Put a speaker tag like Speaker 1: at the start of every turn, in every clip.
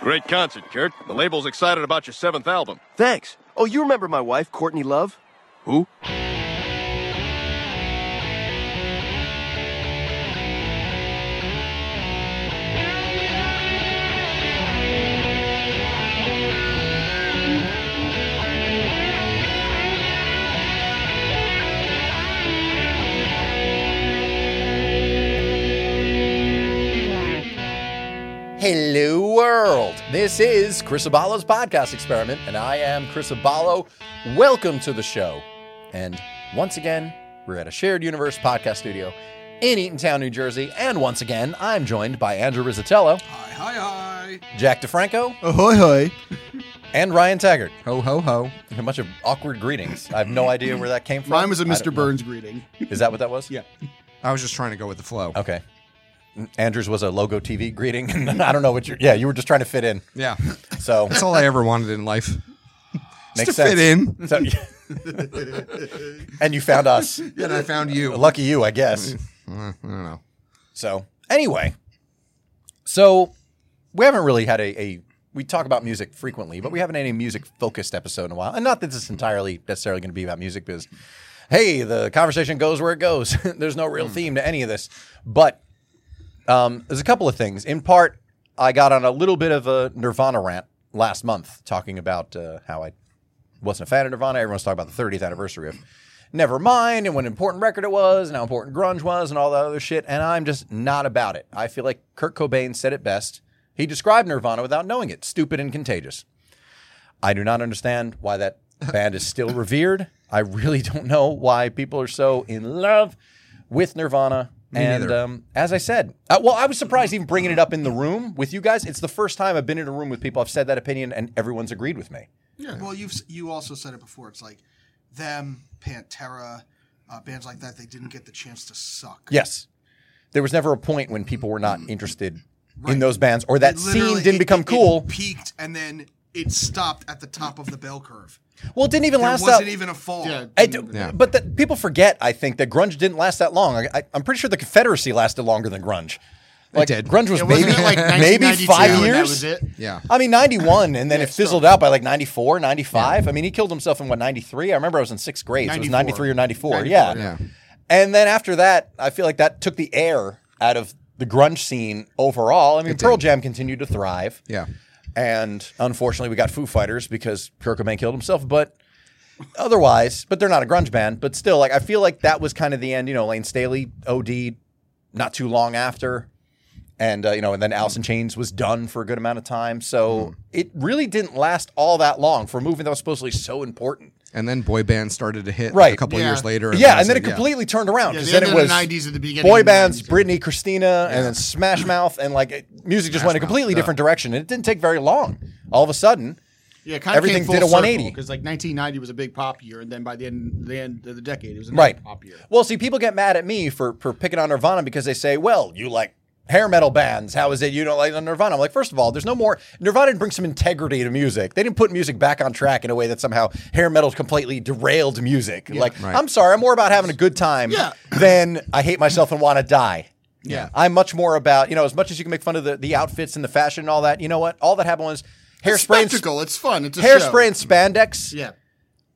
Speaker 1: Great concert, Kurt. The label's excited about your seventh album.
Speaker 2: Thanks. Oh, you remember my wife, Courtney Love?
Speaker 1: Who?
Speaker 3: Hello, world. This is Chris Abalo's podcast experiment, and I am Chris Abalo. Welcome to the show. And once again, we're at a shared universe podcast studio in Eatontown, New Jersey. And once again, I'm joined by Andrew Rizzatello,
Speaker 4: Hi, hi, hi.
Speaker 3: Jack DeFranco,
Speaker 5: Ahoy, hoy.
Speaker 3: and Ryan Taggart.
Speaker 5: Ho, ho, ho.
Speaker 3: A bunch of awkward greetings. I have no idea where that came from.
Speaker 5: Mine was a
Speaker 3: I don't
Speaker 5: Mr.
Speaker 3: know.
Speaker 5: Burns greeting.
Speaker 3: Is that what that was?
Speaker 5: Yeah. I was just trying to go with the flow.
Speaker 3: Okay. Andrew's was a logo TV greeting. I don't know what you're. Yeah, you were just trying to fit in.
Speaker 6: Yeah,
Speaker 3: So
Speaker 6: that's all I ever wanted in life. Just
Speaker 3: makes
Speaker 6: to
Speaker 3: sense.
Speaker 6: fit in.
Speaker 3: So, and you found us.
Speaker 6: And I found you. Uh,
Speaker 3: Lucky you, I guess.
Speaker 6: I don't know.
Speaker 3: So anyway, so we haven't really had a, a we talk about music frequently, but we haven't had a music focused episode in a while. And not that this is entirely necessarily going to be about music, because hey, the conversation goes where it goes. There's no
Speaker 6: Hmm.
Speaker 3: real theme to any of this, but um, there's a couple of things. In part, I got on a little bit of a Nirvana rant last month, talking about uh, how I wasn't a fan of Nirvana. Everyone's talking about the 30th anniversary of Nevermind and what an important record it was and how important grunge was and all that other shit. And I'm just not about it. I feel like Kurt Cobain said it best. He described Nirvana without knowing it stupid and contagious. I do not understand why that band is still revered. I really don't know why people are so in love with Nirvana. and um, as I said, uh, well, I was surprised even bringing it up in the room with you guys. It's the first time I've been in a room with people. I've said that opinion, and everyone's agreed with me.
Speaker 4: Well, you've s- you also said it before. It's like them, Pantera, uh, bands like that. They didn't get the chance to suck.
Speaker 3: Yes. There was never a point when people were not interested in
Speaker 4: Mm. Right.
Speaker 3: those bands or
Speaker 4: It
Speaker 3: that scene
Speaker 4: literally-
Speaker 3: didn't
Speaker 4: it-
Speaker 3: become
Speaker 4: it-
Speaker 3: cool.
Speaker 4: It peaked and then it stopped at the top of the bell curve.
Speaker 3: well, it didn't even
Speaker 4: There
Speaker 3: last
Speaker 4: wasn't
Speaker 3: that
Speaker 4: even a fall.
Speaker 5: Yeah.
Speaker 3: I d-
Speaker 6: Yeah.
Speaker 3: But that people forget, I think, that grunge didn't last that long. I, I, I'm pretty sure the Confederacy lasted longer than grunge. Like,
Speaker 6: did.
Speaker 3: Grunge was
Speaker 5: Yeah, wasn't
Speaker 3: maybe
Speaker 5: it like
Speaker 3: maybe
Speaker 5: 1992
Speaker 3: five
Speaker 5: and
Speaker 3: years.
Speaker 5: that was it?
Speaker 6: Yeah.
Speaker 3: I mean, 91, and then it fizzled out by like 94, 95. I mean, he killed himself in what, 93? I remember I was in sixth grade. So it was 93 or 94. yeah.
Speaker 6: Yeah.
Speaker 3: And then after that, I feel like that took the air out of the grunge scene overall. I mean, Pearl Jam continued to thrive.
Speaker 6: Yeah.
Speaker 3: And unfortunately, we got Foo Fighters because Kurt Cobain killed himself. But otherwise, but they're not a grunge band. But still, like I feel like that was kind of the end. You know, Lane Staley OD'd not too long after, and uh, you know, and then Alice in Chains was done for a good amount of time. So
Speaker 5: Mm-hmm.
Speaker 3: it really didn't last all that long for a movement that was supposedly so important.
Speaker 6: And then boy bands started to hit like,
Speaker 3: Right.
Speaker 6: a couple
Speaker 5: Yeah.
Speaker 6: years later.
Speaker 3: yeah, and
Speaker 6: it's
Speaker 3: then it
Speaker 6: like, yeah.
Speaker 3: completely turned around
Speaker 5: Yeah,
Speaker 3: because
Speaker 5: the
Speaker 3: then
Speaker 5: end
Speaker 3: it
Speaker 5: of
Speaker 3: was
Speaker 5: the 90s at the beginning
Speaker 3: boy
Speaker 5: of the
Speaker 3: bands,
Speaker 5: 90s.
Speaker 3: Britney, Christina, and then Smash Mouth, and like it, music just went a completely different direction, and it didn't take very long. All of a sudden,
Speaker 5: Yeah, kind
Speaker 3: Everything
Speaker 5: of
Speaker 3: did a 180.
Speaker 5: Because like 1990 was a big pop year, and then by the end, the end of the decade, it was another
Speaker 3: right?
Speaker 5: pop year.
Speaker 3: Well, see, people get mad at me for for picking on Nirvana because they say, "Well, you like." Hair metal bands. How is it you don't like Nirvana? I'm like, first of all, there's no more. Nirvana didn't bring some integrity to music. They didn't put music back on track in a way that somehow hair metal completely derailed music. like,
Speaker 6: Right.
Speaker 3: I'm sorry, I'm more about having a good time
Speaker 5: Yeah.
Speaker 3: than I hate myself and want to die.
Speaker 5: Yeah.
Speaker 3: I'm much more about, you know, as much as you can make fun of the, the outfits and the fashion and all that, you know what? All that happened was hairspray, and,
Speaker 5: Spectacle. It's fun. It's a
Speaker 3: hairspray and
Speaker 5: show.
Speaker 3: spandex
Speaker 5: Yeah.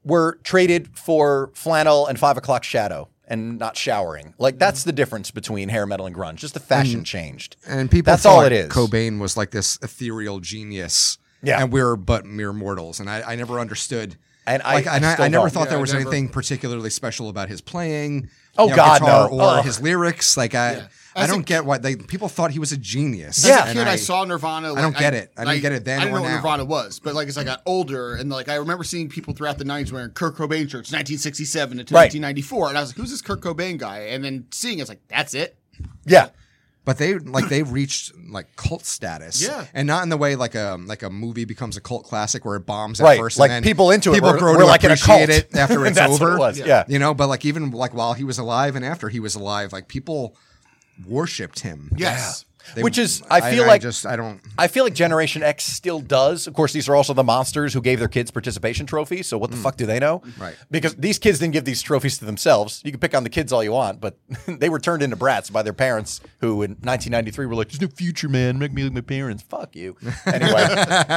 Speaker 3: were traded for flannel and five o'clock shadow and not showering. Like, that's the difference between hair metal and grunge. Just the fashion changed.
Speaker 6: Mm. And people
Speaker 3: That's all
Speaker 6: thought
Speaker 3: it is.
Speaker 6: Cobain was like this ethereal genius.
Speaker 3: Yeah.
Speaker 6: And we are but mere mortals. And I, I never understood.
Speaker 3: And I-
Speaker 6: like, and I,
Speaker 3: still
Speaker 6: I never
Speaker 3: don't.
Speaker 6: thought
Speaker 3: Yeah,
Speaker 6: there was anything particularly special about his playing.
Speaker 3: Oh,
Speaker 6: you know,
Speaker 3: God,
Speaker 6: guitar
Speaker 3: no.
Speaker 6: Or
Speaker 3: Ugh.
Speaker 6: his lyrics. Like I, I
Speaker 5: As a-
Speaker 6: don't get why they people thought he was a genius.
Speaker 3: Yeah.
Speaker 5: As a
Speaker 6: And
Speaker 5: kid, I, saw Nirvana. Like,
Speaker 6: don't get it. I didn't get it then
Speaker 5: I didn't
Speaker 6: or
Speaker 5: know what
Speaker 6: now.
Speaker 5: Nirvana was, but like as I got older, and like I remember seeing people throughout the '90s wearing Kurt Cobain shirts, 1967 to
Speaker 3: Right.
Speaker 5: 1994, and I was like, "Who's this Kurt Cobain guy?" And then seeing, it's like, "That's it."
Speaker 3: Yeah.
Speaker 6: but they like they reached like cult status,
Speaker 5: Yeah.
Speaker 6: and not in the way like a like a movie becomes a cult classic where it bombs
Speaker 3: Right,
Speaker 6: at first,
Speaker 3: like,
Speaker 6: and then
Speaker 3: people into it
Speaker 6: people
Speaker 3: were-
Speaker 6: grow
Speaker 3: were
Speaker 6: to
Speaker 3: like in a
Speaker 6: appreciate
Speaker 3: cult.
Speaker 6: it after it's
Speaker 3: That's what
Speaker 6: over.
Speaker 3: it was, yeah.
Speaker 6: you know, but like even like while he was alive and after he was alive, like people worshipped him.
Speaker 5: Yes.
Speaker 6: They-
Speaker 3: Which is- I feel like-
Speaker 6: just I don't.
Speaker 3: I feel like Generation X still does. Of course, these are also the monsters who gave their kids participation trophies. So what the fuck do they know?
Speaker 6: Right.
Speaker 3: Because these kids didn't give these trophies to themselves. You can pick on the kids all you want, but they were turned into brats by their parents who in 1993 were like, there's no future, man. Make me like my parents. Fuck you. Anyway,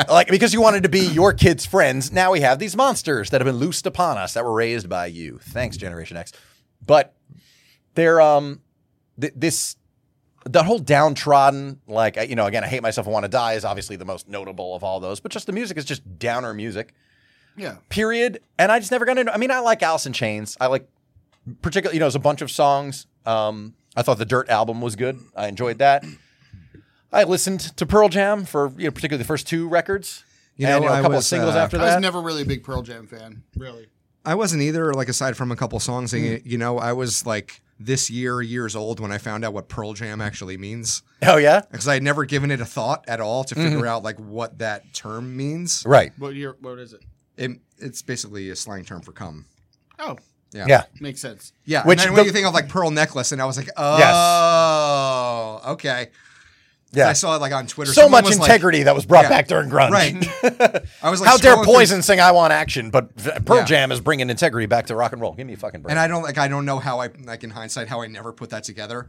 Speaker 3: like because you wanted to be your kids' friends, now we have these monsters that have been loosed upon us that were raised by you. Thanks, Generation X. But they're, um, th- this the whole downtrodden, like I- you know, again, I hate myself, I want to die is obviously the most notable of all those. But just the music is just downer music,
Speaker 4: Yeah.
Speaker 3: period. And I just never got into. I mean, I like Alice in Chains. I like particularly, you know, there's a bunch of songs. Um, I thought the Dirt album was good. I enjoyed that. I listened to Pearl Jam for you know, particularly the first two records,
Speaker 6: You
Speaker 3: and
Speaker 6: know,
Speaker 3: you know, a
Speaker 6: I
Speaker 3: couple of
Speaker 6: was,
Speaker 3: singles
Speaker 6: uh,
Speaker 3: after
Speaker 5: I was
Speaker 3: that.
Speaker 5: never really a big Pearl Jam fan, really.
Speaker 6: I wasn't either. Like aside from a couple songs,
Speaker 5: Mm.
Speaker 6: and you know, I was like this year years old when I found out what Pearl Jam actually means
Speaker 3: oh yeah,
Speaker 6: because I had never given it a thought at all
Speaker 5: Mm-hmm.
Speaker 6: to figure out like what that term means.
Speaker 3: right.
Speaker 5: What year? What is it?
Speaker 6: It, it's basically a slang term for cum.
Speaker 5: Oh,
Speaker 6: Yeah.
Speaker 3: Yeah,
Speaker 5: makes sense.
Speaker 6: Yeah,
Speaker 3: Which
Speaker 6: and then
Speaker 3: the-
Speaker 6: when you think of like pearl necklace, and I was like, oh, okay.
Speaker 3: yeah.
Speaker 6: I saw it like on Twitter.
Speaker 3: So
Speaker 6: Someone
Speaker 3: much
Speaker 6: was like-
Speaker 3: integrity that was brought
Speaker 6: Yeah.
Speaker 3: back during grunge.
Speaker 6: right? I was like,
Speaker 3: How dare
Speaker 6: scrolling through-
Speaker 3: Poison sing "I Want Action," but v- Pearl
Speaker 6: Yeah.
Speaker 3: Jam is bringing integrity back to rock and roll. Give me a fucking break.
Speaker 6: And I don't like I don't know how I like in hindsight how I never put that together.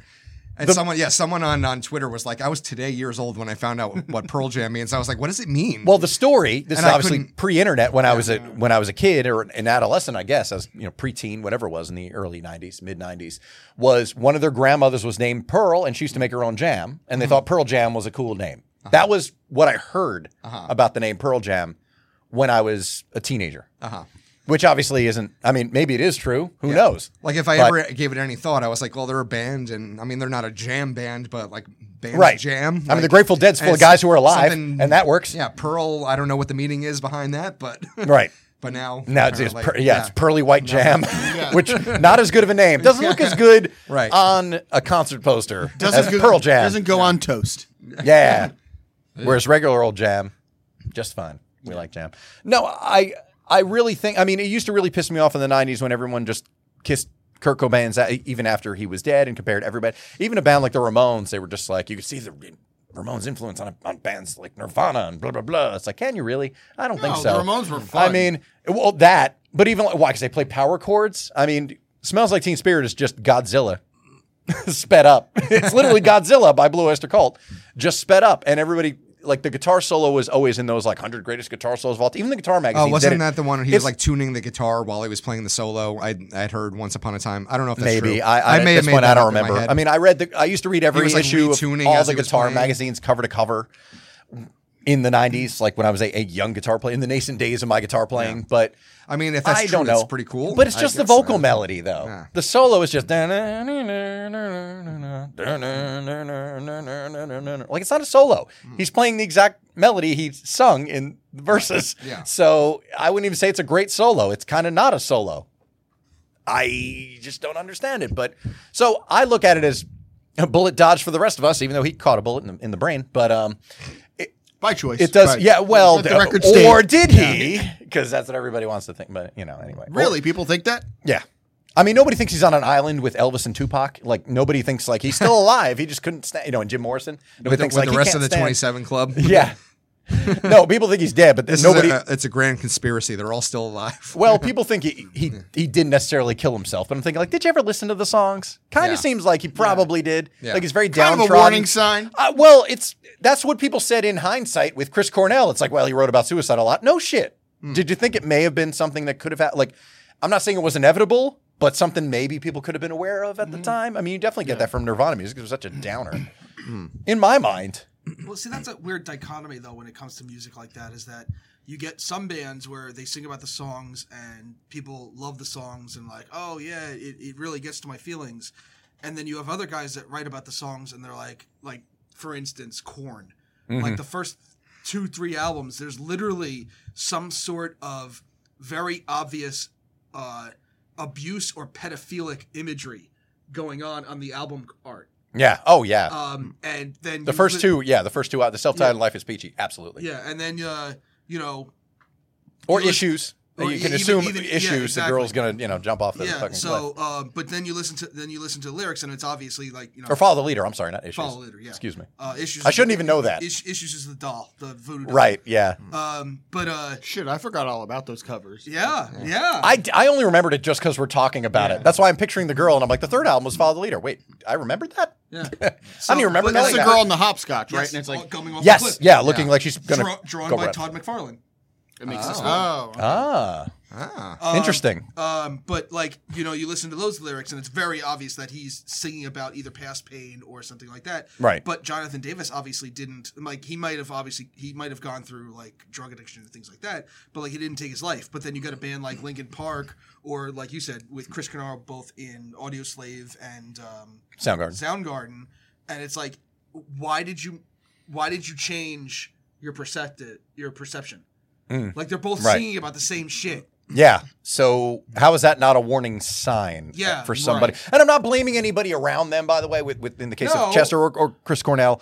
Speaker 6: And someone, yeah, someone on on Twitter was like, I was today years old when I found out what Pearl Jam means. I was like, what does it mean?
Speaker 3: well, the story. This
Speaker 6: And
Speaker 3: is
Speaker 6: I
Speaker 3: obviously
Speaker 6: couldn't-
Speaker 3: pre-internet. When I was a when I was a kid or an adolescent, I guess, as you know, preteen, whatever it was in the early '90s, mid '90s, was one of their grandmothers was named Pearl, and she used to make her own jam, and they
Speaker 6: Mm-hmm.
Speaker 3: thought Pearl Jam was a cool name.
Speaker 6: Uh-huh.
Speaker 3: That was what I heard about the name Pearl Jam when I was a teenager.
Speaker 6: uh-huh.
Speaker 3: Which obviously isn't. I mean, maybe it is true. Who knows?
Speaker 6: Like if I
Speaker 3: But-
Speaker 6: ever gave it any thought, I was like, well, they're a band, and I mean, they're not a jam band, but like band
Speaker 3: Right.
Speaker 6: jam.
Speaker 3: I mean, the
Speaker 6: like-
Speaker 3: Grateful Dead's full
Speaker 6: and
Speaker 3: of guys who are alive,
Speaker 6: something-
Speaker 3: and that works.
Speaker 6: Yeah, Pearl. I don't know what the meaning is behind that, but
Speaker 3: Right.
Speaker 6: But now,
Speaker 3: Now it's, it's
Speaker 6: apparently,
Speaker 3: per, yeah, it's pearly white jam, which not as good of a name. Doesn't look as good
Speaker 6: Right.
Speaker 3: on a concert poster
Speaker 5: Doesn't
Speaker 3: as
Speaker 5: go-
Speaker 3: Pearl Jam.
Speaker 5: Doesn't go on toast.
Speaker 3: yeah. Whereas regular old jam, just fine. We like jam. No, I I really think. I mean, it used to really piss me off in the '90s when everyone just kissed Kurt Cobain's a- even after he was dead and compared everybody. Even a band like the Ramones, they were just like you could see the Ramones' influence on, on bands like Nirvana and blah blah blah. It's like, can you really? I don't think
Speaker 5: No,
Speaker 3: so.
Speaker 5: the Ramones were fun.
Speaker 3: I mean, well, that, but even like, why? Because they play power chords. I mean, "Smells Like Teen Spirit" is just Godzilla sped up. It's literally Godzilla by Blue Oyster Cult, just sped up, and everybody. Like the guitar solo was always in those like hundred greatest guitar solos of all. Even the guitar magazine.
Speaker 6: Oh, wasn't
Speaker 3: did it.
Speaker 6: that the one where he
Speaker 3: It's-
Speaker 6: was like tuning the guitar while he was playing the solo? I I'd heard once upon a time. I don't know if that's
Speaker 3: maybe
Speaker 6: true.
Speaker 3: I, I, may have
Speaker 6: made
Speaker 3: I
Speaker 6: that
Speaker 3: don't
Speaker 6: up in my
Speaker 3: remember.
Speaker 6: head.
Speaker 3: I mean, I read the. I used to read every
Speaker 6: was, like,
Speaker 3: issue of
Speaker 6: retuning
Speaker 3: all
Speaker 6: as
Speaker 3: the
Speaker 6: he was
Speaker 3: guitar
Speaker 6: playing.
Speaker 3: magazines cover to cover in the '90s, like when I was a, a young guitar player in the nascent days of my guitar playing. But
Speaker 6: I mean, if that's
Speaker 3: I
Speaker 6: true,
Speaker 3: don't know.
Speaker 6: that's pretty cool. Hmm.
Speaker 3: But it's
Speaker 6: I
Speaker 3: just the
Speaker 6: guess,
Speaker 3: vocal
Speaker 6: man.
Speaker 3: melody, though.
Speaker 6: Yeah.
Speaker 3: The solo is just like it's not a solo.
Speaker 5: Hmm.
Speaker 3: He's playing the exact melody he sung in the verses.
Speaker 6: Yeah.
Speaker 3: So I wouldn't even say it's a great solo. It's kind of not a solo. I just don't understand it. But so I look at it as a bullet dodge for the rest of us, even though he caught a bullet in the, in the brain. But um,
Speaker 5: By choice.
Speaker 3: it does.
Speaker 5: By-
Speaker 3: Yeah. Well,
Speaker 5: Let the record state.
Speaker 3: or did he? Because that's what everybody wants to think. But you know, anyway.
Speaker 5: really? People think that?
Speaker 3: Yeah. I mean, nobody thinks he's on an island with Elvis and Tupac. Like nobody thinks like he's still alive. He just couldn't stand, you know. And Jim Morrison. Nobody
Speaker 6: With the,
Speaker 3: thinks
Speaker 6: with
Speaker 3: like
Speaker 6: the
Speaker 3: he
Speaker 6: rest of
Speaker 3: can't
Speaker 6: the
Speaker 3: stand-
Speaker 6: 27 Club.
Speaker 3: Yeah. no, people think he's dead, but
Speaker 6: This
Speaker 3: nobody.
Speaker 6: Is a- uh, a, it's a grand conspiracy. They're all still alive.
Speaker 3: well, people think he, he he didn't necessarily kill himself, but I'm thinking like, did you ever listen to the songs? Kind of
Speaker 6: Yeah.
Speaker 3: seems like he probably did.
Speaker 6: Yeah.
Speaker 3: Like he's very
Speaker 5: Kind of a
Speaker 3: downtrodden.
Speaker 5: warning sign.
Speaker 3: Uh, well, it's that's what people said in hindsight with Chris Cornell. It's like, well, he wrote about suicide a lot. No shit.
Speaker 4: Hmm.
Speaker 3: Did you think it may have been something that could have had, like, I'm not saying it was inevitable, but something maybe people could have been aware of at
Speaker 4: Hmm.
Speaker 3: the time. I mean, you definitely get that from Nirvana music. It was such a downer,
Speaker 4: Hmm.
Speaker 3: in my mind.
Speaker 4: Well, see, that's a weird dichotomy though when it comes to music like that. Is that you get some bands where they sing about the songs and people love the songs and like, oh yeah, it, it really gets to my feelings. And then you have other guys that write about the songs and they're like, like for instance, Corn.
Speaker 3: Mm-hmm.
Speaker 4: Like the first two three albums, there's literally some sort of very obvious uh, abuse or pedophilic imagery going on on the album art.
Speaker 3: Yeah. Oh yeah.
Speaker 4: Um, and then
Speaker 3: the
Speaker 4: you
Speaker 3: first
Speaker 4: li-
Speaker 3: two. Yeah. The first two out. The self-titled Life is Peachy. Absolutely.
Speaker 4: yeah, and then uh, you know,
Speaker 3: Or
Speaker 4: You look-
Speaker 3: issues.
Speaker 4: Or
Speaker 3: you can
Speaker 4: even-
Speaker 3: assume
Speaker 4: even- yeah,
Speaker 3: issues
Speaker 4: exactly.
Speaker 3: the girl's gonna you know jump off the
Speaker 4: yeah.
Speaker 3: fucking
Speaker 4: So,
Speaker 3: cliff
Speaker 4: uh, but then you listen to then you listen to lyrics, and it's obviously like you know
Speaker 3: or follow the leader. I'm sorry, not issues.
Speaker 4: follow the leader. Yeah.
Speaker 3: Excuse me.
Speaker 4: Uh, issues.
Speaker 3: I shouldn't even know that.
Speaker 4: Is- issues is the doll, the voodoo. Doll.
Speaker 3: Right? Yeah.
Speaker 4: Um. But uh.
Speaker 5: Shit, I forgot all about those covers.
Speaker 4: Yeah. Yeah.
Speaker 3: I, I only remembered it just because we're talking about it. That's why I'm picturing the girl, and I'm like, the third album was Follow the Leader. Wait, I remembered that.
Speaker 4: yeah.
Speaker 3: I don't even remember knowing
Speaker 5: That's
Speaker 4: but like
Speaker 5: the
Speaker 3: that.
Speaker 5: girl on the hopscotch, right?
Speaker 4: Yes, Oh,
Speaker 5: And it's like,
Speaker 4: coming off the
Speaker 3: Yes,
Speaker 4: cliff.
Speaker 3: yeah, looking like she's gonna
Speaker 4: Draw, drawn
Speaker 3: go
Speaker 4: by
Speaker 3: around.
Speaker 4: Todd McFarlane.
Speaker 5: it makes sense.
Speaker 6: Oh.
Speaker 3: Ah,
Speaker 6: Ah.
Speaker 4: Um,
Speaker 3: interesting.
Speaker 4: Um, but like you know, you listen to those lyrics, and it's very obvious that he's singing about either past pain or something like that.
Speaker 3: Right.
Speaker 4: But Jonathan Davis obviously didn't. Like he might have obviously he might have gone through like drug addiction and things like that. But like he didn't take his life. But then you got a band like Linkin Park, or like you said with Chris Canaro, both in Audio Slave and um,
Speaker 3: Soundgarden.
Speaker 4: Soundgarden, and it's like, why did you, why did you change your percepti- your perception?
Speaker 3: Mm.
Speaker 4: Like they're both
Speaker 3: Right.
Speaker 4: singing about the same shit.
Speaker 3: Yeah. So how is that not a warning sign?
Speaker 4: Yeah,
Speaker 3: for somebody. And I'm not blaming anybody around them, by the way. With, with in the case
Speaker 4: No.
Speaker 3: of Chester or, or Chris Cornell,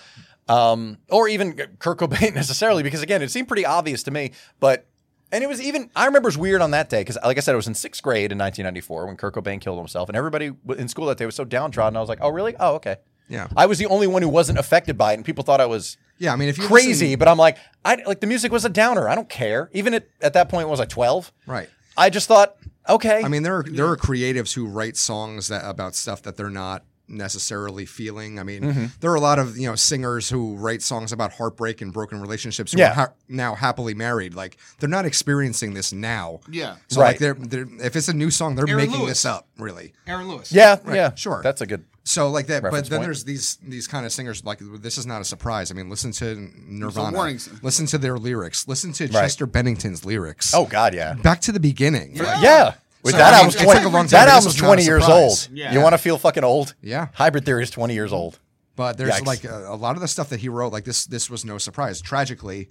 Speaker 3: um, or even Kurt Cobain necessarily, because again, it seemed pretty obvious to me. But and it was even I remember it was weird on that day because, like I said, it was in sixth grade in 1994 when Kurt Cobain killed himself, and everybody w- in school that day was so downtrodden. I was like, oh really? Oh okay.
Speaker 6: Yeah.
Speaker 3: I was the only one who wasn't affected by it, and people thought I was
Speaker 6: Yeah, I mean, if you
Speaker 3: crazy,
Speaker 6: listen-
Speaker 3: but I'm like, I like the music was a downer. I don't care. Even at, at that point, was I 12?
Speaker 6: Right.
Speaker 3: I just thought, okay,
Speaker 6: I mean, there are there are creatives who write songs that about stuff that they're not necessarily feeling. I mean, there are a lot of you know singers who write songs about heartbreak and broken relationships who
Speaker 3: Yeah.
Speaker 6: are ha- now happily married. Like they're not experiencing this now.
Speaker 5: Yeah.
Speaker 6: So
Speaker 3: Right.
Speaker 6: like they're, they're if it's a new song, they're
Speaker 4: Aaron
Speaker 6: making
Speaker 4: Lewis.
Speaker 6: this up really.
Speaker 4: Aaron Lewis.
Speaker 3: yeah, yeah,
Speaker 6: sure.
Speaker 3: That's a good.
Speaker 6: So like that,
Speaker 3: Reference
Speaker 6: but then
Speaker 3: point.
Speaker 6: there's these these kind of singers like this is not a surprise. I mean, listen to Nirvana,
Speaker 5: warning sign.
Speaker 6: listen to their lyrics, listen to Chester Bennington's lyrics.
Speaker 3: Oh God, yeah,
Speaker 6: back to the beginning. Yeah,
Speaker 3: yeah. With
Speaker 6: So,
Speaker 3: that
Speaker 6: I mean,
Speaker 3: album's
Speaker 6: it took
Speaker 3: twenty,
Speaker 6: a long time,
Speaker 3: that
Speaker 6: but this
Speaker 3: album's
Speaker 6: was not a
Speaker 3: twenty years
Speaker 6: surprise.
Speaker 3: old. You want to feel fucking old?
Speaker 6: Yeah.
Speaker 3: Hybrid Theory is twenty years old.
Speaker 6: But there's
Speaker 3: Yikes.
Speaker 6: like a, a lot of the stuff that he wrote, like this, this was no surprise. Tragically,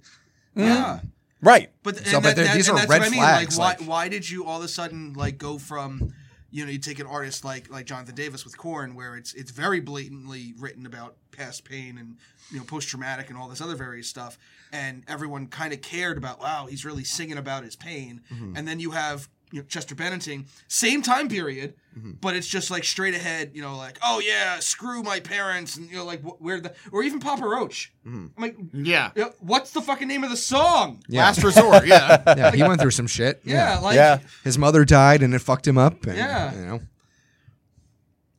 Speaker 3: Hmm.
Speaker 4: Yeah.
Speaker 3: Right.
Speaker 4: But, th-
Speaker 6: So,
Speaker 4: and
Speaker 6: but
Speaker 4: that,
Speaker 6: there-
Speaker 4: that,
Speaker 6: these
Speaker 4: and
Speaker 6: are
Speaker 4: that's
Speaker 6: red
Speaker 4: what I mean.
Speaker 6: flags,
Speaker 4: like, why,
Speaker 6: like-
Speaker 4: why did you all of a sudden like go from, you know, you take an artist like like Jonathan Davis with Korn, where it's it's very blatantly written about past pain and you know post traumatic and all this other various stuff, and everyone kind of cared about wow he's really singing about his pain,
Speaker 6: Mm-hmm.
Speaker 4: and then you have. You know, Chester Bennington, same time period,
Speaker 6: Mm-hmm.
Speaker 4: but it's just like straight ahead. You know, like oh yeah, screw my parents, and you know, like wh- where the or even Papa Roach.
Speaker 6: Mm-hmm.
Speaker 4: I'm like,
Speaker 5: Yeah.
Speaker 4: yeah, what's the fucking name of the song?
Speaker 6: yeah,
Speaker 5: Last resort. Yeah.
Speaker 6: yeah, he went through some shit.
Speaker 4: Yeah, like
Speaker 3: yeah.
Speaker 6: his mother died and it fucked him up. And,
Speaker 4: Yeah.
Speaker 6: you know,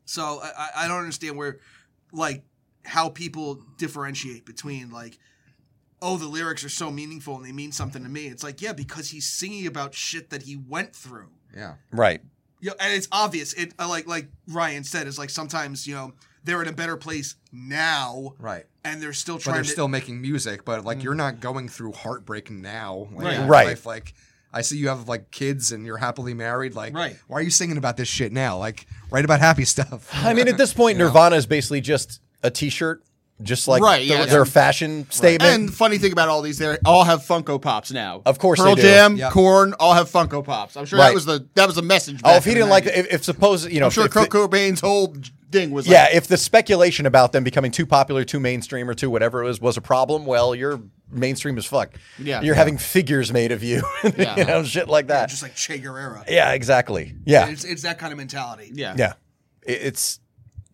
Speaker 4: so I, I- I don't understand where like how people differentiate between like oh the lyrics are so meaningful and they mean something to me. It's like yeah because he's singing about shit that he went through.
Speaker 6: yeah,
Speaker 3: Right.
Speaker 4: You know, and it's obvious. It uh, like like Ryan said is like sometimes you know they're in a better place now
Speaker 6: right.
Speaker 4: and they're still
Speaker 6: But
Speaker 4: trying
Speaker 6: they're
Speaker 4: to
Speaker 6: still making music. But like, you're not going through heartbreak now, like,
Speaker 5: Right.
Speaker 6: in
Speaker 3: Mm. Right.
Speaker 6: life, like. I see you have like kids and you're happily married. Like,
Speaker 4: Right.
Speaker 6: why are you singing about this shit now? Like, write about happy stuff.
Speaker 3: I mean, at this point, Nirvana is basically just a T-shirt, just like
Speaker 5: Right,
Speaker 3: their,
Speaker 5: yeah.
Speaker 3: their fashion statement.
Speaker 5: And the funny thing about all these, they all have Funko Pops now.
Speaker 3: Of course
Speaker 5: Pearl
Speaker 3: they do.
Speaker 5: Jam,
Speaker 6: Yep.
Speaker 5: Korn, all have Funko Pops. I'm sure
Speaker 3: Right.
Speaker 5: that was the that was a message.
Speaker 3: oh,
Speaker 5: back
Speaker 3: if he
Speaker 5: in the
Speaker 3: didn't like,
Speaker 5: 90s.
Speaker 3: if, if suppose you know,
Speaker 5: I'm sure
Speaker 3: if-
Speaker 5: Kurt Cobain's whole thing was.
Speaker 3: yeah,
Speaker 5: like,
Speaker 3: if the speculation about them becoming too popular, too mainstream, or too whatever it was was a problem, well, you're mainstream as fuck.
Speaker 5: Yeah.
Speaker 3: you're having figures made of you, you
Speaker 5: Yeah.
Speaker 3: know, shit like that.
Speaker 4: just like Che Guevara.
Speaker 3: Yeah, exactly. Yeah,
Speaker 4: It's it's that kind of mentality.
Speaker 5: yeah,
Speaker 3: yeah. I- It's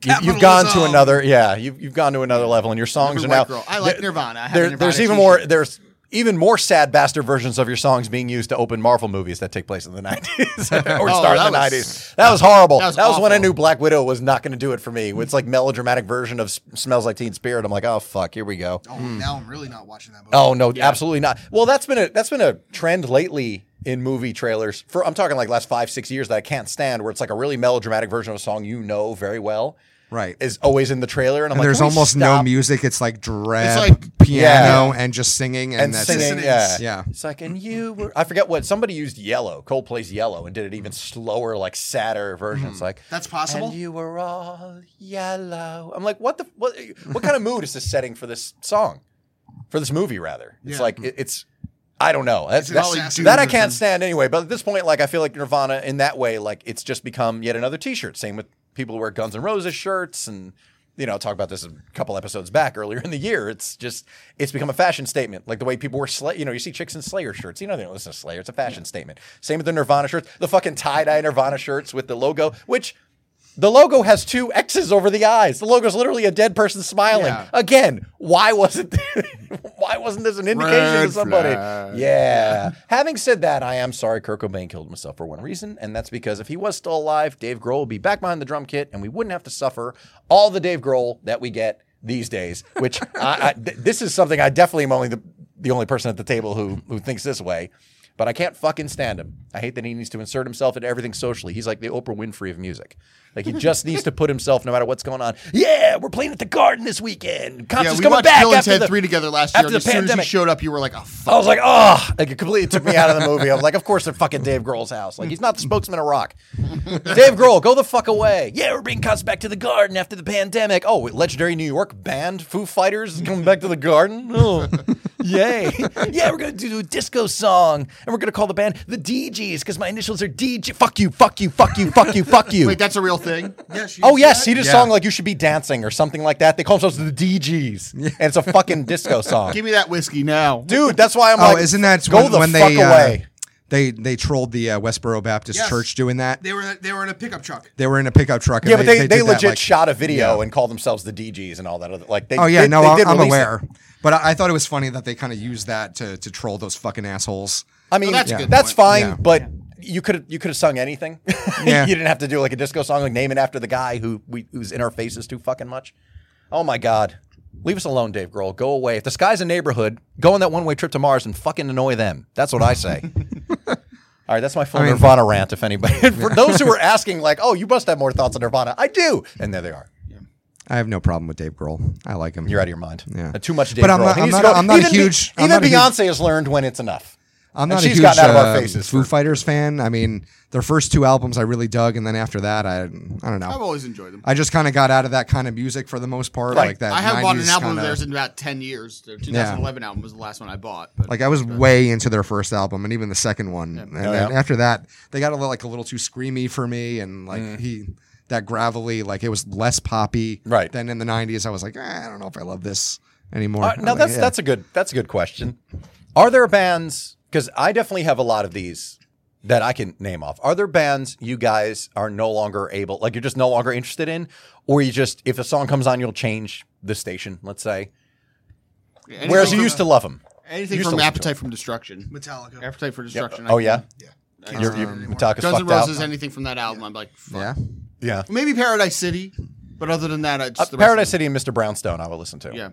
Speaker 3: you, you've gone to
Speaker 4: Capitalism.
Speaker 3: another. Yeah, you've you've gone to another level, and your songs
Speaker 5: Every
Speaker 3: are
Speaker 5: white
Speaker 3: now.
Speaker 5: girl. I like Nirvana. I have a
Speaker 3: there-
Speaker 5: Nirvana
Speaker 3: there's even
Speaker 5: t-shirt.
Speaker 3: more. There's even more sad bastard versions of your songs being used to open Marvel movies that take place in the 90s or
Speaker 5: Oh,
Speaker 3: start
Speaker 5: that
Speaker 3: in the
Speaker 5: was-
Speaker 3: 90s. That was horrible. That
Speaker 5: that
Speaker 3: was,
Speaker 5: was
Speaker 3: when I
Speaker 5: awful.
Speaker 3: knew Black Widow was not going to do it for me. It's like melodramatic version of S- Smells Like Teen Spirit. I'm like, oh fuck, here we go.
Speaker 4: Oh, now I'm really not watching that movie.
Speaker 3: Oh no, absolutely not. Well, that's been a that's been a trend lately in movie trailers. For I'm talking like last five six years that I can't stand, where it's like a really melodramatic version of a song you know very well
Speaker 6: right.
Speaker 3: is always in the trailer, and I'm
Speaker 6: and
Speaker 3: like,
Speaker 6: there's
Speaker 3: "Can we
Speaker 6: almost no
Speaker 3: stop?"
Speaker 6: music. It's like drab
Speaker 5: It's like-
Speaker 6: piano and just singing and,
Speaker 3: and
Speaker 6: that's
Speaker 3: singing.
Speaker 6: It.
Speaker 3: Yeah.
Speaker 6: Yeah.
Speaker 3: It's like, and you were, I forget what, somebody used yellow, Coldplay's yellow, and did it even slower, like sadder version.
Speaker 6: Mm-hmm.
Speaker 3: It's like,
Speaker 4: That's possible?
Speaker 3: And you were all yellow. I'm like, what the, what, what kind of mood is this setting for this song? For this movie, rather. It's
Speaker 4: Yeah.
Speaker 3: like, it, it's, I don't know. That's,
Speaker 4: It's
Speaker 3: that's-
Speaker 4: probably
Speaker 3: that,
Speaker 4: doom
Speaker 3: I
Speaker 4: or
Speaker 3: can't
Speaker 4: something.
Speaker 3: stand anyway. But at this point, like, I feel like Nirvana in that way, like, it's just become yet another t shirt. Same with people who wear Guns N' Roses shirts and you know, talk about this a couple episodes back earlier in the year. It's just it's become a fashion statement, like the way people wear Slayer. You know, you see chicks in Slayer shirts. You know, they don't listen to Slayer. It's a fashion statement. Same with the Nirvana shirts, the fucking tie dye Nirvana shirts with the logo, which. The logo has two X's over the eyes. The logo's literally a dead person smiling.
Speaker 6: Yeah.
Speaker 3: Again, why wasn't why wasn't this an indication
Speaker 5: Red
Speaker 3: to somebody?
Speaker 5: flag.
Speaker 3: Yeah. Having said that, I am sorry Kurt Cobain killed himself for one reason, and that's because if he was still alive, Dave Grohl would be back behind the drum kit, and we wouldn't have to suffer all the Dave Grohl that we get these days. Which I, I, th- this is something I definitely am only the, the only person at the table who who thinks this way. But I can't fucking stand him. I hate that he needs to insert himself into everything socially. He's like the Oprah Winfrey of music. Like he just needs to put himself, no matter what's going on. Yeah, we're playing at the Garden this weekend. Cops
Speaker 5: Yeah,
Speaker 3: is
Speaker 5: we
Speaker 3: coming
Speaker 5: watched
Speaker 3: back
Speaker 5: Bill and
Speaker 3: after
Speaker 5: Ted
Speaker 3: the-
Speaker 5: 3 together last year.
Speaker 3: after
Speaker 5: And
Speaker 3: the
Speaker 5: as soon as he
Speaker 3: pandemic.
Speaker 5: showed up, you were like, oh, fuck.
Speaker 3: I was like, oh, like it completely took me out of the movie. I was like, of course they're fucking Dave Grohl's house. Like he's not the spokesman of rock. Dave Grohl, go the fuck away. Yeah, we're bringing cops back to the garden after the pandemic. Oh, wait, legendary New York band Foo Fighters is coming back to the garden. Oh, yay! Yeah, we're gonna do a disco song and we're gonna call the band the DGs because my initials are DJ. Fuck you, fuck you, fuck you, fuck you, fuck you.
Speaker 5: Wait, that's a real thing?
Speaker 4: Yeah, she
Speaker 3: Oh
Speaker 4: used
Speaker 3: yes,
Speaker 4: that.
Speaker 3: he did a
Speaker 6: Yeah.
Speaker 3: song like "You Should Be Dancing" or something like that. They call themselves the DGs, and it's a fucking disco song
Speaker 5: Give me that whiskey now.
Speaker 3: dude. That's why I'm
Speaker 6: Oh,
Speaker 3: like,
Speaker 6: isn't that
Speaker 3: go
Speaker 6: when,
Speaker 3: the
Speaker 6: when
Speaker 3: fuck
Speaker 6: they uh,
Speaker 3: away?
Speaker 6: they they trolled the uh, Westboro Baptist
Speaker 4: Yes.
Speaker 6: Church doing that?
Speaker 4: They were they were in a pickup truck.
Speaker 6: They were in a pickup truck. And
Speaker 3: yeah, but they, they,
Speaker 6: did that,
Speaker 3: legit
Speaker 6: like-
Speaker 3: shot a video and called themselves the DGs and all that other like. They,
Speaker 6: Oh yeah,
Speaker 3: they-
Speaker 6: no,
Speaker 3: they
Speaker 6: I-
Speaker 3: did
Speaker 6: I'm
Speaker 3: release it.
Speaker 6: aware. But I, I thought it was funny that they kind of used that to to troll those fucking assholes.
Speaker 3: I mean,
Speaker 5: Well,
Speaker 3: that's,
Speaker 5: that's a good point.
Speaker 3: fine,
Speaker 6: Yeah.
Speaker 3: but you could have you could have sung anything.
Speaker 6: Yeah.
Speaker 3: you didn't have to do like a disco song, like name it after the guy who we, who's in our faces too fucking much. Oh my god, leave us alone, Dave Grohl. Go away. If the sky's a neighborhood, go on that one way trip to Mars and fucking annoy them. That's what I say. All right, that's my full Nirvana rant. If anybody, for those who were asking, like, oh, you must have more thoughts on Nirvana. I do, and there they are.
Speaker 6: I have no problem with Dave Grohl. I like him.
Speaker 3: You're out of your mind.
Speaker 6: Yeah.
Speaker 3: Uh, too much Dave
Speaker 6: But I'm
Speaker 3: Grohl.
Speaker 6: not-
Speaker 3: He
Speaker 6: I'm
Speaker 3: needs to
Speaker 6: not-
Speaker 3: go-
Speaker 6: I'm not a
Speaker 3: even Be-
Speaker 6: huge- I'm
Speaker 3: even
Speaker 6: not a huge-
Speaker 3: Beyonce has learned when it's enough. And
Speaker 6: I'm not a
Speaker 3: she's
Speaker 6: huge
Speaker 3: gotten out of our
Speaker 6: uh,
Speaker 3: faces
Speaker 6: Foo
Speaker 3: for-
Speaker 6: Fighters fan. I mean, their first two albums I really dug, and then after that, I I don't
Speaker 5: I've
Speaker 6: know.
Speaker 5: always enjoyed them.
Speaker 6: I just kind of got out of that kind of music for the most part.
Speaker 3: Right.
Speaker 6: Like that.
Speaker 5: I haven't bought an
Speaker 6: 90s
Speaker 5: album
Speaker 6: kinda-
Speaker 5: of theirs in about 10 years. Their 2011 album was the last one I bought. But
Speaker 6: Like I was way into their first album and even the second one, and then
Speaker 3: Oh, yeah.
Speaker 6: after that they got a little like a little too screamy for me, and like
Speaker 3: Mm.
Speaker 6: he that gravelly like it was less poppy.
Speaker 3: Right.
Speaker 6: Then in the '90s I was like, eh, I don't know if I love this anymore.
Speaker 3: Uh, now that's that's a good that's a good question. Are there bands? Because I definitely have a lot of these that I can name off. Are there bands you guys are no longer able, like you're just no longer interested in, or you just if a song comes on, you'll change the station, let's say.
Speaker 5: anything
Speaker 3: Whereas you
Speaker 5: from-
Speaker 3: used to love them.
Speaker 5: anything
Speaker 3: used
Speaker 5: from
Speaker 3: to-
Speaker 5: Appetite from Destruction.
Speaker 4: Metallica.
Speaker 5: Appetite for Destruction. I
Speaker 3: Oh yeah,
Speaker 4: Yeah.
Speaker 5: can't
Speaker 3: you're,
Speaker 5: stand
Speaker 3: you're
Speaker 5: it anymore.
Speaker 3: Metallica's
Speaker 5: Guns N'
Speaker 3: fucked out.
Speaker 5: Roses, anything from that album, I'm like, fuck.
Speaker 6: yeah.
Speaker 3: yeah,
Speaker 5: Maybe Paradise City, but other than that, I
Speaker 3: Uh,
Speaker 5: just the rest
Speaker 3: Paradise
Speaker 5: of
Speaker 3: City and Mr. Brownstone, I will listen to.
Speaker 5: them- Yeah.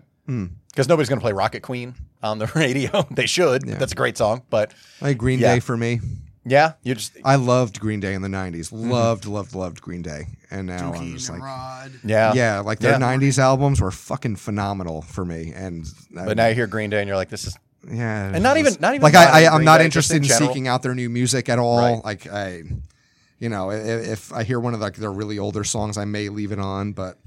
Speaker 3: because nobody's going to play Rocket Queen on the radio. they should. That's a great song, but
Speaker 6: Like Green
Speaker 3: Yeah.
Speaker 6: Day for me.
Speaker 3: yeah, you just
Speaker 6: I loved Green Day in the '90s.
Speaker 3: Mm-hmm.
Speaker 6: Loved, loved, loved Green Day, and now I'm
Speaker 4: Dookie,
Speaker 6: just like,
Speaker 4: Nimrod.
Speaker 3: yeah,
Speaker 6: yeah, like their
Speaker 3: Yeah.
Speaker 6: '90s albums were fucking phenomenal for me, and I-
Speaker 3: But now you hear Green Day, and you're like, this is
Speaker 6: Yeah,
Speaker 3: And not
Speaker 6: it's-
Speaker 3: even- not even
Speaker 6: like
Speaker 3: not
Speaker 6: I,
Speaker 3: in
Speaker 6: I I'm
Speaker 3: Green
Speaker 6: not
Speaker 3: Day,
Speaker 6: interested in
Speaker 3: just in general.
Speaker 6: seeking out their new music at all.
Speaker 3: Right.
Speaker 6: Like I, you know, i- if I hear one of like their really older songs, I may leave it on, but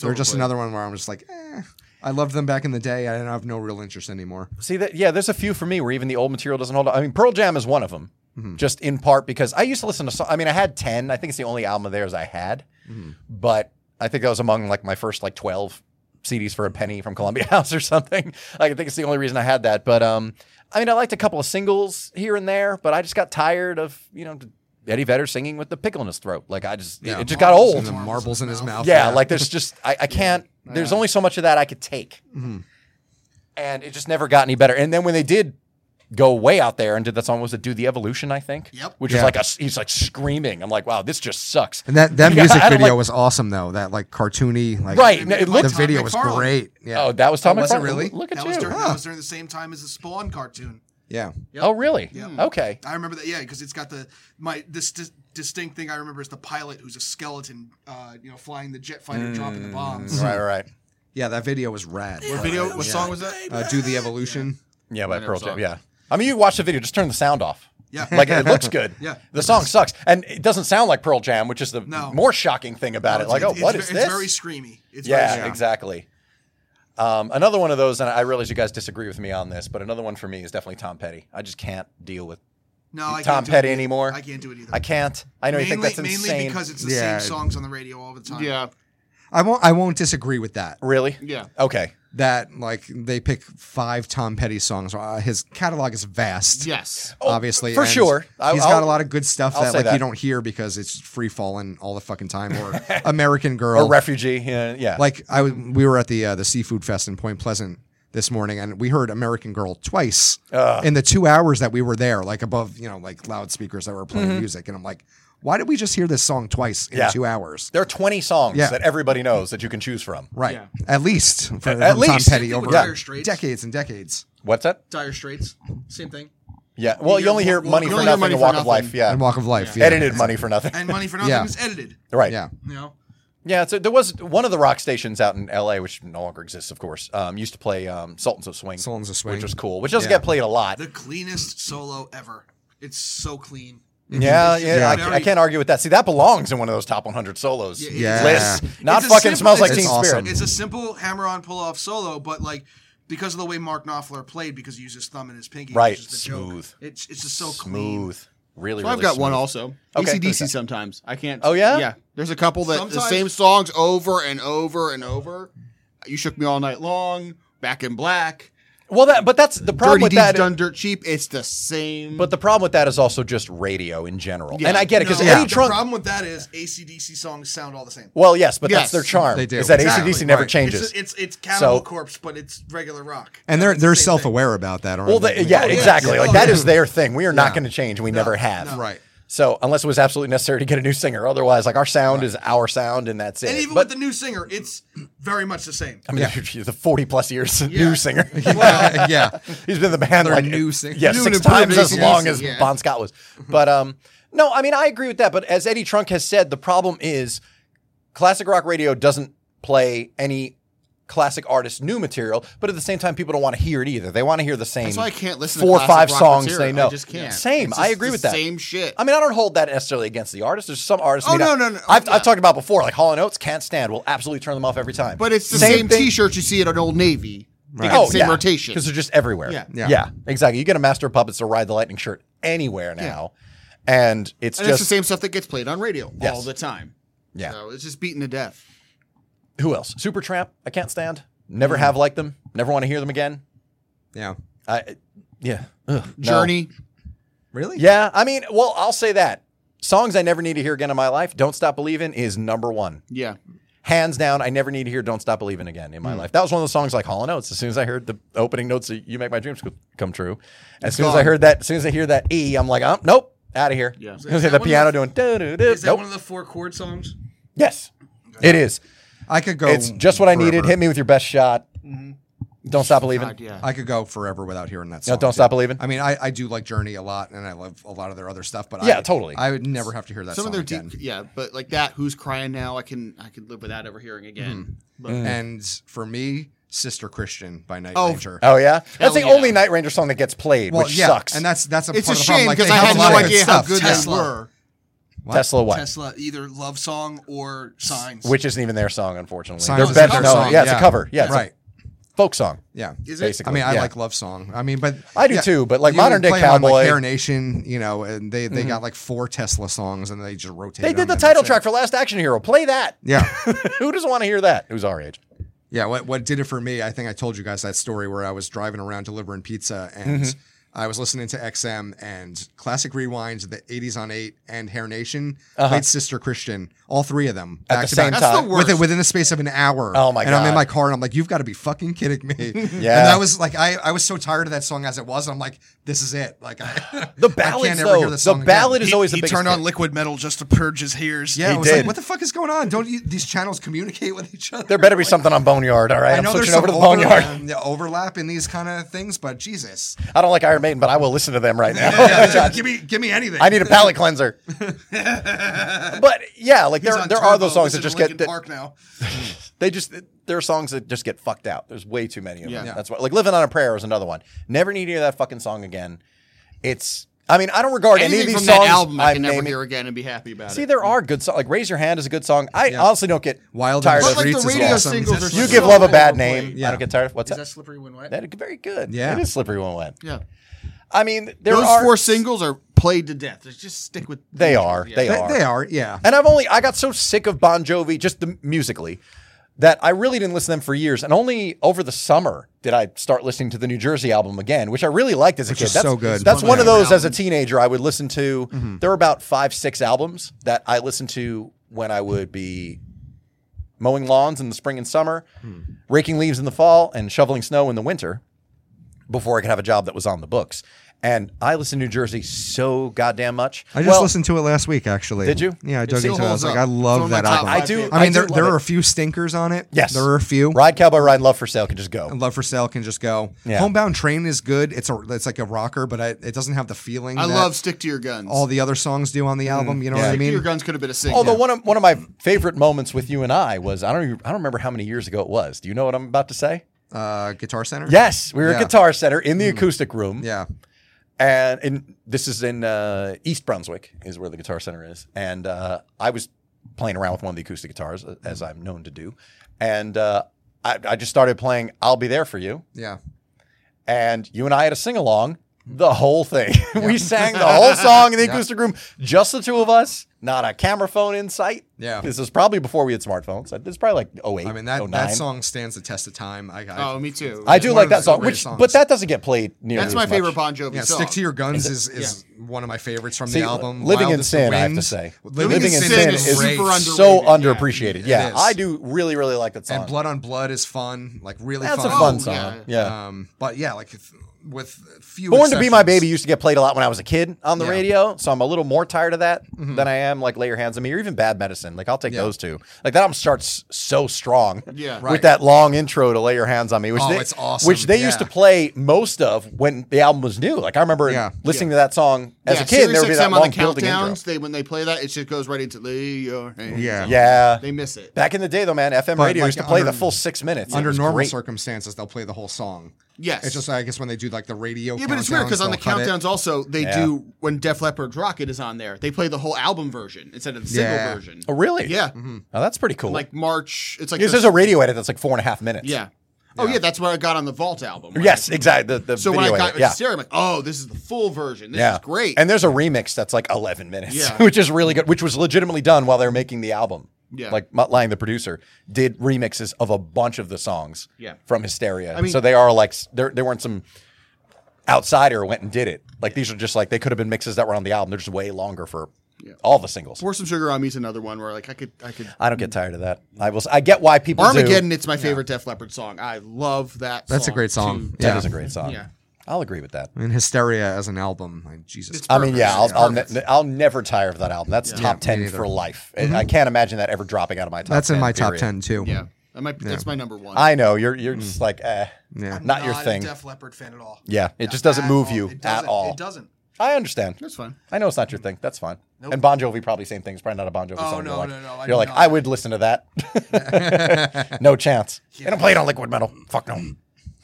Speaker 6: they're just
Speaker 5: overplayed.
Speaker 6: another one where I'm just like, eh, I loved them back in the day. I don't have no real interest anymore.
Speaker 3: See that? Yeah, there's a few for me where even the old material doesn't hold up. I mean, Pearl Jam is one of them, just in part because I used to listen to. So- I mean, I had ten. I think it's the only album of theirs I had, but I think that was among like my first like twelve CDs for a penny from Columbia House or something. Like, I think it's the only reason I had that. But um, I mean, I liked a couple of singles here and there, but I just got tired of you know Eddie Vedder singing with the pickle in his throat. Like, I just it, it just got
Speaker 6: And
Speaker 3: old.
Speaker 6: the marbles in his mouth.
Speaker 3: Yeah, like there's just I, I can't. There's only so much of that I could take, and it just never got any better. And then when they did go way out there and did that song, what was it "Do the Evolution"? I think.
Speaker 4: Yep.
Speaker 3: Which is
Speaker 6: Yeah.
Speaker 3: like a, he's like screaming. I'm like, wow, this just sucks.
Speaker 6: And that that
Speaker 3: Yeah,
Speaker 6: music
Speaker 3: I don't
Speaker 6: video
Speaker 3: like-
Speaker 6: was awesome though. That like cartoony, like
Speaker 3: Right, no, it
Speaker 6: the
Speaker 3: looked-
Speaker 6: video was
Speaker 4: McFarlane.
Speaker 6: great. Yeah.
Speaker 3: Oh, that was Tom
Speaker 6: Oh, was it
Speaker 3: McFarlane.
Speaker 6: really?
Speaker 3: Look at
Speaker 4: That
Speaker 3: you.
Speaker 4: was, during,
Speaker 6: Huh.
Speaker 4: that was during the same time as the Spawn cartoon.
Speaker 6: yeah.
Speaker 3: Oh, really? Okay.
Speaker 4: I remember that. Yeah, because it's got the my this dis- distinct thing I remember is the pilot who's a skeleton, uh, you know, flying the jet fighter, dropping the
Speaker 6: Mm.
Speaker 4: bombs.
Speaker 3: Right, right.
Speaker 6: Yeah, that video was rad.
Speaker 5: What video? What song was that?
Speaker 6: Uh, Do the evolution.
Speaker 3: Yeah, by Pearl Jam.
Speaker 5: song.
Speaker 3: Yeah. I mean, you watch the video, just turn the sound off.
Speaker 4: Yeah.
Speaker 3: Like it looks good.
Speaker 4: Yeah.
Speaker 3: The song sucks. And it doesn't sound like Pearl Jam, which is the
Speaker 4: No.
Speaker 3: more shocking thing about it. Like, oh,
Speaker 4: it's,
Speaker 3: what
Speaker 4: it's,
Speaker 3: is
Speaker 4: ve-
Speaker 3: this?
Speaker 4: It's very screamy. It's
Speaker 3: Yeah,
Speaker 4: very screamy.
Speaker 3: exactly. Um, another one of those, and I realize you guys disagree with me on this, but another one for me is definitely Tom Petty. I just can't deal with.
Speaker 4: No, I
Speaker 3: Tom
Speaker 4: can't do it
Speaker 3: Petty
Speaker 4: either.
Speaker 3: anymore.
Speaker 4: I can't do it either.
Speaker 3: I can't. I know you
Speaker 4: mainly,
Speaker 3: think that's insane.
Speaker 4: mainly because it's the
Speaker 6: Yeah.
Speaker 4: same songs on the radio all the time.
Speaker 5: Yeah.
Speaker 6: I won't. I won't disagree with that.
Speaker 3: Really?
Speaker 5: Yeah.
Speaker 3: Okay.
Speaker 6: That like they pick five Tom Petty songs. Uh, his catalog is vast.
Speaker 5: Yes.
Speaker 6: Obviously,
Speaker 3: Oh, for
Speaker 6: and
Speaker 3: sure. I-
Speaker 6: he's
Speaker 3: I'll-
Speaker 6: got a lot of good stuff
Speaker 3: I'll
Speaker 6: that
Speaker 3: say
Speaker 6: like
Speaker 3: that.
Speaker 6: you don't hear because it's free falling all the fucking time. Or American Girl,
Speaker 3: Or refugee? Yeah. yeah.
Speaker 6: like I was, we were at the uh, the seafood fest in Point Pleasant this morning, and we heard American Girl twice in the two hours that we were there, like above you know like loudspeakers that were playing music, and I'm like, why did we just hear this song twice in
Speaker 3: Mm-hmm. Yeah.
Speaker 6: two hours?
Speaker 3: there are 20 songs
Speaker 6: Yeah.
Speaker 3: that everybody knows that you can choose from.
Speaker 6: Right,
Speaker 5: Yeah.
Speaker 6: at least for,
Speaker 3: at
Speaker 6: from Tom
Speaker 3: least.
Speaker 6: Petty
Speaker 4: Yeah.
Speaker 6: over
Speaker 4: Dire Straits.
Speaker 6: decades and decades,
Speaker 3: What's that?
Speaker 4: Dire Straits, same thing.
Speaker 3: Yeah. Well, you,
Speaker 4: hear
Speaker 3: only
Speaker 4: Wa-
Speaker 3: hear
Speaker 4: Wa-
Speaker 3: money
Speaker 4: you
Speaker 3: for
Speaker 5: only hear
Speaker 3: nothing
Speaker 5: Money
Speaker 3: and
Speaker 5: for
Speaker 3: walk of life.
Speaker 5: Nothing.
Speaker 3: Yeah.
Speaker 6: and Walk of Life, yeah.
Speaker 3: Edited money for nothing.
Speaker 4: And Money for Nothing
Speaker 6: Yeah.
Speaker 4: was edited.
Speaker 3: right.
Speaker 6: yeah.
Speaker 4: You know,
Speaker 3: Yeah, so there was one of the rock stations out in L.A., which no longer exists, of course. Um, used to play um, Sultans of Swing,
Speaker 6: Sultans of Swing.
Speaker 3: which was cool, which doesn't
Speaker 6: Yeah.
Speaker 3: get played a lot.
Speaker 4: the cleanest solo ever. It's so clean. It's-
Speaker 3: yeah,
Speaker 4: it's
Speaker 3: yeah,
Speaker 4: just
Speaker 3: I,
Speaker 4: very-
Speaker 3: I can't argue with that. See, that belongs in one of those top 100 solos.
Speaker 4: Yeah,
Speaker 6: Yeah.
Speaker 3: lists.
Speaker 4: it's-
Speaker 3: Not
Speaker 4: it's a
Speaker 3: fucking
Speaker 4: simple-
Speaker 3: smells like Teen
Speaker 4: it's-
Speaker 6: It's awesome.
Speaker 3: Spirit.
Speaker 4: It's a simple hammer-on pull-off solo, but like because of the way Mark Knopfler played, because he used his thumb and his pinky,
Speaker 3: Right,
Speaker 4: which is the joke,
Speaker 3: smooth.
Speaker 4: It's it's just so clean.
Speaker 3: Smooth, really.
Speaker 5: So
Speaker 3: Oh, really
Speaker 5: I've got one
Speaker 3: smooth.
Speaker 5: also.
Speaker 3: Okay.
Speaker 5: ACDC sometimes. I can't.
Speaker 3: Oh, yeah?
Speaker 5: Yeah. There's a couple that the
Speaker 4: Sometimes-
Speaker 5: same songs over and over and over. You shook me all night long. Back in black.
Speaker 3: Well, that but that's the problem
Speaker 5: Dirty
Speaker 3: with
Speaker 5: Deeds
Speaker 3: that.
Speaker 5: done dirt cheap. It's the same.
Speaker 3: But the problem with that is also just radio in general,
Speaker 5: Yeah.
Speaker 3: and I get it because
Speaker 4: No,
Speaker 3: Eddie
Speaker 4: the
Speaker 3: Trunk.
Speaker 4: problem with that is ACDC songs sound all the same.
Speaker 3: well, yes, but that's
Speaker 5: Yes,
Speaker 3: their charm.
Speaker 6: they do.
Speaker 3: Is that
Speaker 6: Exactly.
Speaker 3: ACDC never
Speaker 6: Right.
Speaker 3: changes?
Speaker 4: It's it's it's Cannibal
Speaker 3: So-
Speaker 4: Corpse, but it's regular rock.
Speaker 6: and they're
Speaker 4: It's the
Speaker 6: they're
Speaker 4: same
Speaker 6: self
Speaker 4: thing.
Speaker 6: aware about that, aren't
Speaker 3: Well,
Speaker 6: they?
Speaker 3: the, yeah,
Speaker 4: yeah,
Speaker 3: exactly.
Speaker 4: yeah.
Speaker 3: Like
Speaker 4: Oh,
Speaker 3: that
Speaker 4: yeah.
Speaker 3: is their thing. We are not
Speaker 6: Yeah.
Speaker 3: going to change. and We never have.
Speaker 6: Right.
Speaker 3: So unless it was absolutely necessary to get a new singer, otherwise, like our sound is our sound, and that's it.
Speaker 4: And even
Speaker 3: but
Speaker 4: with the new singer, it's very much the same.
Speaker 3: I mean, the forty plus years
Speaker 4: Yeah.
Speaker 3: new singer,
Speaker 6: Yeah, yeah.
Speaker 3: he's been in the band
Speaker 6: They're
Speaker 3: like
Speaker 6: new sing-
Speaker 3: yeah,
Speaker 6: new and
Speaker 3: six
Speaker 6: improved
Speaker 3: times as
Speaker 6: ACDC,
Speaker 3: long as
Speaker 5: yeah.
Speaker 3: Bon Scott was. But um, no, I mean, I agree with that. But as Eddie Trunk has said, the problem is classic rock radio doesn't play any classic artist new material, but at the same time, people don't want to hear it either. They want to hear the same.
Speaker 5: That's why I can't listen to
Speaker 3: four or
Speaker 5: classic
Speaker 3: five
Speaker 5: rock
Speaker 3: songs
Speaker 5: material.
Speaker 3: they know.
Speaker 5: I just can't.
Speaker 3: Same,
Speaker 5: It's
Speaker 3: I
Speaker 5: just
Speaker 3: agree
Speaker 5: the
Speaker 3: with that.
Speaker 5: Same shit.
Speaker 3: I mean, I don't hold that necessarily against the artist. There's some artists. I
Speaker 5: Oh,
Speaker 3: mean, I-
Speaker 5: no, no, no. Oh,
Speaker 3: I've,
Speaker 5: yeah.
Speaker 3: I've talked about before, like Hall and Oates can't stand. We'll absolutely turn them off every time.
Speaker 5: but it's the
Speaker 3: Same
Speaker 5: same,
Speaker 3: thing- Oh,
Speaker 5: T-shirt you see at an Old Navy. They got the same rotation.
Speaker 3: because they're just everywhere.
Speaker 5: Yeah.
Speaker 6: Yeah.
Speaker 3: yeah, exactly. You get a Master of Puppets or Ride the Lightning shirt anywhere now, and it's
Speaker 5: And
Speaker 3: just
Speaker 5: it's the same stuff that gets played on radio
Speaker 3: Yes.
Speaker 5: all the time.
Speaker 3: Yeah.
Speaker 5: So it's just beaten to death.
Speaker 3: who else? Supertramp. I can't stand. Never
Speaker 5: Mm-hmm.
Speaker 3: have liked them. Never want to hear them again.
Speaker 6: Yeah.
Speaker 3: I, yeah. Ugh, no.
Speaker 5: Journey.
Speaker 6: Really?
Speaker 3: Yeah, I mean, well, I'll say that songs I never need to hear again in my life. Don't stop believing is number one.
Speaker 5: Yeah.
Speaker 3: hands down, I never need to hear "Don't Stop Believing" again
Speaker 5: Mm.
Speaker 3: in my life. That was one of the songs like Hall and Oates. As soon as I heard the opening notes of "You Make My Dreams Co- Come True," as soon as I
Speaker 5: gone.
Speaker 3: heard that, as soon as I hear that E, I'm like, oh, nope, out of here.
Speaker 5: Yeah.
Speaker 3: As soon as I
Speaker 4: Is
Speaker 3: hear the
Speaker 4: that one
Speaker 3: piano
Speaker 4: of
Speaker 3: doing do do do,
Speaker 4: Is that one
Speaker 3: nope.
Speaker 4: of the four chord songs?
Speaker 3: Yes, it is.
Speaker 6: I could go.
Speaker 3: It's just what I needed.
Speaker 6: forever.
Speaker 3: Hit me with your best shot. Don't stop believing.
Speaker 5: God, yeah.
Speaker 6: I could go forever without hearing that song.
Speaker 3: No, don't
Speaker 6: too.
Speaker 3: stop believing.
Speaker 6: I mean, I, I do like Journey a lot, and I love a lot of their other stuff. But
Speaker 3: Yeah,
Speaker 6: I,
Speaker 3: totally.
Speaker 6: I would never have to hear that
Speaker 5: Some
Speaker 6: song
Speaker 5: of their
Speaker 6: again.
Speaker 5: deep, yeah, but like that. Who's crying now? I can I can live without ever hearing again. But
Speaker 6: And for me, Sister Christian by Night
Speaker 5: Oh,
Speaker 6: Ranger.
Speaker 3: Oh yeah, that's the
Speaker 5: yeah.
Speaker 3: only Night Ranger song that gets played,
Speaker 6: well,
Speaker 3: which
Speaker 6: yeah,
Speaker 3: sucks.
Speaker 6: and that's that's a
Speaker 5: it's a
Speaker 6: part of the
Speaker 5: shame
Speaker 6: problem. Like,
Speaker 5: because
Speaker 6: they
Speaker 5: I
Speaker 6: have
Speaker 5: had
Speaker 6: a lot
Speaker 5: no
Speaker 6: of
Speaker 5: idea how
Speaker 6: stuff.
Speaker 5: good they
Speaker 4: Tesla.
Speaker 5: were.
Speaker 6: What?
Speaker 3: Tesla what?
Speaker 4: Tesla, either love song or signs.
Speaker 3: Which isn't even their song, unfortunately.
Speaker 6: Signs
Speaker 3: Their
Speaker 6: is
Speaker 3: best
Speaker 6: their
Speaker 3: known-
Speaker 6: song,
Speaker 3: Yeah, it's a cover. Yeah, it's a
Speaker 6: right.
Speaker 3: folk song.
Speaker 6: Yeah.
Speaker 4: Is it?
Speaker 3: Basically,
Speaker 6: I mean, I
Speaker 3: yeah.
Speaker 6: like love song. I mean, but
Speaker 3: I do too, but, like,
Speaker 6: you would
Speaker 3: modern day
Speaker 6: play 'em on,
Speaker 3: cowboy- Mm-hmm.
Speaker 6: like Hair Nation, you know, and they they got like four Tesla songs, and they just rotate.
Speaker 3: They
Speaker 6: 'em,
Speaker 3: did the
Speaker 6: and
Speaker 3: title
Speaker 6: that's it.
Speaker 3: track for Last Action Hero. Play that.
Speaker 6: Yeah,
Speaker 3: Who doesn't want to hear that? Who's our age?
Speaker 6: Yeah, what what did it for me? I think I told you guys that story where I was driving around delivering pizza and I was listening to XM and Classic Rewind, the 80s on 8 and Hair Nation, played Sister Christian, all three of them
Speaker 3: At the same
Speaker 5: That's the
Speaker 3: time.
Speaker 5: worst.
Speaker 6: Within, within the space of an hour.
Speaker 3: Oh, my
Speaker 6: And I'm
Speaker 3: God.
Speaker 6: in my car and I'm like, you've got to be fucking kidding me. yeah. And
Speaker 3: Yeah.
Speaker 6: that was like, I, I was so tired of that song as it was. I'm like, this is it. Like, I,
Speaker 3: The
Speaker 6: I can't
Speaker 3: ballads,
Speaker 6: ever
Speaker 3: though.
Speaker 6: hear
Speaker 3: The
Speaker 6: this song
Speaker 3: ballad
Speaker 6: again.
Speaker 3: is always the
Speaker 4: he
Speaker 3: biggest.
Speaker 4: turned on
Speaker 3: hit.
Speaker 4: liquid metal just to purge his hears.
Speaker 6: Yeah,
Speaker 3: He
Speaker 6: I was
Speaker 3: did.
Speaker 6: like, what the fuck is going on? Don't you, these channels communicate with each other?
Speaker 3: There better be something on Boneyard, all right? I'm switching over to the Boneyard.
Speaker 6: overlap, yeah, overlap in these kind of things, but Jesus,
Speaker 3: I don't like Iron Maiden, but I will listen to them right now.
Speaker 6: give me give me anything.
Speaker 3: I need a palate cleanser. but yeah, like
Speaker 4: He's
Speaker 3: there
Speaker 4: on
Speaker 3: there are
Speaker 4: Turbo,
Speaker 3: those songs
Speaker 4: listen
Speaker 3: that just
Speaker 4: to
Speaker 3: get
Speaker 4: Linkin
Speaker 3: that-
Speaker 4: Park now.
Speaker 3: they just there are songs that just get fucked out. There's way too many of them.
Speaker 5: Yeah.
Speaker 3: That's why like Living on a Prayer is another one. Never need to hear that fucking song again. It's I mean, I don't regard
Speaker 5: Anything
Speaker 3: any of
Speaker 5: from
Speaker 3: these songs
Speaker 5: that album, I
Speaker 3: I'm
Speaker 5: can never
Speaker 3: naming-
Speaker 5: hear again and be happy about
Speaker 3: See,
Speaker 5: it.
Speaker 3: there are good songs. Like "Raise Your Hand" is a good song. I honestly don't get
Speaker 6: Wild in
Speaker 3: tired
Speaker 6: the
Speaker 3: of.
Speaker 5: But like
Speaker 6: Streets
Speaker 5: the
Speaker 6: is
Speaker 5: radio
Speaker 6: awesome.
Speaker 5: singles are
Speaker 3: You
Speaker 5: so
Speaker 3: give love a bad
Speaker 5: overplayed.
Speaker 3: name. I
Speaker 6: Yeah.
Speaker 3: don't get tired of. What's
Speaker 4: Is
Speaker 3: that?
Speaker 4: that slippery when wet?
Speaker 3: That very good.
Speaker 6: Yeah.
Speaker 3: it is slippery when wet.
Speaker 5: Yeah,
Speaker 3: I mean, there
Speaker 5: those
Speaker 3: are
Speaker 5: four singles are played to death. Let's Just stick with.
Speaker 3: They are. They
Speaker 6: They,
Speaker 3: are.
Speaker 6: they are, yeah.
Speaker 3: And I've only I got so sick of Bon Jovi just the, musically that I really didn't listen to them for years, and only over the summer did I start listening to the New Jersey album again, which I really liked as a
Speaker 6: Which
Speaker 3: kid.
Speaker 6: is so good. Mm-hmm.
Speaker 3: That's
Speaker 6: It's
Speaker 3: one of
Speaker 5: one of
Speaker 3: those
Speaker 5: their
Speaker 3: as a teenager I would listen to. There were about five, six albums that I listened to when I would be mowing lawns in the spring and summer,
Speaker 6: Hmm.
Speaker 3: raking leaves in the fall, and shoveling snow in the winter before I could have a job that was on the books. And I listened to New Jersey so goddamn much.
Speaker 6: I just
Speaker 3: Well,
Speaker 6: listened to it last week, actually.
Speaker 3: Did you?
Speaker 6: Yeah, I dug
Speaker 5: still
Speaker 6: into it. I
Speaker 5: holds
Speaker 6: was like,
Speaker 5: up.
Speaker 6: I love
Speaker 5: It's one of
Speaker 6: that
Speaker 5: my top
Speaker 6: album.
Speaker 5: five
Speaker 3: I do-
Speaker 5: favorites.
Speaker 6: I mean, there,
Speaker 3: love
Speaker 6: there
Speaker 3: it.
Speaker 6: are a few stinkers on it.
Speaker 3: Yes.
Speaker 6: there are a few.
Speaker 3: Ride Cowboy Ride, Love for Sale could just go.
Speaker 6: And Love for Sale can just go.
Speaker 3: Yeah.
Speaker 6: Homebound Train is good. It's a it's like a rocker, but I, it doesn't have the feeling.
Speaker 5: I
Speaker 6: that
Speaker 5: love Stick to Your Guns.
Speaker 6: all the other songs do on the album. You know
Speaker 3: Mm-hmm. yeah.
Speaker 6: what I
Speaker 5: Stick to Your
Speaker 6: mean?
Speaker 5: Guns could have been a single.
Speaker 3: Although one of one of my favorite moments with you and I was I don't even, I don't remember how many years ago it was. Do you know what I'm about to say?
Speaker 6: Uh, Guitar Center.
Speaker 3: Yes, we were at
Speaker 6: Yeah. Hmm.
Speaker 3: Guitar Center in the acoustic room,
Speaker 6: Yeah.
Speaker 3: and in, this is in uh, East Brunswick, is where the Guitar Center is. And uh, I was playing around with one of the acoustic guitars, uh, as I'm known to do, and uh, I, I just started playing "I'll Be There for You,"
Speaker 6: Yeah.
Speaker 3: and you and I had a sing along the whole thing. we sang the whole song in the
Speaker 6: Yeah.
Speaker 3: acoustic room, just the two of us, not a camera phone in sight.
Speaker 6: Yeah.
Speaker 3: This was probably before we had smartphones. It's probably like 08.
Speaker 6: I mean that
Speaker 3: 09.
Speaker 6: that song stands the test of time. I, I
Speaker 5: Oh, me too.
Speaker 3: I do
Speaker 6: one
Speaker 3: like
Speaker 6: of
Speaker 3: that
Speaker 6: the
Speaker 3: song,
Speaker 6: greatest
Speaker 3: which
Speaker 6: songs.
Speaker 3: but that doesn't get played nearly.
Speaker 5: That's
Speaker 3: as
Speaker 5: my
Speaker 3: much.
Speaker 5: favorite Bon Jovi
Speaker 6: Yeah,
Speaker 5: song.
Speaker 6: stick to your guns is is one of my favorites from
Speaker 3: See,
Speaker 6: the album.
Speaker 3: Living in
Speaker 6: Wildest of
Speaker 3: Sin, I have to
Speaker 6: Winds.
Speaker 3: say.
Speaker 6: Living, in Sin,
Speaker 5: is
Speaker 6: is,
Speaker 5: great.
Speaker 6: super
Speaker 5: under-
Speaker 3: so
Speaker 5: underrated.
Speaker 3: underappreciated.
Speaker 6: Yeah,
Speaker 3: Yeah,
Speaker 6: it is.
Speaker 3: I do really really like that song.
Speaker 6: and Blood on Blood is fun, like really
Speaker 3: That's
Speaker 6: fun.
Speaker 3: a fun
Speaker 5: Oh,
Speaker 3: song.
Speaker 5: yeah.
Speaker 3: Yeah.
Speaker 6: Um, but yeah, like if- with few.
Speaker 3: Born to Be My
Speaker 6: exceptions.
Speaker 3: Baby used to get played a lot when I was a kid on the
Speaker 6: Yeah.
Speaker 3: radio, so I'm a little more tired of that than I am like Lay Your Hands on Me or even Bad Medicine. Like I'll take
Speaker 6: Yeah.
Speaker 3: those two. Like that album starts so strong.
Speaker 5: Yeah.
Speaker 6: Right.
Speaker 3: With that long intro to Lay Your Hands on Me, which
Speaker 6: Oh,
Speaker 3: they,
Speaker 6: it's awesome.
Speaker 3: which they used to
Speaker 6: Yeah.
Speaker 3: play most of when the album was new. Like I remember
Speaker 6: Yeah.
Speaker 3: listening to that song as
Speaker 5: yeah,
Speaker 3: a kid. There
Speaker 5: Sirius
Speaker 3: would be that
Speaker 5: XM on
Speaker 3: long
Speaker 5: the
Speaker 3: building intro.
Speaker 5: countdowns. They when they play that, it just goes right into lay your hands.
Speaker 6: Yeah.
Speaker 5: up."
Speaker 3: Yeah.
Speaker 5: They miss it.
Speaker 3: Back in the day, though, man, FM
Speaker 6: But,
Speaker 3: radio
Speaker 6: like,
Speaker 3: used to play
Speaker 6: under-
Speaker 3: the full six minutes. It
Speaker 6: Under
Speaker 3: was
Speaker 6: normal
Speaker 3: great.
Speaker 6: circumstances, they'll play the whole song.
Speaker 5: Yes.
Speaker 6: It's just I guess when they do like the radio.
Speaker 5: Yeah, but it's weird because on the
Speaker 6: they'll cut it.
Speaker 5: countdowns also they
Speaker 3: Yeah.
Speaker 5: do when Def Leppard Rocket is on there, they play the whole album version instead of the single
Speaker 6: Yeah.
Speaker 5: version.
Speaker 3: Oh, really?
Speaker 5: Yeah,
Speaker 3: Oh, that's pretty cool.
Speaker 5: like March. It's like
Speaker 3: because
Speaker 5: the-
Speaker 3: there's a radio edit that's like four and a half minutes.
Speaker 5: yeah. Oh yeah, that's what I got on the Vault album. right?
Speaker 3: Yes, exactly. The, the
Speaker 5: So when
Speaker 3: video
Speaker 5: I got
Speaker 3: edit. yeah.
Speaker 5: Stereo, I'm like, oh, this is the full version. This
Speaker 3: yeah.
Speaker 5: is great.
Speaker 3: And there's a remix that's like 11 minutes,
Speaker 5: Yeah.
Speaker 3: which is really good, which was legitimately done while they were making the album.
Speaker 5: Yeah.
Speaker 3: Like Mutt Lang, the producer, did remixes of a bunch of the songs
Speaker 5: Yeah.
Speaker 3: from Hysteria.
Speaker 5: I mean-
Speaker 3: so they are like, s- there, there weren't some outsider went and did it. Like these are just like, they could have been mixes that were on the album. They're just way longer for all the singles.
Speaker 5: Pour some sugar on me is another one where like I could I could
Speaker 3: I don't get tired of that. I will. s- I get why people
Speaker 5: Armageddon.
Speaker 3: Do.
Speaker 5: It's my favorite Def Leppard song. I love that.
Speaker 6: That's a
Speaker 5: song
Speaker 6: great song.
Speaker 5: too.
Speaker 3: That
Speaker 6: Yeah.
Speaker 3: is a great song.
Speaker 5: Yeah.
Speaker 3: I'll agree with that.
Speaker 6: I mean, Hysteria as an album, like, Jesus.
Speaker 5: It's
Speaker 3: I mean, yeah, I'll
Speaker 5: Perfect.
Speaker 3: I'll, ne- I'll never tire of that album. That's top ten
Speaker 6: neither.
Speaker 3: for life. I- I can't imagine that ever dropping out of my top.
Speaker 6: Mm-hmm. That's in
Speaker 3: 10,
Speaker 6: my top
Speaker 3: period.
Speaker 6: ten too.
Speaker 5: Yeah, that might, that's my number one.
Speaker 3: I know you're
Speaker 4: Mm.
Speaker 3: you're just like eh.
Speaker 6: Yeah.
Speaker 4: I'm
Speaker 3: Not your thing.
Speaker 4: A Def Leppard fan at all.
Speaker 3: Yeah, it just doesn't
Speaker 4: At
Speaker 3: move
Speaker 4: all.
Speaker 3: you
Speaker 4: It
Speaker 3: at
Speaker 4: doesn't.
Speaker 3: all.
Speaker 4: It doesn't.
Speaker 3: I understand.
Speaker 5: that's fine.
Speaker 3: I know it's not your thing. That's fine.
Speaker 4: Nope.
Speaker 3: And Bon Jovi probably same thing. It's probably not a Bon Jovi
Speaker 4: Oh,
Speaker 3: song.
Speaker 4: no,
Speaker 3: you're like,
Speaker 4: no, no, I
Speaker 3: You're
Speaker 4: do
Speaker 3: like
Speaker 4: not.
Speaker 3: I would listen to that. no chance. They don't play it on liquid metal. Fuck no.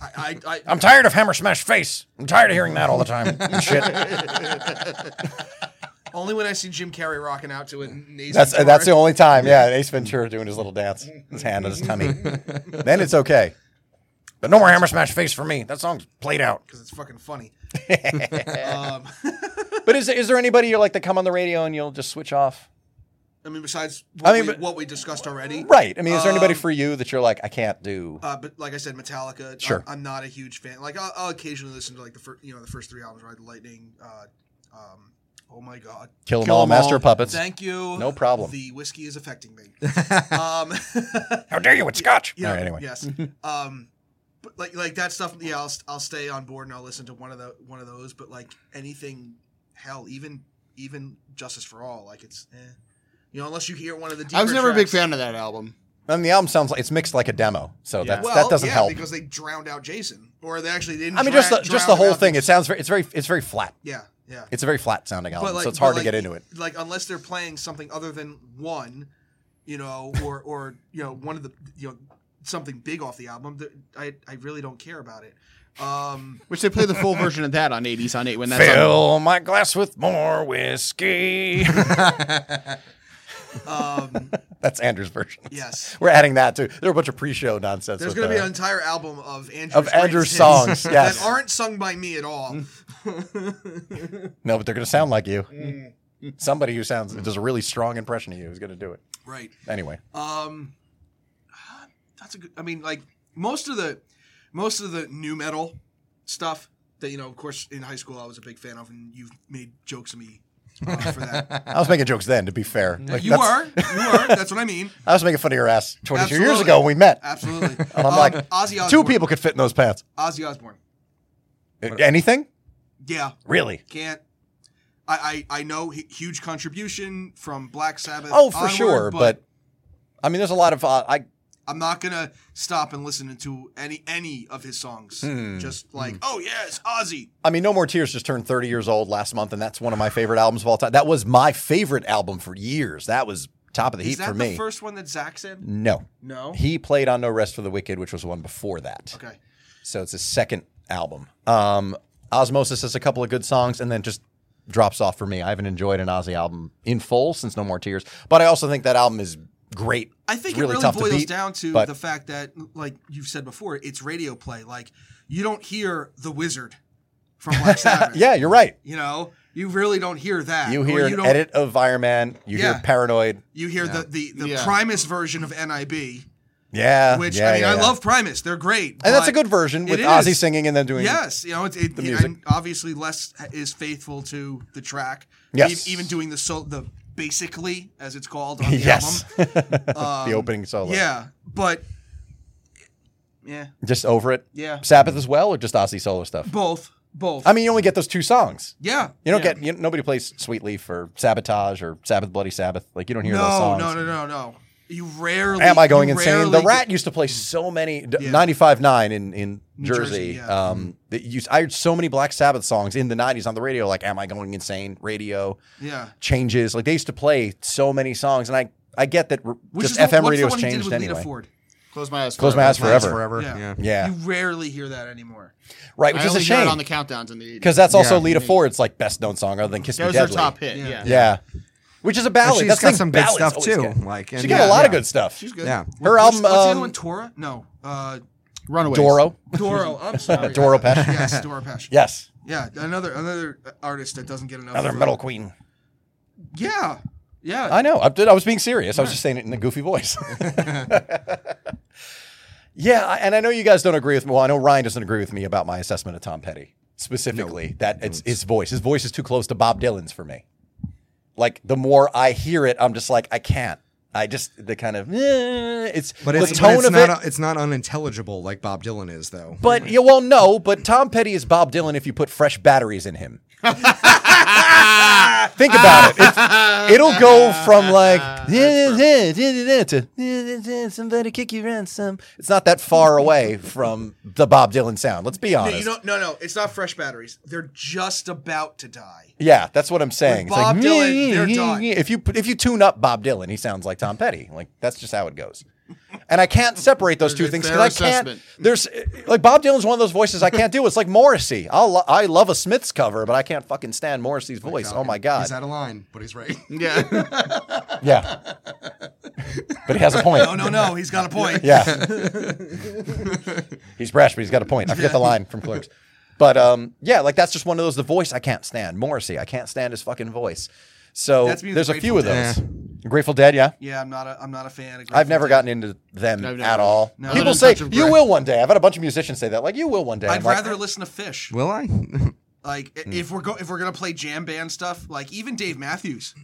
Speaker 4: I, I, I,
Speaker 3: I'm tired of Hammer Smash Face. I'm tired of hearing that all the time. Shit.
Speaker 4: only when I see Jim Carrey rocking out to it. in Ace
Speaker 3: That's uh,
Speaker 4: Ventura.
Speaker 3: that's the only time. Yeah, Ace Ventura doing his little dance, his hand on his tummy. then it's okay. But no more Hammer Smash Face for me. That song's played out.
Speaker 4: because it's fucking funny. um,
Speaker 3: But is is there anybody you like that come on the radio and you'll just switch off?
Speaker 4: I mean, besides what,
Speaker 3: I mean,
Speaker 4: we,
Speaker 3: but-
Speaker 4: what we discussed already,
Speaker 3: Right. I mean, is there anybody
Speaker 4: Um,
Speaker 3: for you that you're like I can't do?
Speaker 4: Uh, but like I said, Metallica.
Speaker 3: Sure.
Speaker 4: I'm, I'm not a huge fan. Like I'll, I'll occasionally listen to like the first, you know, the first three albums, right? Lightning. Uh, um, oh my God.
Speaker 3: Kill 'em
Speaker 5: Kill
Speaker 3: all,
Speaker 5: 'em
Speaker 3: Master
Speaker 5: all.
Speaker 3: of Puppets.
Speaker 4: Thank you.
Speaker 3: No problem.
Speaker 4: The whiskey is affecting me. um,
Speaker 3: How dare you with Scotch?
Speaker 4: yeah.
Speaker 3: All right, anyway.
Speaker 4: Yes. Um, but like like that stuff. Yeah, I'll I'll stay on board and I'll listen to one of the one of those. But like anything, hell, even even Justice for All, like it's, eh. you know, unless you hear one of the.
Speaker 5: I was
Speaker 4: deeper
Speaker 5: never a big
Speaker 4: tracks-
Speaker 5: fan of that album.
Speaker 3: And the album sounds like it's mixed like a demo, so
Speaker 5: Yeah.
Speaker 3: that that doesn't
Speaker 4: yeah,
Speaker 3: help.
Speaker 4: because they drowned out Jason, or they actually didn't.
Speaker 3: I mean, just the,
Speaker 4: drown-
Speaker 3: just
Speaker 4: drown
Speaker 3: the
Speaker 4: him
Speaker 3: whole
Speaker 4: out.
Speaker 3: thing. It sounds very, it's very it's very flat.
Speaker 4: Yeah, yeah.
Speaker 3: It's a very flat sounding album, so it's
Speaker 4: but
Speaker 3: hard to
Speaker 4: like-
Speaker 3: get into it.
Speaker 4: Like unless they're playing something other than one, you know, or or you know one of the you know something big off the album. th- I I really don't care about it. Um,
Speaker 5: Which they play the full version of that on 80s on 8 when that's on.
Speaker 3: Fill my glass with more whiskey.
Speaker 4: um,
Speaker 3: That's Andrew's version.
Speaker 4: yes.
Speaker 3: We're adding that too. There are a bunch of pre-show nonsense.
Speaker 4: There's
Speaker 3: with
Speaker 4: going to be
Speaker 3: that.
Speaker 4: an entire album of Andrew's,
Speaker 3: Of Andrew's
Speaker 4: greatest
Speaker 3: songs,
Speaker 4: hits
Speaker 3: yes. Mm.
Speaker 4: that aren't sung by me at all.
Speaker 3: no, but they're going to sound like you.
Speaker 4: Mm.
Speaker 3: Somebody who sounds does a really strong impression of you is going to do it
Speaker 4: right.
Speaker 3: anyway.
Speaker 4: Um, that's a good. I mean, like most of the most of the new metal stuff that you know, of course, in high school I was a big fan of, and you've made jokes of me uh, for that.
Speaker 3: I was making jokes then, to be fair. Like,
Speaker 4: you
Speaker 3: that's-
Speaker 4: are, you are. That's what I mean.
Speaker 3: I was making fun of your ass 22 years
Speaker 4: Absolutely.
Speaker 3: ago when we met.
Speaker 4: Absolutely.
Speaker 3: And I'm
Speaker 4: Um,
Speaker 3: like,
Speaker 4: Ozzy Osbourne.
Speaker 3: two people could fit in those pants.
Speaker 4: Ozzy Osbourne.
Speaker 3: Uh, Anything?
Speaker 4: Yeah,
Speaker 3: Really?
Speaker 4: can't. I I, I know hu- huge contribution from Black Sabbath.
Speaker 3: Oh, for
Speaker 4: onward,
Speaker 3: sure. But, I mean, there's a lot of. Uh, I
Speaker 4: I'm not gonna stop and listen to any any of his songs.
Speaker 3: Hmm.
Speaker 4: Just like, oh yes, Ozzy.
Speaker 3: I mean, No More Tears just turned 30 years old last month, and that's one of my favorite albums of all time. That was my favorite album for years. That was top of the
Speaker 4: Is
Speaker 3: heap
Speaker 4: that
Speaker 3: for
Speaker 4: the
Speaker 3: me.
Speaker 4: first one that Zach said?
Speaker 3: no.
Speaker 4: No.
Speaker 3: He played on No Rest for the Wicked, which was the one before that.
Speaker 4: Okay.
Speaker 3: So it's his second album. Um, Osmosis has a couple of good songs and then just drops off for me. I haven't enjoyed an Ozzy album in full since No More Tears, but I also think that album is great.
Speaker 4: I
Speaker 3: It's
Speaker 4: think
Speaker 3: really
Speaker 4: it really
Speaker 3: tough to
Speaker 4: boils
Speaker 3: beat,
Speaker 4: down to
Speaker 3: but-
Speaker 4: the fact that, like you've said before, it's radio play. Like you don't hear the Wizard from Black Sabbath.
Speaker 3: Yeah, you're right.
Speaker 4: You know, you really don't hear that.
Speaker 3: You
Speaker 4: or
Speaker 3: hear
Speaker 4: you
Speaker 3: an
Speaker 4: don't-
Speaker 3: edit of Fireman, you
Speaker 4: Yeah.
Speaker 3: hear Paranoid.
Speaker 4: You hear the the, the
Speaker 5: Yeah.
Speaker 4: Primus version of NIB,
Speaker 3: Yeah.
Speaker 4: which
Speaker 3: yeah,
Speaker 4: I mean,
Speaker 3: yeah, yeah.
Speaker 4: I love Primus. They're great,
Speaker 3: And that's
Speaker 4: but
Speaker 3: a good version with
Speaker 4: It
Speaker 3: Ozzy
Speaker 4: is.
Speaker 3: singing and then doing
Speaker 4: Yes, you know, it, it,
Speaker 3: music.
Speaker 4: and obviously less is faithful to the track.
Speaker 3: Yes.
Speaker 4: E- even doing the so the basically as it's called on the
Speaker 3: yes.
Speaker 4: album. Um,
Speaker 3: the opening solo.
Speaker 4: Yeah, but yeah,
Speaker 3: Just over it.
Speaker 4: Yeah.
Speaker 3: Sabbath as well or just Ozzy solo stuff?
Speaker 4: both, both.
Speaker 3: I mean, you only get those two songs.
Speaker 4: yeah,
Speaker 3: You don't
Speaker 4: yeah.
Speaker 3: get you nobody plays Sweet Leaf or Sabotage or Sabbath Bloody Sabbath. Like you don't hear those
Speaker 4: no,
Speaker 3: songs.
Speaker 4: no, no, no, no. You rarely
Speaker 3: Am I going
Speaker 4: you
Speaker 3: insane? The
Speaker 4: rarely
Speaker 3: Rat
Speaker 4: get-
Speaker 3: used to play so many
Speaker 4: Yeah.
Speaker 3: ninety-five nine in in
Speaker 4: New
Speaker 3: Jersey.
Speaker 4: Jersey, yeah.
Speaker 3: um, that used, I heard so many Black Sabbath songs in the nineties on the radio. Like Am I Going Insane? Radio
Speaker 4: yeah,
Speaker 3: changes. Like they used to play so many songs, and I I get that r-
Speaker 4: which
Speaker 3: just
Speaker 4: is
Speaker 3: FM
Speaker 4: what's
Speaker 3: radio has
Speaker 4: the one he did
Speaker 3: changed
Speaker 4: with Lita
Speaker 3: anyway.
Speaker 4: Ford.
Speaker 5: Close my eyes.
Speaker 3: Close my eyes
Speaker 6: Mine's
Speaker 3: forever.
Speaker 6: forever.
Speaker 4: Yeah.
Speaker 6: Yeah.
Speaker 3: Yeah,
Speaker 4: You rarely hear that anymore.
Speaker 3: right.
Speaker 5: I
Speaker 3: Which is a
Speaker 5: only hear it
Speaker 3: shame
Speaker 5: on the countdowns in the 80s.
Speaker 3: because that's also
Speaker 6: Yeah.
Speaker 3: Lita Ford's like best known song other than Kiss
Speaker 5: that
Speaker 3: Me
Speaker 5: was
Speaker 3: Deadly.
Speaker 5: her top hit.
Speaker 4: Yeah.
Speaker 5: Yeah.
Speaker 3: Yeah. Which is a
Speaker 6: And
Speaker 3: ballad.
Speaker 6: She's
Speaker 3: That's the
Speaker 6: got
Speaker 3: thing,
Speaker 6: some good
Speaker 3: ballads
Speaker 6: stuff
Speaker 3: always
Speaker 6: too.
Speaker 3: get.
Speaker 6: Like and
Speaker 3: She got a lot of
Speaker 6: yeah.
Speaker 3: good stuff.
Speaker 4: She's good.
Speaker 6: Yeah.
Speaker 3: Her
Speaker 4: What's-
Speaker 3: album,
Speaker 4: What's the other
Speaker 3: um,
Speaker 4: one? Tora? No. Uh,
Speaker 5: Runaways.
Speaker 3: Doro.
Speaker 4: Doro. I'm sorry.
Speaker 3: Doro Pesh.
Speaker 4: Yes, Doro Pesh.
Speaker 3: Yes.
Speaker 4: Yeah, another another artist that doesn't get enough.
Speaker 3: Another
Speaker 4: of a-
Speaker 3: metal queen.
Speaker 4: Yeah, yeah.
Speaker 3: I know. I, did- I was being serious. I was just saying it in a goofy voice. yeah, I- and I know you guys don't agree with me. Well, I know Ryan doesn't agree with me about my assessment of Tom Petty specifically. That it's his voice. His voice is too close to Bob Dylan's for me. Like the more I hear it, I'm just like I can't. I just the kind of eh, it's
Speaker 6: But
Speaker 3: the
Speaker 6: it's, but
Speaker 3: tone
Speaker 6: it's
Speaker 3: of
Speaker 6: not
Speaker 3: it.
Speaker 6: it's not unintelligible like Bob Dylan is though.
Speaker 3: But you well no, but Tom Petty is Bob Dylan if you put fresh batteries in him. Think about it. It's- it'll go from like to somebody kick your ransom. It's not that far away from the Bob Dylan sound. Let's be
Speaker 4: No, you
Speaker 3: honest.
Speaker 4: don't, no, no. It's not fresh batteries. They're just about to die.
Speaker 3: Yeah, that's what I'm saying.
Speaker 4: With Bob Dylan, they're done.
Speaker 3: If you if you tune up Bob Dylan, he sounds like Tom Petty. Like that's just how it goes. And I can't separate those two
Speaker 5: There's a
Speaker 3: things
Speaker 5: fair
Speaker 3: because I can't.
Speaker 5: assessment.
Speaker 3: There's like Bob Dylan's one of those voices I can't do. It's like Morrissey. I'll lo- I love a Smiths cover, but I can't fucking stand Morrissey's voice. Oh my god.
Speaker 6: He's out of line, but he's right.
Speaker 5: Yeah.
Speaker 3: yeah. but he has a point.
Speaker 4: No, no, no. He's got a point.
Speaker 3: Yeah. he's brash, but he's got a point. I forget the line from Clerks. But um, yeah, like that's just one of those. The voice I can't stand. Morrissey, I can't stand his fucking voice. So
Speaker 4: That's me with
Speaker 3: there's a few
Speaker 4: Grateful
Speaker 3: of those. Grateful Dead, yeah.
Speaker 4: Yeah, I'm not a I'm not a fan. of
Speaker 3: I've never
Speaker 4: Grateful
Speaker 3: gotten into them
Speaker 5: I've never-
Speaker 3: at all.
Speaker 4: No.
Speaker 3: People
Speaker 5: Other
Speaker 3: say
Speaker 5: than Touch of
Speaker 3: you
Speaker 5: Grey.
Speaker 3: will one day. I've had a bunch of musicians say that, like you will one day.
Speaker 4: Dead.
Speaker 3: I'm
Speaker 4: I'd
Speaker 3: like,
Speaker 4: rather listen to Fish.
Speaker 6: Will I?
Speaker 4: Like
Speaker 3: Hmm.
Speaker 4: i- if we're go if we're gonna play jam band stuff, like even Dave Matthews,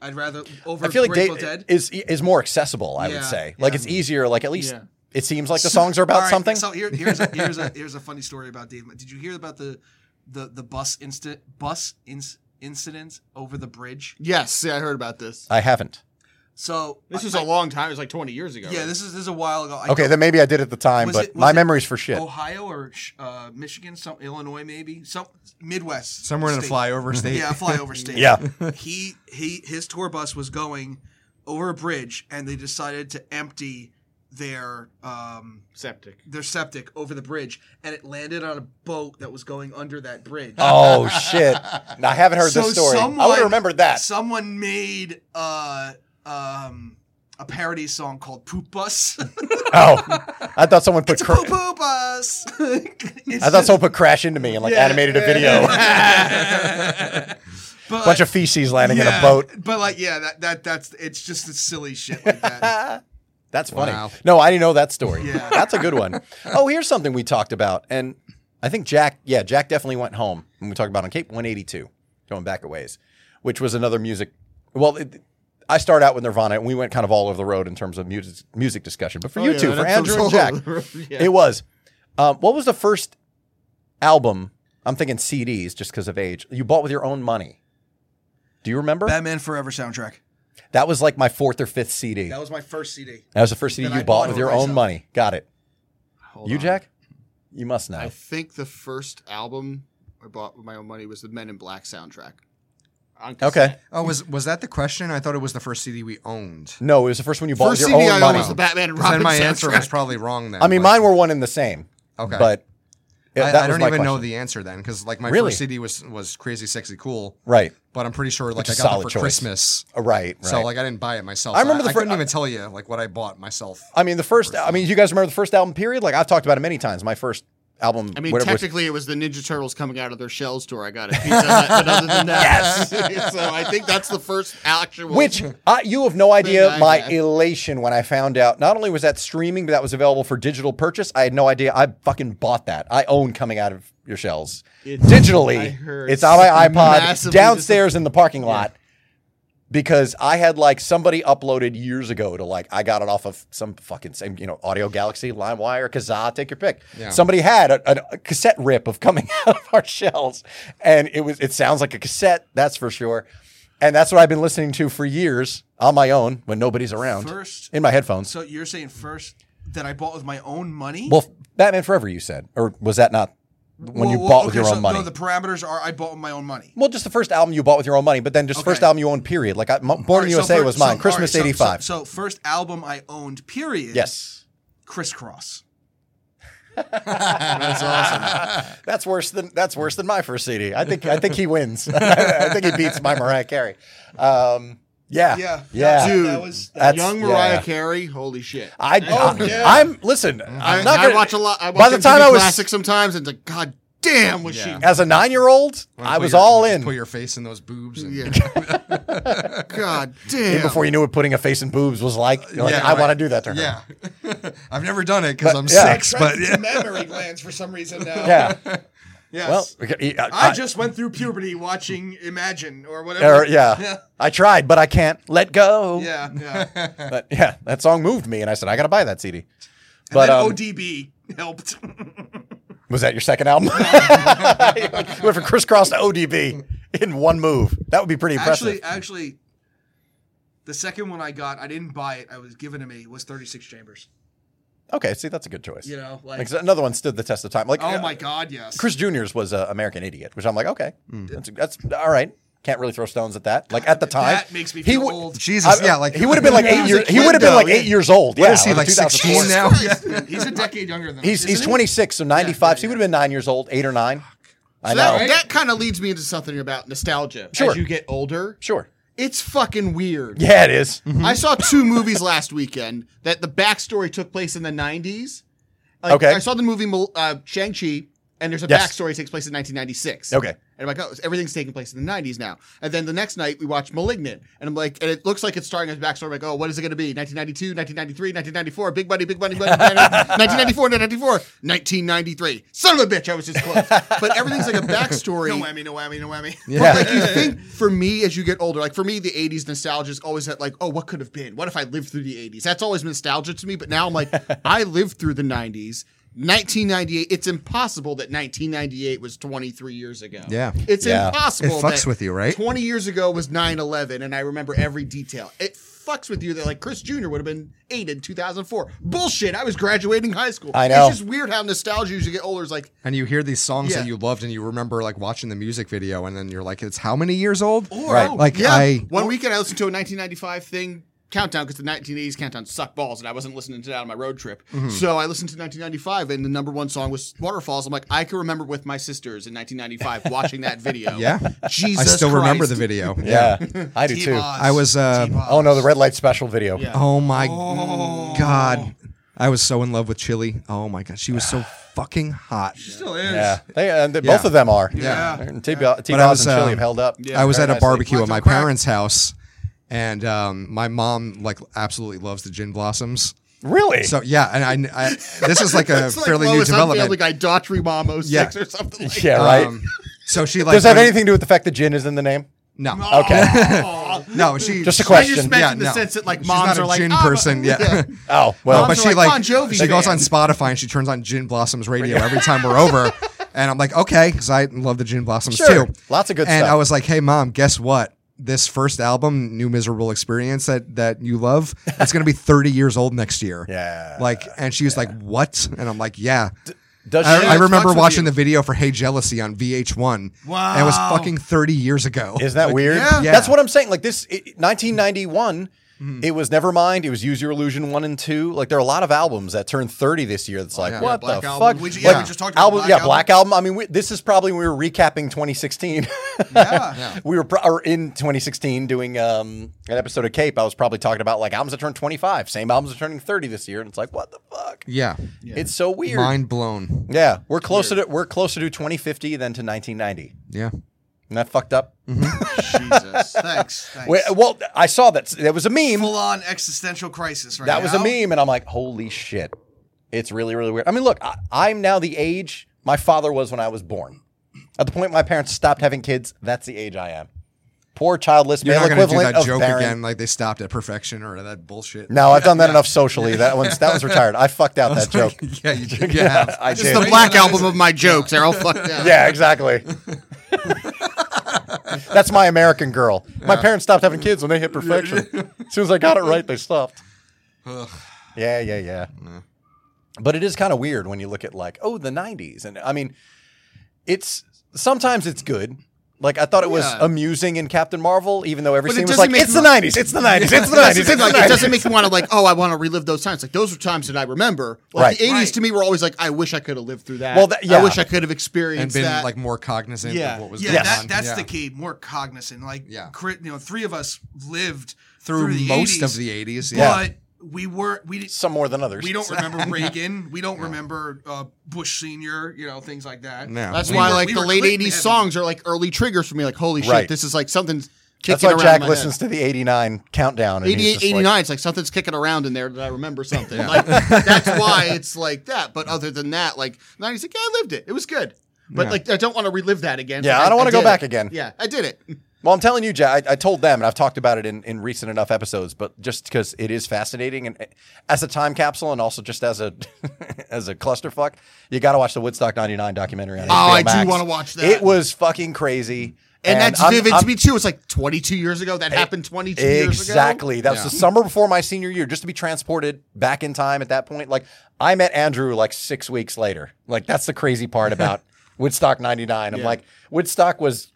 Speaker 4: I'd rather over
Speaker 3: I feel like
Speaker 4: Grateful
Speaker 3: Dave
Speaker 4: Dead.
Speaker 3: is is more accessible. I would
Speaker 4: Yeah,
Speaker 3: say, like
Speaker 4: yeah.
Speaker 3: it's easier. Like at least
Speaker 5: Yeah.
Speaker 3: it seems like the songs are
Speaker 4: All
Speaker 3: about
Speaker 4: right,
Speaker 3: something.
Speaker 4: So here, here's a, here's a here's a funny story about Dave. Ma- Did you hear about the the the bus instant bus inc- incident over the bridge?
Speaker 5: yes. Yeah, I heard about this.
Speaker 3: I haven't.
Speaker 4: So
Speaker 5: This
Speaker 4: I-
Speaker 5: is a long time. It was like 20 years ago.
Speaker 4: Yeah,
Speaker 5: right?
Speaker 4: this is this is a while ago. I
Speaker 3: Okay,
Speaker 4: don't-
Speaker 3: then maybe I did at the time,
Speaker 4: Was
Speaker 3: but
Speaker 4: it- was
Speaker 3: my
Speaker 4: it Oh,
Speaker 3: memory's for shit.
Speaker 4: Ohio or sh- uh, Michigan, some Illinois maybe, some Midwest,
Speaker 6: Somewhere in a
Speaker 4: state.
Speaker 6: flyover state.
Speaker 4: Yeah, a flyover state.
Speaker 3: Yeah.
Speaker 4: he he his tour bus was going over a bridge, and they decided to empty their um
Speaker 5: septic.
Speaker 4: their septic over the bridge, and it landed on a boat that was going under that bridge.
Speaker 3: Oh shit! No, I haven't heard this story. I would have remembered that.
Speaker 4: Someone made uh um a parody song called Poop Bus.
Speaker 3: oh, I thought someone put.
Speaker 4: it's a
Speaker 3: Cra-
Speaker 4: Poop Poop Bus. It's
Speaker 3: I thought someone put crash into me and like
Speaker 4: Yeah.
Speaker 3: animated a video.
Speaker 4: but,
Speaker 3: Bunch of feces landing in a
Speaker 4: yeah,
Speaker 3: boat.
Speaker 4: But like, yeah, that that that's it's just the silly shit like that.
Speaker 3: That's funny.
Speaker 6: Wow.
Speaker 3: No, I didn't know that story.
Speaker 4: Yeah.
Speaker 3: That's a good one. Oh, here's something we talked about. And I think Jack, yeah, Jack definitely went home when we talked about on Cape 182, going back a ways, which was another music. Well, it, I start out with Nirvana and we went kind of all over the road in terms of music, music discussion. But for you two, for Andrew and Jack, it was. Um, what was the first album? I'm thinking CDs just because of age. You bought with your own money. Do you remember?
Speaker 4: Batman Forever soundtrack.
Speaker 3: that was like my fourth or fifth CD.
Speaker 4: That was my first CD.
Speaker 3: That was the first CD
Speaker 5: That
Speaker 3: you
Speaker 5: I
Speaker 3: bought
Speaker 5: bought
Speaker 3: with
Speaker 5: for
Speaker 3: your own
Speaker 5: myself.
Speaker 3: money. Got it.
Speaker 5: Hold
Speaker 3: you,
Speaker 5: on.
Speaker 3: Jack? You must know.
Speaker 5: I think the first album I bought with my own money was the Men in Black soundtrack. On
Speaker 3: okay.
Speaker 5: cassette.
Speaker 6: Oh, was was that the question? I thought it was the first CD we owned.
Speaker 3: No, it was the first one you bought
Speaker 5: First
Speaker 3: with
Speaker 5: CD
Speaker 3: your
Speaker 5: I
Speaker 3: own
Speaker 5: owned
Speaker 3: money.
Speaker 5: was the Batman and
Speaker 6: 'Cause
Speaker 5: Robin
Speaker 6: Then my answer
Speaker 5: soundtrack.
Speaker 6: was probably wrong. Then
Speaker 3: I mean,
Speaker 6: like-
Speaker 3: mine were one and the same.
Speaker 6: Okay.
Speaker 3: But it-
Speaker 6: I,
Speaker 3: that
Speaker 6: I
Speaker 3: was
Speaker 6: don't
Speaker 3: my
Speaker 6: even know
Speaker 3: question.
Speaker 6: the answer then, because like my
Speaker 3: Really?
Speaker 6: first CD was was crazy, sexy, cool.
Speaker 3: Right.
Speaker 6: But I'm pretty sure like
Speaker 3: Which
Speaker 6: I
Speaker 3: is
Speaker 6: got
Speaker 3: solid
Speaker 6: it for
Speaker 3: choice.
Speaker 6: Christmas,
Speaker 3: Uh, Right. Right.
Speaker 6: so like I didn't buy it myself.
Speaker 3: I
Speaker 6: So
Speaker 3: remember the
Speaker 6: I
Speaker 3: fir-
Speaker 6: couldn't even tell you like what I bought myself.
Speaker 3: I mean, the first, I mean, you guys remember the first album period? Like, I've talked about it many times. My first album,
Speaker 5: I mean,
Speaker 3: whatever was-
Speaker 5: technically, it was the Ninja Turtles coming out of their shell store. I got it. But other than that, so I think that's the first actual.
Speaker 3: Which I, you have no idea
Speaker 5: I
Speaker 3: my
Speaker 5: have.
Speaker 3: elation when I found out. Not only was that streaming, but that was available for digital purchase. I had no idea. I fucking bought that. I own coming out of your shells
Speaker 5: It's- I
Speaker 3: digitally.
Speaker 5: heard
Speaker 3: It's on my iPod
Speaker 5: massively
Speaker 3: downstairs in the parking lot because I had like somebody uploaded years ago to like I got it off of some fucking same you know Audio Galaxy, LimeWire, Kazaa, take your pick.
Speaker 6: Yeah.
Speaker 3: Somebody had a, a- a cassette rip of coming out of our shells, and it was it sounds like a cassette that's for sure, and that's what I've been listening to for years on my own when nobody's around
Speaker 4: First-
Speaker 3: in my headphones.
Speaker 4: So you're saying first that I bought with my own money?
Speaker 3: well, Batman Forever, you said, or was that not when
Speaker 4: Well,
Speaker 3: you
Speaker 4: well,
Speaker 3: bought with
Speaker 4: okay,
Speaker 3: your
Speaker 4: so,
Speaker 3: own money?
Speaker 4: No, the parameters are I bought with my own money.
Speaker 3: Well, just the first album you bought with your own money, but then just the first
Speaker 4: Okay.
Speaker 3: album you owned, period. Like I, M- Born in
Speaker 4: Alright,
Speaker 3: the
Speaker 4: so
Speaker 3: USA
Speaker 4: fir-
Speaker 3: was
Speaker 4: so-
Speaker 3: mine, Christmas
Speaker 4: alright, so-
Speaker 3: '85.
Speaker 4: So, so first album I owned, period.
Speaker 3: yes,
Speaker 4: Crisscross.
Speaker 3: that's awesome. that's worse than that's worse than my first CD. I think I think he wins. I think he beats my Mariah Carey. Um, yeah,
Speaker 4: Yeah.
Speaker 3: yeah.
Speaker 5: Dude,
Speaker 4: That was that,
Speaker 3: That's-
Speaker 5: young Mariah
Speaker 3: yeah.
Speaker 5: Carey, holy shit!
Speaker 3: I,
Speaker 4: Oh, yeah.
Speaker 3: I am listen. I'm
Speaker 5: I,
Speaker 3: not
Speaker 5: I
Speaker 3: gonna,
Speaker 5: watch a lot. I watch
Speaker 3: By the time I was
Speaker 5: classic sometimes, and it's like, god damn, was
Speaker 6: Yeah.
Speaker 5: she?
Speaker 3: as a nine year old,
Speaker 6: Wanna
Speaker 3: I
Speaker 6: put
Speaker 3: was
Speaker 6: your-
Speaker 3: all
Speaker 6: just
Speaker 3: in.
Speaker 6: Put your face in those boobs. And,
Speaker 5: Yeah. god damn.
Speaker 3: Even before you knew what putting a face in boobs was like, you're like, I
Speaker 6: right.
Speaker 3: want to do that to her.
Speaker 6: Yeah. I've never done it because
Speaker 3: But-
Speaker 6: I'm
Speaker 3: yeah.
Speaker 6: six, but yeah.
Speaker 4: memory glands for some reason now.
Speaker 3: Yeah.
Speaker 4: Yes.
Speaker 3: Well, e, okay,
Speaker 4: I, just went through puberty watching Imagine or whatever.
Speaker 3: Or, yeah. I tried, but I can't let go.
Speaker 4: Yeah. yeah. And
Speaker 3: But yeah, that song moved me, and I said, I got to buy that CD. But
Speaker 4: then oh,
Speaker 3: um,
Speaker 4: ODB helped.
Speaker 3: was that your second album? Went from crisscross to ODB in one move. That would be pretty impressive.
Speaker 4: actually, actually, the second one I got, I didn't buy it. I was given to me was 36 Chambers.
Speaker 3: okay, see, that's a good choice.
Speaker 4: You know, like,
Speaker 3: Like, so another one stood the test of time. Like,
Speaker 4: oh
Speaker 3: uh,
Speaker 4: my God, yes.
Speaker 3: Chris Junior's was uh, American Idiot, which I'm like, okay, that's, that's all right. Can't really throw stones at that. Like at the time,
Speaker 4: Mm-hmm. that makes me
Speaker 3: he
Speaker 4: feel
Speaker 3: would-
Speaker 4: old.
Speaker 6: Jesus,
Speaker 3: I-
Speaker 6: yeah, like
Speaker 3: he would have been like eight
Speaker 5: Yeah, he was a
Speaker 3: years. He
Speaker 5: kid,
Speaker 3: would have been like
Speaker 5: though,
Speaker 3: eight
Speaker 5: yeah.
Speaker 3: years old.
Speaker 6: What
Speaker 3: yeah,
Speaker 6: is he, like
Speaker 3: 2004.
Speaker 6: 16 now?
Speaker 4: He's a decade younger than
Speaker 3: He's
Speaker 4: us,
Speaker 3: he's
Speaker 4: isn't he?
Speaker 3: 26, so 95. So he would have been nine years old, eight or nine. I
Speaker 5: So that,
Speaker 3: know.
Speaker 5: that kind of leads me into something about nostalgia.
Speaker 3: Sure.
Speaker 5: As you get older,
Speaker 3: Sure.
Speaker 5: it's fucking weird.
Speaker 3: Yeah, it is.
Speaker 5: I saw two movies last weekend that the backstory took place in the 90s. Like,
Speaker 3: Okay.
Speaker 5: I saw the movie Mo- uh, Shang-Chi, and there's a
Speaker 3: Yes.
Speaker 5: backstory that takes place in 1996.
Speaker 3: Okay.
Speaker 5: And I'm like, oh, everything's taking place in the 90s now. And then the next night, we watch Malignant. And I'm like, and it looks like it's starting as backstory. I'm like, oh, what is it going to be? 1992, 1993, 1994, Big Buddy, Big Buddy, Buddy, 1994, 1994, 1993. Son of a bitch, I was just close. But everything's like a backstory.
Speaker 4: No whammy, no whammy, no whammy.
Speaker 5: But like you think for me as you get older, like for me, the 80s nostalgia is always that like, oh, what could have been? What if I lived through the 80s? That's always nostalgia to me. But now I'm like, I lived through the 90s. 1998. It's impossible that 1998 was 23 years ago.
Speaker 6: Yeah.
Speaker 5: it's
Speaker 3: Yeah.
Speaker 5: impossible.
Speaker 6: It fucks
Speaker 5: that
Speaker 6: with you, right?
Speaker 5: 20 years ago was 9/11, and I remember every detail. It fucks with you that like Chris Jr. would have been eight in 2004. Bullshit. I was graduating high school.
Speaker 3: I know.
Speaker 5: It's just weird how nostalgia as you get older is like
Speaker 6: And you hear these songs
Speaker 5: Yeah.
Speaker 6: that you loved, and you remember like watching the music video, and then you're like, "It's how many years old?"
Speaker 4: Or,
Speaker 3: Right.
Speaker 6: Like
Speaker 5: Yeah.
Speaker 6: I,
Speaker 5: One weekend I listened to a 1995 thing countdown because the 1980s countdown sucked balls and I wasn't listening to that on my road trip. So I listened to 1995 and the number one song was Waterfalls. I'm like, I can remember with my sisters in 1995 watching that video.
Speaker 6: yeah,
Speaker 5: Jesus,
Speaker 6: I still remember the
Speaker 5: Christ.
Speaker 6: video.
Speaker 3: Yeah, I do too.
Speaker 4: T-Boss.
Speaker 6: I was. Uh,
Speaker 4: T-Boss.
Speaker 3: Oh no, the red light special video.
Speaker 5: Yeah.
Speaker 6: oh my Oh. god, I was so in love with Chili. Oh my god, she was so fucking hot.
Speaker 4: She still is.
Speaker 3: Yeah, they, and they- both
Speaker 6: Yeah.
Speaker 3: of them are.
Speaker 4: Yeah.
Speaker 3: T. Boss and
Speaker 6: was,
Speaker 3: Chili
Speaker 6: um,
Speaker 3: have held up.
Speaker 6: I was
Speaker 3: very
Speaker 6: at a
Speaker 3: nicely.
Speaker 6: barbecue at my
Speaker 5: Lots of crack.
Speaker 6: parents' house, and um, my mom like absolutely loves the Gin Blossoms.
Speaker 3: Really?
Speaker 6: So yeah, and I, I this is like a
Speaker 5: It's like
Speaker 6: Uh, fairly new
Speaker 5: Lois on
Speaker 6: development.
Speaker 5: Family Guy, Daughtry Mom 06
Speaker 6: Yeah.
Speaker 5: or something like
Speaker 3: yeah, right.
Speaker 6: Um, so she like
Speaker 3: Does that have
Speaker 6: when-
Speaker 3: anything to do with the fact that gin is in the name?
Speaker 6: No,
Speaker 3: Okay.
Speaker 6: no. She
Speaker 3: Just a
Speaker 6: she-
Speaker 5: I just
Speaker 3: question.
Speaker 5: meant
Speaker 6: Yeah,
Speaker 5: in the
Speaker 6: no.
Speaker 5: sense that like
Speaker 6: She's
Speaker 5: moms
Speaker 6: not a
Speaker 5: are like
Speaker 6: gin
Speaker 5: "Ah, but-"
Speaker 6: person. Yeah.
Speaker 3: Oh well,
Speaker 6: but
Speaker 5: Moms are
Speaker 6: she
Speaker 5: like,
Speaker 6: like,
Speaker 5: Bon Jovi
Speaker 6: she goes on
Speaker 5: fans.
Speaker 6: Spotify and she turns on Gin Blossoms radio every time we're over, and I'm like, okay, because I love the Gin Blossoms
Speaker 3: Sure.
Speaker 6: too.
Speaker 3: Lots of good
Speaker 6: And
Speaker 3: stuff.
Speaker 6: I was like, hey mom, guess what? This first album, New Miserable Experience, that that you love, it's gonna be 30 years old next year.
Speaker 3: Yeah.
Speaker 6: Like, and she was like, what? And I'm like, yeah.
Speaker 3: does
Speaker 6: I,
Speaker 3: she?
Speaker 6: I remember
Speaker 5: fucks with
Speaker 6: watching
Speaker 5: you.
Speaker 6: the video for Hey Jealousy on VH1.
Speaker 4: Wow.
Speaker 6: And it was fucking 30 years ago.
Speaker 3: Is that weird?
Speaker 5: yeah.
Speaker 6: Yeah.
Speaker 3: That's what I'm saying. Like this, it, 1991.
Speaker 4: Mm-hmm.
Speaker 3: It was Nevermind. It was Use Your Illusion one and two. Like there are a lot of albums that turned 30 this year. That's like
Speaker 6: yeah.
Speaker 3: what
Speaker 5: Yeah, Black
Speaker 3: the
Speaker 5: Album.
Speaker 3: fuck? Like,
Speaker 4: Which, Oh, yeah, we just talked about
Speaker 3: album,
Speaker 4: Black
Speaker 3: yeah,
Speaker 4: Album.
Speaker 3: Black Album. I mean, we, this is probably when we were recapping 2016.
Speaker 4: Yeah.
Speaker 3: we were pro- or in 2016 doing um, an episode of Cape. I was probably talking about like albums that turned 25. Same albums are turning 30 this year, and it's like what the fuck?
Speaker 6: Yeah.
Speaker 3: It's so weird.
Speaker 6: Mind blown.
Speaker 3: yeah, we're closer to we're closer to 2050 than to 1990.
Speaker 6: Yeah.
Speaker 3: Isn't that fucked up?
Speaker 5: Jesus.
Speaker 4: Thanks. thanks.
Speaker 3: Wait, well, I saw that that was a meme.
Speaker 4: Full on existential crisis right
Speaker 3: That was a
Speaker 4: now.
Speaker 3: meme, and I'm like, holy shit, it's really, really weird. I mean, look, I, I'm now the age my father was when I was born. At the point my parents stopped having kids, that's the age I am. Poor childless
Speaker 6: You're
Speaker 3: male
Speaker 6: not going to do
Speaker 3: equivalent
Speaker 6: that
Speaker 3: of
Speaker 6: joke
Speaker 3: barren.
Speaker 6: again like they stopped at perfection or that bullshit.
Speaker 3: No, I've done that enough socially. That one's that one's retired. I fucked out that joke.
Speaker 6: Yeah, you, did- you have.
Speaker 3: I
Speaker 5: It's
Speaker 3: did.
Speaker 5: the black album of my jokes. They're all fucked up.
Speaker 3: yeah, exactly. That's my American girl. My parents stopped having kids when they hit perfection. as soon as I got it right, they stopped. yeah, yeah, yeah. But it is kind of weird when you look at like, oh, the '90s, and I mean, it's sometimes it's good. Like I thought it was
Speaker 5: Yeah.
Speaker 3: amusing in Captain Marvel, even though every
Speaker 5: But it
Speaker 3: scene was
Speaker 5: doesn't
Speaker 3: like,
Speaker 5: make
Speaker 3: "It's
Speaker 5: you-
Speaker 3: the '90s, it's the '90s, it's the '90s."
Speaker 5: It's
Speaker 3: It's
Speaker 5: like,
Speaker 3: the
Speaker 5: it
Speaker 3: 90s.
Speaker 5: doesn't make me want to like, oh, I want to relive those times. Like those are times that I remember. Like
Speaker 3: Right.
Speaker 5: the 80s
Speaker 4: Right.
Speaker 5: to me were always like, I wish I could have lived through that.
Speaker 3: Well, that- yeah.
Speaker 5: I wish I could have
Speaker 6: And
Speaker 5: experienced
Speaker 6: been
Speaker 5: that.
Speaker 6: like more cognizant
Speaker 5: Yeah.
Speaker 6: of what was
Speaker 4: Yeah,
Speaker 6: going
Speaker 4: that,
Speaker 6: on.
Speaker 4: that's
Speaker 6: Yeah.
Speaker 4: the key. More cognizant. Like,
Speaker 6: Yeah.
Speaker 4: cri- you know, three of us lived
Speaker 6: Through,
Speaker 4: through, the
Speaker 6: most
Speaker 4: 80s,
Speaker 6: of the 80s. Yeah.
Speaker 3: Yeah.
Speaker 4: but we weren't. We didn't.
Speaker 3: Some more than others.
Speaker 4: We don't remember Reagan. We don't remember uh, Bush Senior. You know things like that.
Speaker 6: No.
Speaker 5: That's
Speaker 4: We
Speaker 5: why
Speaker 4: were-
Speaker 5: like
Speaker 4: we
Speaker 5: the
Speaker 4: were
Speaker 5: late
Speaker 4: Clinton
Speaker 5: 80s
Speaker 4: heavy.
Speaker 5: songs are like early triggers for me. Like, holy
Speaker 3: Right.
Speaker 5: shit, this is like something's kicking
Speaker 3: That's why
Speaker 5: around.
Speaker 3: Jack
Speaker 5: in my
Speaker 3: listens to
Speaker 5: head.
Speaker 3: the '89 countdown. And he's
Speaker 5: 88,
Speaker 3: just like,
Speaker 5: 89, it's like something's kicking around in there that I remember something. Like that's why it's like that. But other than that, like 90s, like, yeah, I lived it. It was good. But
Speaker 6: Yeah.
Speaker 5: like I don't want to relive that again.
Speaker 3: Yeah,
Speaker 5: Like,
Speaker 3: I don't wanna go
Speaker 5: did
Speaker 3: back
Speaker 5: it.
Speaker 3: again.
Speaker 5: Yeah, I did it.
Speaker 3: Well, I'm telling you, Jack, I, I told them, and I've talked about it in, in recent enough episodes, but just because it is fascinating and eh, as a time capsule and also just as a as a clusterfuck, you got to watch the Woodstock 99 documentary. On
Speaker 5: Oh, I do
Speaker 3: Max.
Speaker 5: wanna watch that.
Speaker 3: It was fucking crazy.
Speaker 5: And, that's
Speaker 3: I'm-
Speaker 5: vivid
Speaker 3: I'm- E-
Speaker 5: to me too. It's like 22 years ago. That happened 22 years ago.
Speaker 3: Exactly. That was the summer before my senior year, just to be transported back in time at that point. Like, I met Andrew like six weeks later. Like, that's the crazy part about Woodstock 99. I'm like, Woodstock was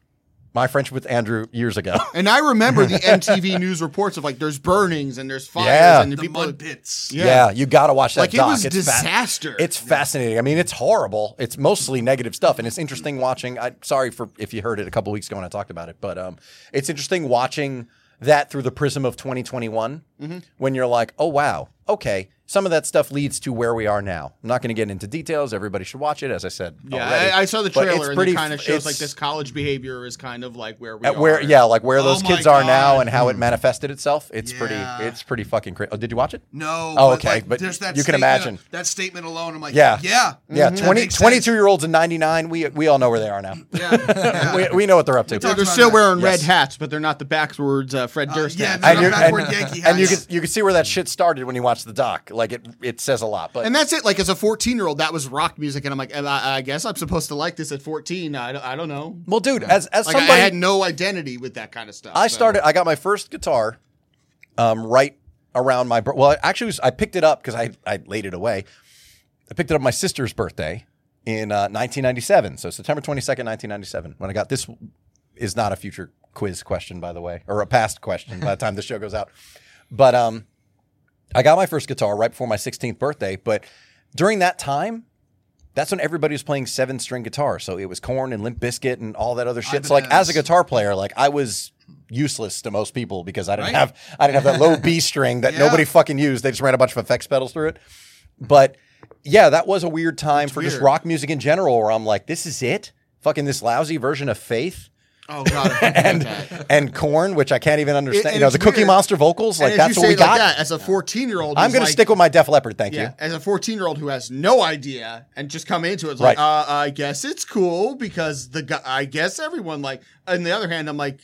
Speaker 3: my friendship with Andrew years ago.
Speaker 5: And I remember the MTV news reports of like there's burnings and there's fires
Speaker 3: Yeah.
Speaker 5: and the
Speaker 4: The
Speaker 5: people.
Speaker 4: mud pits.
Speaker 5: Yeah.
Speaker 3: Yeah, you got to watch that.
Speaker 5: Like, it
Speaker 3: doc.
Speaker 5: was
Speaker 3: fa-
Speaker 5: disaster.
Speaker 3: it's fascinating. I mean, it's horrible. It's mostly negative stuff, and it's interesting watching. I sorry for if you heard it a couple weeks ago when I talked about it, but um, it's interesting watching that through the prism of 2021
Speaker 5: Mm-hmm.
Speaker 3: when you're like, oh wow, okay, some of that stuff leads to where we are now. I'm not going to get into details. Everybody should watch it, as I said.
Speaker 5: yeah,
Speaker 3: already.
Speaker 5: I, I saw the
Speaker 3: But it's
Speaker 5: trailer and
Speaker 3: pretty
Speaker 5: it kind of
Speaker 3: f-
Speaker 5: shows
Speaker 3: it's-
Speaker 5: like this Oh college behavior is kind of like where we
Speaker 3: At
Speaker 5: are.
Speaker 3: where, yeah, like where those
Speaker 4: my
Speaker 3: kids are now
Speaker 4: God.
Speaker 3: and how
Speaker 5: Hmm.
Speaker 3: it manifested itself. It's
Speaker 4: Yeah.
Speaker 3: pretty, it's pretty fucking crazy. Oh, did you watch it?
Speaker 4: No.
Speaker 3: Oh, okay,
Speaker 4: like,
Speaker 3: but
Speaker 4: there's that
Speaker 3: you can
Speaker 4: statement-
Speaker 3: imagine.
Speaker 4: that statement alone. I'm like,
Speaker 3: Yeah.
Speaker 4: yeah, yeah,
Speaker 3: Yeah,
Speaker 5: Mm-hmm.
Speaker 4: That
Speaker 3: 20,
Speaker 4: makes sense.
Speaker 3: 22 year olds in 99, we, we all know where they are now.
Speaker 4: Yeah, yeah.
Speaker 3: we, we know what they're up to.
Speaker 4: talked
Speaker 5: They're
Speaker 4: about
Speaker 5: still
Speaker 4: that.
Speaker 5: wearing red
Speaker 3: Yes.
Speaker 5: hats, but they're not the backwards uh, Fred Durst
Speaker 4: yeah,
Speaker 5: hats.
Speaker 4: they're
Speaker 3: and
Speaker 5: And,
Speaker 3: you
Speaker 4: not
Speaker 3: and,
Speaker 4: backward Yankee
Speaker 3: and you can
Speaker 4: hats.
Speaker 3: you can see where that shit started when you watch the doc. Like it it says a lot, but
Speaker 5: that's it. Like as a 14 year old, that was rock music, and I'm like, and I, I guess I'm supposed to like this at 14. I don't, I don't know.
Speaker 3: well, dude, as as
Speaker 5: Like
Speaker 3: somebody,
Speaker 5: I
Speaker 3: I,
Speaker 5: had no identity with that kind of stuff. so-
Speaker 3: started. I got my first guitar, um, right around my bir- well, actually, it was- I picked it up because I I laid it away. I picked it up my sister's birthday in uh, 1997, so September 22nd, 1997, when I got this. Is not a future quiz question, by the way, or a past question. by the time the show goes out, but um. I got my first guitar right before my 16th birthday, but during that time, that's when everybody was playing seven string guitar. So it was Corn and Limp Bizkit and all that other shit. So like as a guitar player, like I was useless to most people because I didn't have I didn't have that low B string that nobody fucking used. They just ran a bunch of effects pedals through it. But yeah, that was a weird time for just rock music in general where I'm like, this is it? Fucking this lousy version of Faith.
Speaker 5: Oh god, I
Speaker 3: and
Speaker 5: and, that.
Speaker 3: and corn, which I can't even understand.
Speaker 5: and
Speaker 3: you know,
Speaker 5: it's
Speaker 3: the Cookie
Speaker 5: weird.
Speaker 3: Monster vocals, like
Speaker 5: and
Speaker 3: that's
Speaker 5: if you
Speaker 3: what
Speaker 5: say
Speaker 3: we
Speaker 5: it like
Speaker 3: got.
Speaker 5: that as a fourteen year old,
Speaker 3: I'm going to stick with my Def Leppard. Thank
Speaker 5: Yeah,
Speaker 3: you.
Speaker 5: as a 14 year old who has no idea and just come into it, it's like,
Speaker 3: Right.
Speaker 5: uh, I guess it's cool because the guy, I guess everyone like. On the other hand, I'm like,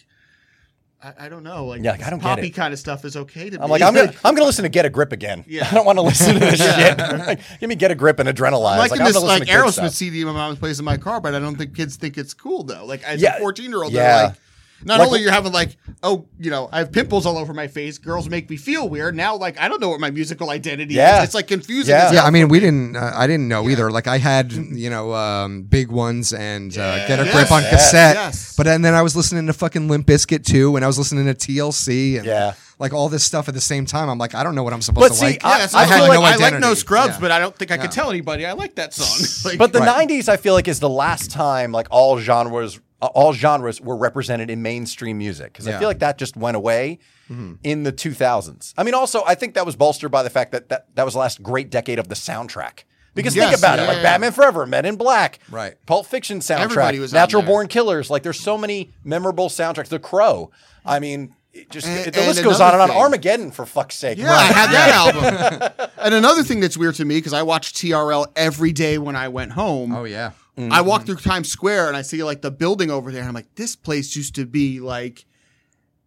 Speaker 5: I, I don't know, like,
Speaker 3: Yeah, like, I don't get
Speaker 5: poppy
Speaker 3: it.
Speaker 5: kind of stuff is okay to
Speaker 3: I'm
Speaker 5: me.
Speaker 3: like, I'm gonna, I'm gonna listen to Get a Grip again.
Speaker 5: Yeah.
Speaker 3: I don't want to listen to this shit. Like, give me Get a Grip and Adrenalize.
Speaker 5: like,
Speaker 3: Like,
Speaker 5: in
Speaker 3: I'm
Speaker 5: this
Speaker 3: gonna
Speaker 5: like
Speaker 3: listen to good
Speaker 5: Aerosmith
Speaker 3: stuff.
Speaker 5: CD my mom plays in my car, but I don't think kids think it's cool though. Like as
Speaker 3: Yeah.
Speaker 5: a 14 year old,
Speaker 3: Yeah.
Speaker 5: they're like. Not
Speaker 3: Like-
Speaker 5: only you're having like, oh, you know, I have pimples all over my face. Girls make me feel weird. Now, like, I don't know what my musical identity
Speaker 3: Yeah.
Speaker 5: is. It's like confusing.
Speaker 3: Yeah.
Speaker 5: as
Speaker 6: Yeah, I mean, we didn't. Uh, I didn't know either. Like, I had you know um, big ones and uh, get a grip
Speaker 5: Yes.
Speaker 6: on cassette.
Speaker 5: Yes.
Speaker 6: But and then I was listening to fucking Limp Bizkit too, and I was listening to TLC and
Speaker 3: Yeah.
Speaker 6: like all this stuff at the same time. I'm like, I don't know what I'm supposed
Speaker 3: But
Speaker 6: to
Speaker 3: see,
Speaker 6: like.
Speaker 3: I-
Speaker 5: Yeah, that's
Speaker 3: I
Speaker 5: I,
Speaker 3: had
Speaker 5: feel
Speaker 3: no
Speaker 5: like I like
Speaker 6: identity.
Speaker 5: no scrubs,
Speaker 6: Yeah.
Speaker 5: but I don't think I
Speaker 6: Yeah.
Speaker 5: could tell anybody I like that song. Like,
Speaker 3: But the
Speaker 6: Right.
Speaker 3: '90s, I feel like, is the last time like all genres, uh, all genres were represented in mainstream music because I
Speaker 6: Yeah.
Speaker 3: feel like that just went away
Speaker 5: Mm-hmm.
Speaker 3: in the 2000s. I mean, also, I think that was bolstered by the fact that that, that was the last great decade of the soundtrack. Because think
Speaker 5: Yes,
Speaker 3: about it,
Speaker 5: yeah,
Speaker 3: like
Speaker 5: yeah, yeah.
Speaker 3: Batman Forever, Men in Black,
Speaker 6: Right.
Speaker 3: Pulp Fiction soundtrack,
Speaker 5: Everybody was on
Speaker 3: Natural
Speaker 5: there.
Speaker 3: Born Killers. Like, there's so many memorable soundtracks. The Crow. I mean, it just
Speaker 5: And-
Speaker 3: the
Speaker 5: and
Speaker 3: list goes on and
Speaker 5: another
Speaker 3: on.
Speaker 5: thing.
Speaker 3: Armageddon, for fuck's sake.
Speaker 5: yeah, I had that album. And another thing that's weird to me because I watched TRL every day when I went home.
Speaker 6: oh yeah.
Speaker 5: I walk through Times Square and I see like the building over there, and I'm like, this place used to be like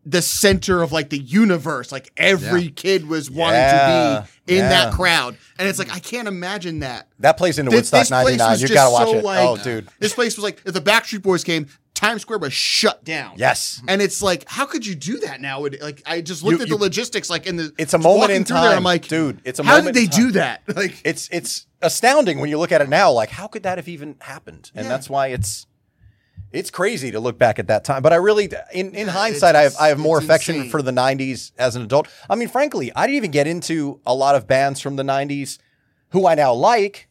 Speaker 5: the center of like the universe. Like every
Speaker 6: Yeah.
Speaker 5: kid was wanting
Speaker 3: Yeah.
Speaker 5: to be in
Speaker 3: Yeah.
Speaker 5: that crowd, and it's like I can't imagine that.
Speaker 3: That plays into
Speaker 5: Thi-
Speaker 3: Woodstock '99. You
Speaker 5: just
Speaker 3: gotta watch it.
Speaker 5: Like,
Speaker 3: oh, dude.
Speaker 5: This place was like if the Backstreet Boys came, Times Square was shut down.
Speaker 3: Yes.
Speaker 5: And it's like, how could you do that now? It- Like, I just looked
Speaker 3: You-
Speaker 5: at
Speaker 3: you-
Speaker 5: the logistics, like in the
Speaker 3: It's a moment
Speaker 5: walking
Speaker 3: in
Speaker 5: through there,
Speaker 3: time,
Speaker 5: I'm like,
Speaker 3: dude, it's a
Speaker 5: how
Speaker 3: moment
Speaker 5: did they
Speaker 3: in time.
Speaker 5: do that? Like,
Speaker 3: it's it's astounding when you look at it now. Like, how could that have even happened? And
Speaker 5: Yeah.
Speaker 3: that's why it's it's crazy to look back at that time. But I really, in in hindsight, I have I have more
Speaker 5: it's
Speaker 3: affection
Speaker 5: insane.
Speaker 3: for the '90s as an adult. I mean, frankly, I didn't even get into a lot of bands from the '90s who I now like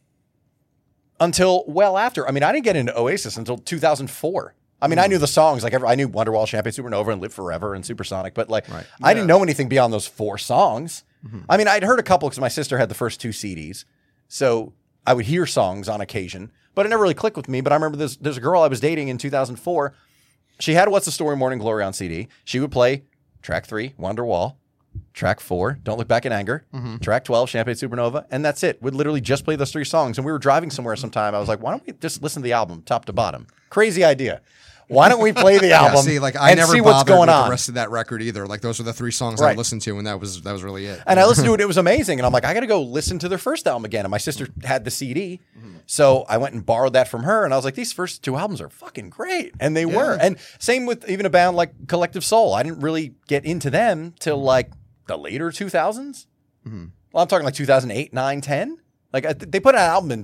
Speaker 3: until well after. I mean, I didn't get into Oasis until 2004. I mean, I
Speaker 5: Hmm.
Speaker 3: knew the songs like every, I knew Wonderwall, Champagne Supernova, and Live Forever and Supersonic, but like
Speaker 6: Right.
Speaker 3: I didn't know anything beyond those four songs.
Speaker 5: Hmm.
Speaker 3: I mean, I'd heard a couple because my sister had the first two CDs, so I would hear songs on occasion, but it never really clicked with me. But I remember there's there's a girl I was dating in 2004. She had What's the Story Morning Glory on CD. She would play track three, Wonderwall, track four, Don't Look Back in Anger,
Speaker 6: Mm-hmm.
Speaker 3: track 12, Champagne Supernova, and that's it. We'd literally just play those three songs. And we were driving somewhere sometime. I was like, why don't we just listen to the album top to bottom? Crazy idea. Why don't we play the
Speaker 6: Yeah,
Speaker 3: album
Speaker 6: see, like I
Speaker 3: and
Speaker 6: never
Speaker 3: see what's
Speaker 6: bothered
Speaker 3: going
Speaker 6: with
Speaker 3: on?
Speaker 6: the rest of that record either. Like those were the three songs
Speaker 3: Right.
Speaker 6: I listened to, and that was that was really it.
Speaker 3: And I listened to it. It was amazing. And I'm like, I got to go listen to their first album again. And my sister had the CD. So I went and borrowed that from her. And I was like, these first two albums are fucking great. And they were. And same with even a band like Collective Soul. I didn't really get into them till like the later 2000s. Well, I'm talking like 2008, 9, 10. Like I th- they put out an album in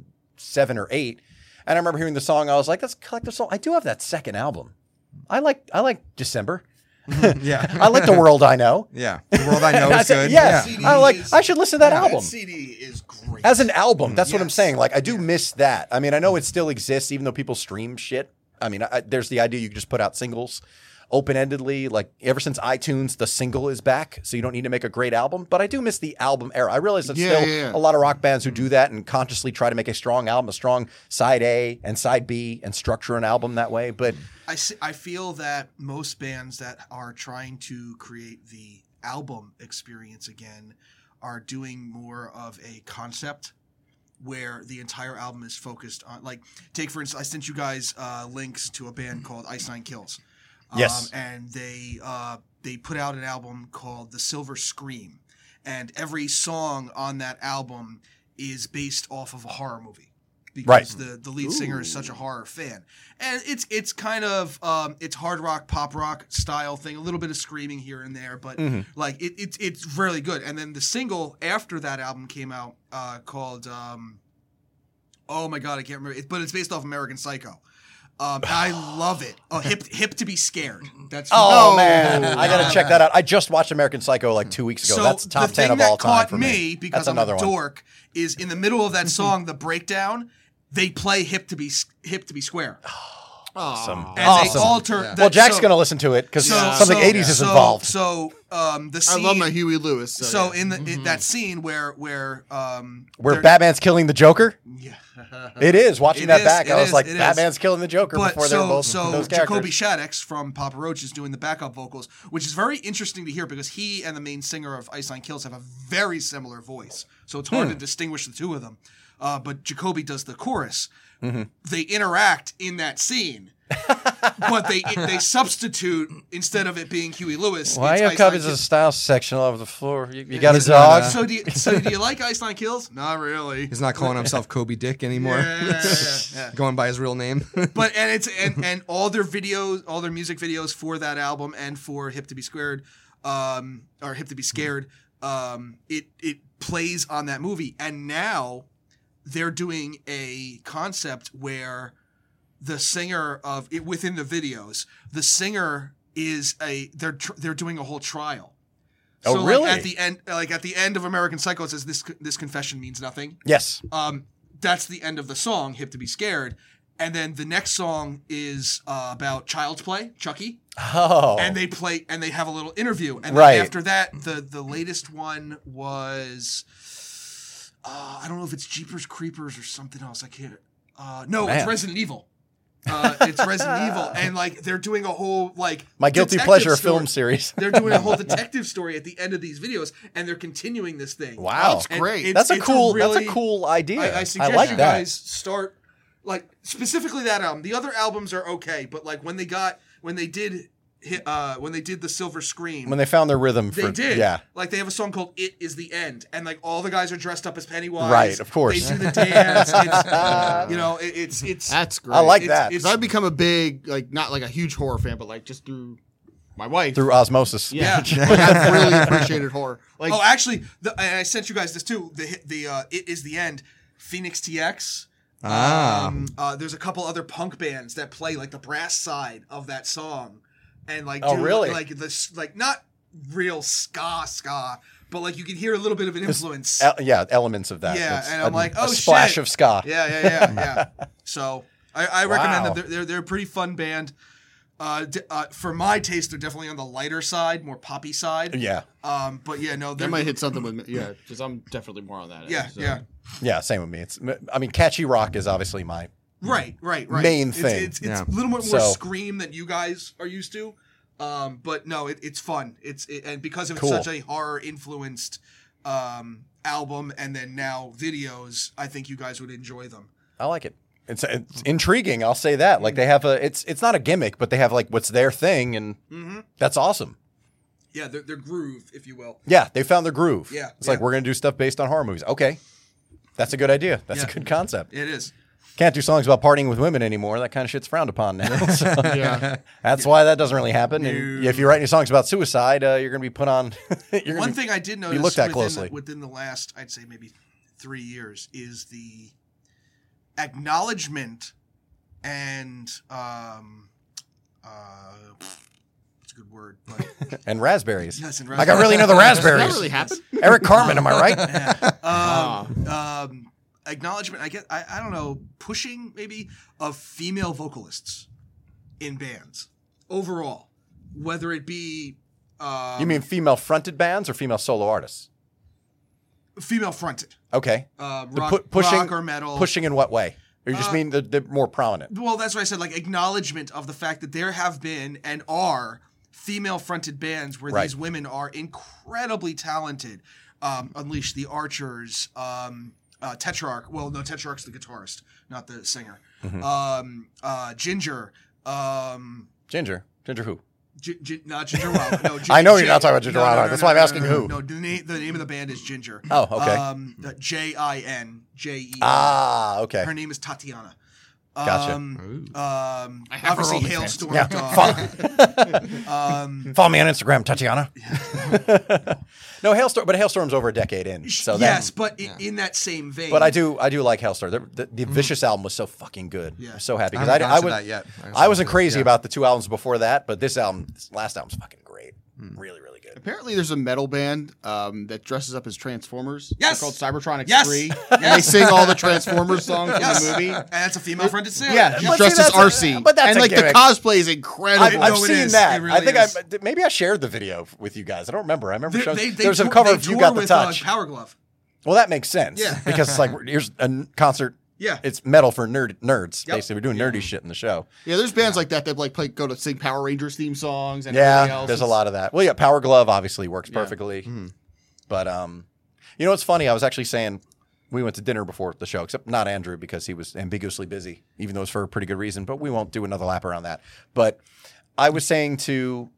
Speaker 3: 2007 or 8. And I remember hearing the song. I was like, that's Collective Soul. I do have that second album. I like I like December.
Speaker 6: yeah,
Speaker 3: I like the world I know.
Speaker 6: yeah. The world I know
Speaker 3: I
Speaker 6: is
Speaker 3: said,
Speaker 6: good.
Speaker 3: yes.
Speaker 6: Yeah.
Speaker 4: yeah.
Speaker 3: I like.
Speaker 4: CDs.
Speaker 3: I should listen to that
Speaker 4: That
Speaker 3: album
Speaker 4: CD is great.
Speaker 3: as an album. That's what I'm
Speaker 4: Yes.
Speaker 3: saying. Like, I do miss that. I mean, I know it still exists, even though people stream shit. I mean, I, there's the idea you can just put out singles open endedly. Like, ever since iTunes, the single is back, so you don't need to make a great album. But I do miss the album era. I realize there's
Speaker 5: Yeah,
Speaker 3: still
Speaker 5: yeah,
Speaker 3: a
Speaker 5: yeah.
Speaker 3: lot of rock bands who do that and consciously try to make a strong album, a strong side A and side B, and structure an album that way. But
Speaker 4: I, s- I feel that most bands that are trying to create the album experience again are doing more of a concept where the entire album is focused on like take for instance i sent you guys uh, links to a band called ice nine kills Um,
Speaker 3: Yes.
Speaker 4: and they uh, they put out an album called the silver scream and every song on that album is based off of a horror movie
Speaker 3: Right.
Speaker 4: because the, the lead singer is such a horror fan and it's it's kind of um, it's hard rock pop rock style thing a little bit of screaming here and there but
Speaker 3: Mm-hmm.
Speaker 4: like it, it's it's really good and then the single after that album came out uh, called um, oh my god i can't remember it, but it's based off american psycho um, I love it. Oh, hip, hip to be scared. That's
Speaker 3: oh
Speaker 4: No.
Speaker 3: man, I gotta check that out. I just watched American Psycho like two weeks ago. That's top
Speaker 4: the
Speaker 3: ten
Speaker 4: thing
Speaker 3: of
Speaker 4: that
Speaker 3: all time
Speaker 4: caught
Speaker 3: for
Speaker 4: me, because
Speaker 3: That's
Speaker 4: I'm
Speaker 3: another
Speaker 4: a
Speaker 3: one.
Speaker 4: dork is in the middle of that song, the breakdown. They play hip to be hip to be square,
Speaker 5: oh,
Speaker 3: Awesome.
Speaker 4: As
Speaker 3: Oh, awesome.
Speaker 4: they alter. that-
Speaker 3: well, Jack's
Speaker 4: so-
Speaker 3: going to listen to it because
Speaker 4: so-
Speaker 3: something
Speaker 4: so-
Speaker 3: 80s is
Speaker 4: so-
Speaker 3: involved.
Speaker 4: So um, the
Speaker 5: I
Speaker 4: scene.
Speaker 5: love my Huey Lewis. So,
Speaker 4: so
Speaker 5: yeah.
Speaker 4: in the
Speaker 3: Mm-hmm.
Speaker 4: in that scene where where um
Speaker 3: Where
Speaker 4: they're-
Speaker 3: Batman's killing the Joker?
Speaker 4: yeah.
Speaker 3: It is. Watching
Speaker 4: It
Speaker 3: that
Speaker 4: is,
Speaker 3: back,
Speaker 4: it
Speaker 3: I was
Speaker 4: is,
Speaker 3: like,
Speaker 4: it is.
Speaker 3: Batman's killing the Joker
Speaker 4: But
Speaker 3: before they
Speaker 4: so
Speaker 3: were both
Speaker 4: so
Speaker 3: those characters.
Speaker 4: Jacoby Shaddix from Papa Roach is doing the backup vocals, which is very interesting to hear because he and the main singer of Iceland Kills have a very similar voice, so it's
Speaker 3: Hmm.
Speaker 4: hard to distinguish the two of them. Uh, but Jacoby does the chorus.
Speaker 3: Mm-hmm.
Speaker 4: They interact in that scene. but they they substitute instead of it being Huey Lewis.
Speaker 3: Why
Speaker 4: it's
Speaker 3: your
Speaker 4: Iceland
Speaker 3: covers
Speaker 4: Kills.
Speaker 3: a style section all over the floor? You, you got a
Speaker 6: He's not,
Speaker 3: dog?
Speaker 6: uh,
Speaker 4: So do you, so do you like Iceland Kills? Not really.
Speaker 6: He's not calling himself Kobe Dick anymore.
Speaker 4: Yeah, yeah, yeah, yeah.
Speaker 6: Going by his real name.
Speaker 4: But and it's and and all their videos, all their music videos for that album and for Hip to Be Squared, um, or Hip to Be Scared, um, it it plays on that movie. And now they're doing a concept where the singer of it within the videos, the singer is a they're tr- they're doing a whole trial.
Speaker 3: Oh,
Speaker 4: so
Speaker 3: really?
Speaker 4: Like at the end, like at the end of American Psycho, it says this this confession means nothing
Speaker 3: yes.
Speaker 4: um, that's the end of the song hip to be scared and then the next song is uh, about child's play chucky
Speaker 3: Oh.
Speaker 4: and they play and they have a little interview and then
Speaker 3: Right.
Speaker 4: after that the the latest one was uh, i don't know if it's jeepers creepers or something else i can't uh, no
Speaker 3: Man.
Speaker 4: it's resident evil uh, it's resident evil and like they're doing a whole like
Speaker 3: My guilty
Speaker 4: detective
Speaker 3: pleasure
Speaker 4: story.
Speaker 3: film series.
Speaker 4: they're doing a whole detective story at the end of these videos and they're continuing this thing
Speaker 3: Wow.
Speaker 5: That's
Speaker 4: And
Speaker 5: great.
Speaker 4: it's-
Speaker 3: that's a
Speaker 4: it's
Speaker 3: cool that's
Speaker 4: really-
Speaker 3: a cool idea.
Speaker 4: I, I suggest
Speaker 3: like
Speaker 4: you
Speaker 3: that.
Speaker 4: guys start like specifically that album. The other albums are okay, but like when they got when they did hit, uh when they did the Silver Screen,
Speaker 3: when they found their rhythm for
Speaker 4: they did
Speaker 3: yeah.
Speaker 4: like they have a song called "It Is the End," and like all the guys are dressed up as Pennywise,
Speaker 3: Right, of course.
Speaker 4: They do the dance. It's, you know, it, it's it's
Speaker 5: that's great.
Speaker 3: I like
Speaker 4: it's-
Speaker 3: that.
Speaker 4: it's-
Speaker 5: Because I've become a big, like, not like a huge horror fan, but like just through my wife.
Speaker 3: Through osmosis.
Speaker 5: yeah,
Speaker 4: Yeah.
Speaker 5: like, I've really appreciated horror. Like,
Speaker 4: oh, actually, the, and I sent you guys this too. The hit- the uh, "It Is the End," Phoenix TX.
Speaker 6: Ah.
Speaker 4: Um, uh, there's a couple other punk bands that play like the brass side of that song, and like
Speaker 3: Oh,
Speaker 4: do,
Speaker 3: really?
Speaker 4: like this like not real ska ska, but like you can hear a little bit of an influence.
Speaker 3: El- yeah, elements of that.
Speaker 4: Yeah,
Speaker 3: That's
Speaker 4: and I'm
Speaker 3: a-
Speaker 4: like,
Speaker 3: a
Speaker 4: oh,
Speaker 3: splash
Speaker 4: shit.
Speaker 3: of ska.
Speaker 4: yeah, yeah, yeah, yeah. So I, I recommend
Speaker 3: Wow.
Speaker 4: that. They're, they're they're a pretty fun band. Uh, d- uh, for my taste, they're definitely on the lighter side, more poppy side.
Speaker 3: Yeah,
Speaker 4: Um, but yeah, no,
Speaker 5: that
Speaker 4: they're
Speaker 5: might hit something with me. Yeah, because I'm definitely more on that. end,
Speaker 4: yeah,
Speaker 5: so.
Speaker 4: yeah.
Speaker 3: yeah, same with me. It's I mean, catchy rock is obviously my
Speaker 4: right, right, right.
Speaker 3: Main
Speaker 4: it's,
Speaker 3: thing.
Speaker 4: It's, it's
Speaker 6: Yeah.
Speaker 4: a little bit
Speaker 3: So-
Speaker 4: more scream than you guys are used to, um, but no, it, it's fun. It's it, and because of
Speaker 3: Cool.
Speaker 4: such a horror influenced um, album, and then now videos, I think you guys would enjoy them.
Speaker 3: I like it. It's, it's intriguing. I'll say that. Like they have a it's it's not a gimmick, but they have like what's their thing, and
Speaker 4: Mm-hmm.
Speaker 3: that's awesome.
Speaker 4: Yeah, their, their groove, if you will.
Speaker 3: Yeah, they found their groove.
Speaker 4: Yeah,
Speaker 3: it's
Speaker 4: yeah.
Speaker 3: like we're gonna do stuff based on horror movies. Okay, that's a good idea. That's a
Speaker 4: Yeah.
Speaker 3: good concept.
Speaker 4: It is.
Speaker 3: Can't do songs about partying with women anymore. That kind of shit's frowned upon now. So
Speaker 5: Yeah.
Speaker 3: that's why that doesn't really happen. And if you write any songs about suicide, uh, you're gonna be put on. you're gonna
Speaker 4: One
Speaker 3: be-
Speaker 4: thing I did notice
Speaker 3: looked at
Speaker 4: within,
Speaker 3: closely.
Speaker 4: The, within the last, I'd say maybe three years, is the acknowledgement and um, uh, it's a good word, but
Speaker 3: and raspberries.
Speaker 4: Yes, and
Speaker 3: Like I really know the
Speaker 5: Does that
Speaker 3: raspberries.
Speaker 5: really happen?
Speaker 3: Eric Carmen, am I right?
Speaker 4: um, um, acknowledgement. I guess I, I don't know pushing maybe of female vocalists in bands overall, whether it be um,
Speaker 3: You mean female fronted bands or female solo artists?
Speaker 4: female fronted,
Speaker 3: Okay.
Speaker 4: um,
Speaker 3: The
Speaker 4: rock,
Speaker 3: pu- pushing
Speaker 4: rock or metal,
Speaker 3: Pushing in what way? Or
Speaker 4: Uh,
Speaker 3: you just mean the, the more prominent?
Speaker 4: Well, that's what I said. Like acknowledgement of the fact that there have been and are female fronted bands where
Speaker 3: Right.
Speaker 4: these women are incredibly talented. Um, Unleash the Archers, um, uh, Tetrarch. Well, no, Tetrarch's the guitarist, not the singer. Um, uh, Ginger. Um,
Speaker 3: Ginger. Ginger who?
Speaker 4: Gi- Gi- not Ginger Wild. No, Gi-
Speaker 3: I know
Speaker 4: Gi-
Speaker 3: you're not talking about Ginger Wild. That's why I'm asking
Speaker 4: no, no,
Speaker 3: who.
Speaker 4: No, the, name, the name of the band is Ginger.
Speaker 3: Oh, okay.
Speaker 4: Um, J I N J E.
Speaker 3: Ah, okay.
Speaker 4: Her name is Tatiana.
Speaker 3: Gotcha.
Speaker 4: Um, um,
Speaker 5: I have her
Speaker 4: obviously, uh,
Speaker 5: OnlyFans.
Speaker 4: Hailstorm
Speaker 3: Yeah.
Speaker 4: Dog.
Speaker 3: Follow,
Speaker 4: Um,
Speaker 3: follow me on Instagram, Tatiana. no, Hailstorm, but Hailstorm's over a decade in. So
Speaker 4: yes,
Speaker 3: that's
Speaker 4: but i- in that same vein.
Speaker 3: But I do, I do like Hailstorm. The, the, the Vicious album was so fucking good.
Speaker 4: Mm-hmm. Yeah.
Speaker 3: I'm so happy
Speaker 6: I
Speaker 3: because
Speaker 6: haven't
Speaker 3: I, d-
Speaker 6: gotten
Speaker 3: I
Speaker 6: to
Speaker 3: was,
Speaker 6: that yet.
Speaker 3: I wasn't crazy
Speaker 6: Yeah.
Speaker 4: Mm.
Speaker 3: about the two albums before that, but this album, this last album's fucking great. Really, really good.
Speaker 5: Apparently, there's a metal band um, that dresses up as Transformers.
Speaker 4: Yes.
Speaker 5: They're called Cybertronics
Speaker 4: Yes.
Speaker 5: 3. And they
Speaker 4: Yes.
Speaker 5: sing all the Transformers songs
Speaker 4: Yes.
Speaker 5: in the movie.
Speaker 4: And that's a female friend to Sam.
Speaker 5: Yeah, she's
Speaker 3: But see,
Speaker 5: dressed as
Speaker 3: that's a-
Speaker 5: RC.
Speaker 3: but that's
Speaker 5: and
Speaker 3: a
Speaker 5: like
Speaker 3: gimmick.
Speaker 5: the cosplay is
Speaker 3: I've,
Speaker 5: incredible.
Speaker 4: I-
Speaker 3: I've
Speaker 4: No, it
Speaker 3: seen
Speaker 4: is.
Speaker 3: that.
Speaker 4: It really
Speaker 3: I think
Speaker 4: is.
Speaker 3: I maybe I shared the video with you guys. I don't remember. I remember
Speaker 4: They,
Speaker 3: showing,
Speaker 4: they, they
Speaker 3: there was some
Speaker 4: tour-
Speaker 3: cover
Speaker 4: they
Speaker 3: of You
Speaker 4: tour
Speaker 3: Got the
Speaker 4: with,
Speaker 3: Touch.
Speaker 4: Uh, Power Glove.
Speaker 3: well, that makes sense.
Speaker 4: Yeah.
Speaker 3: because it's like here's a n- concert.
Speaker 4: Yeah.
Speaker 3: it's metal for nerd nerds.
Speaker 4: Yep.
Speaker 3: Basically, we're doing nerdy shit in the show.
Speaker 5: yeah, there's bands like that that like play go to sing Power Rangers theme songs and everything
Speaker 3: Yeah,
Speaker 5: else.
Speaker 3: there's a
Speaker 5: It's-
Speaker 3: lot of that. Well, yeah, Power Glove obviously works perfectly. But um, you know what's funny? I was actually saying we went to dinner before the show, except not Andrew because he was ambiguously busy, even though it's for a pretty good reason. But we won't do another lap around that. But I was saying to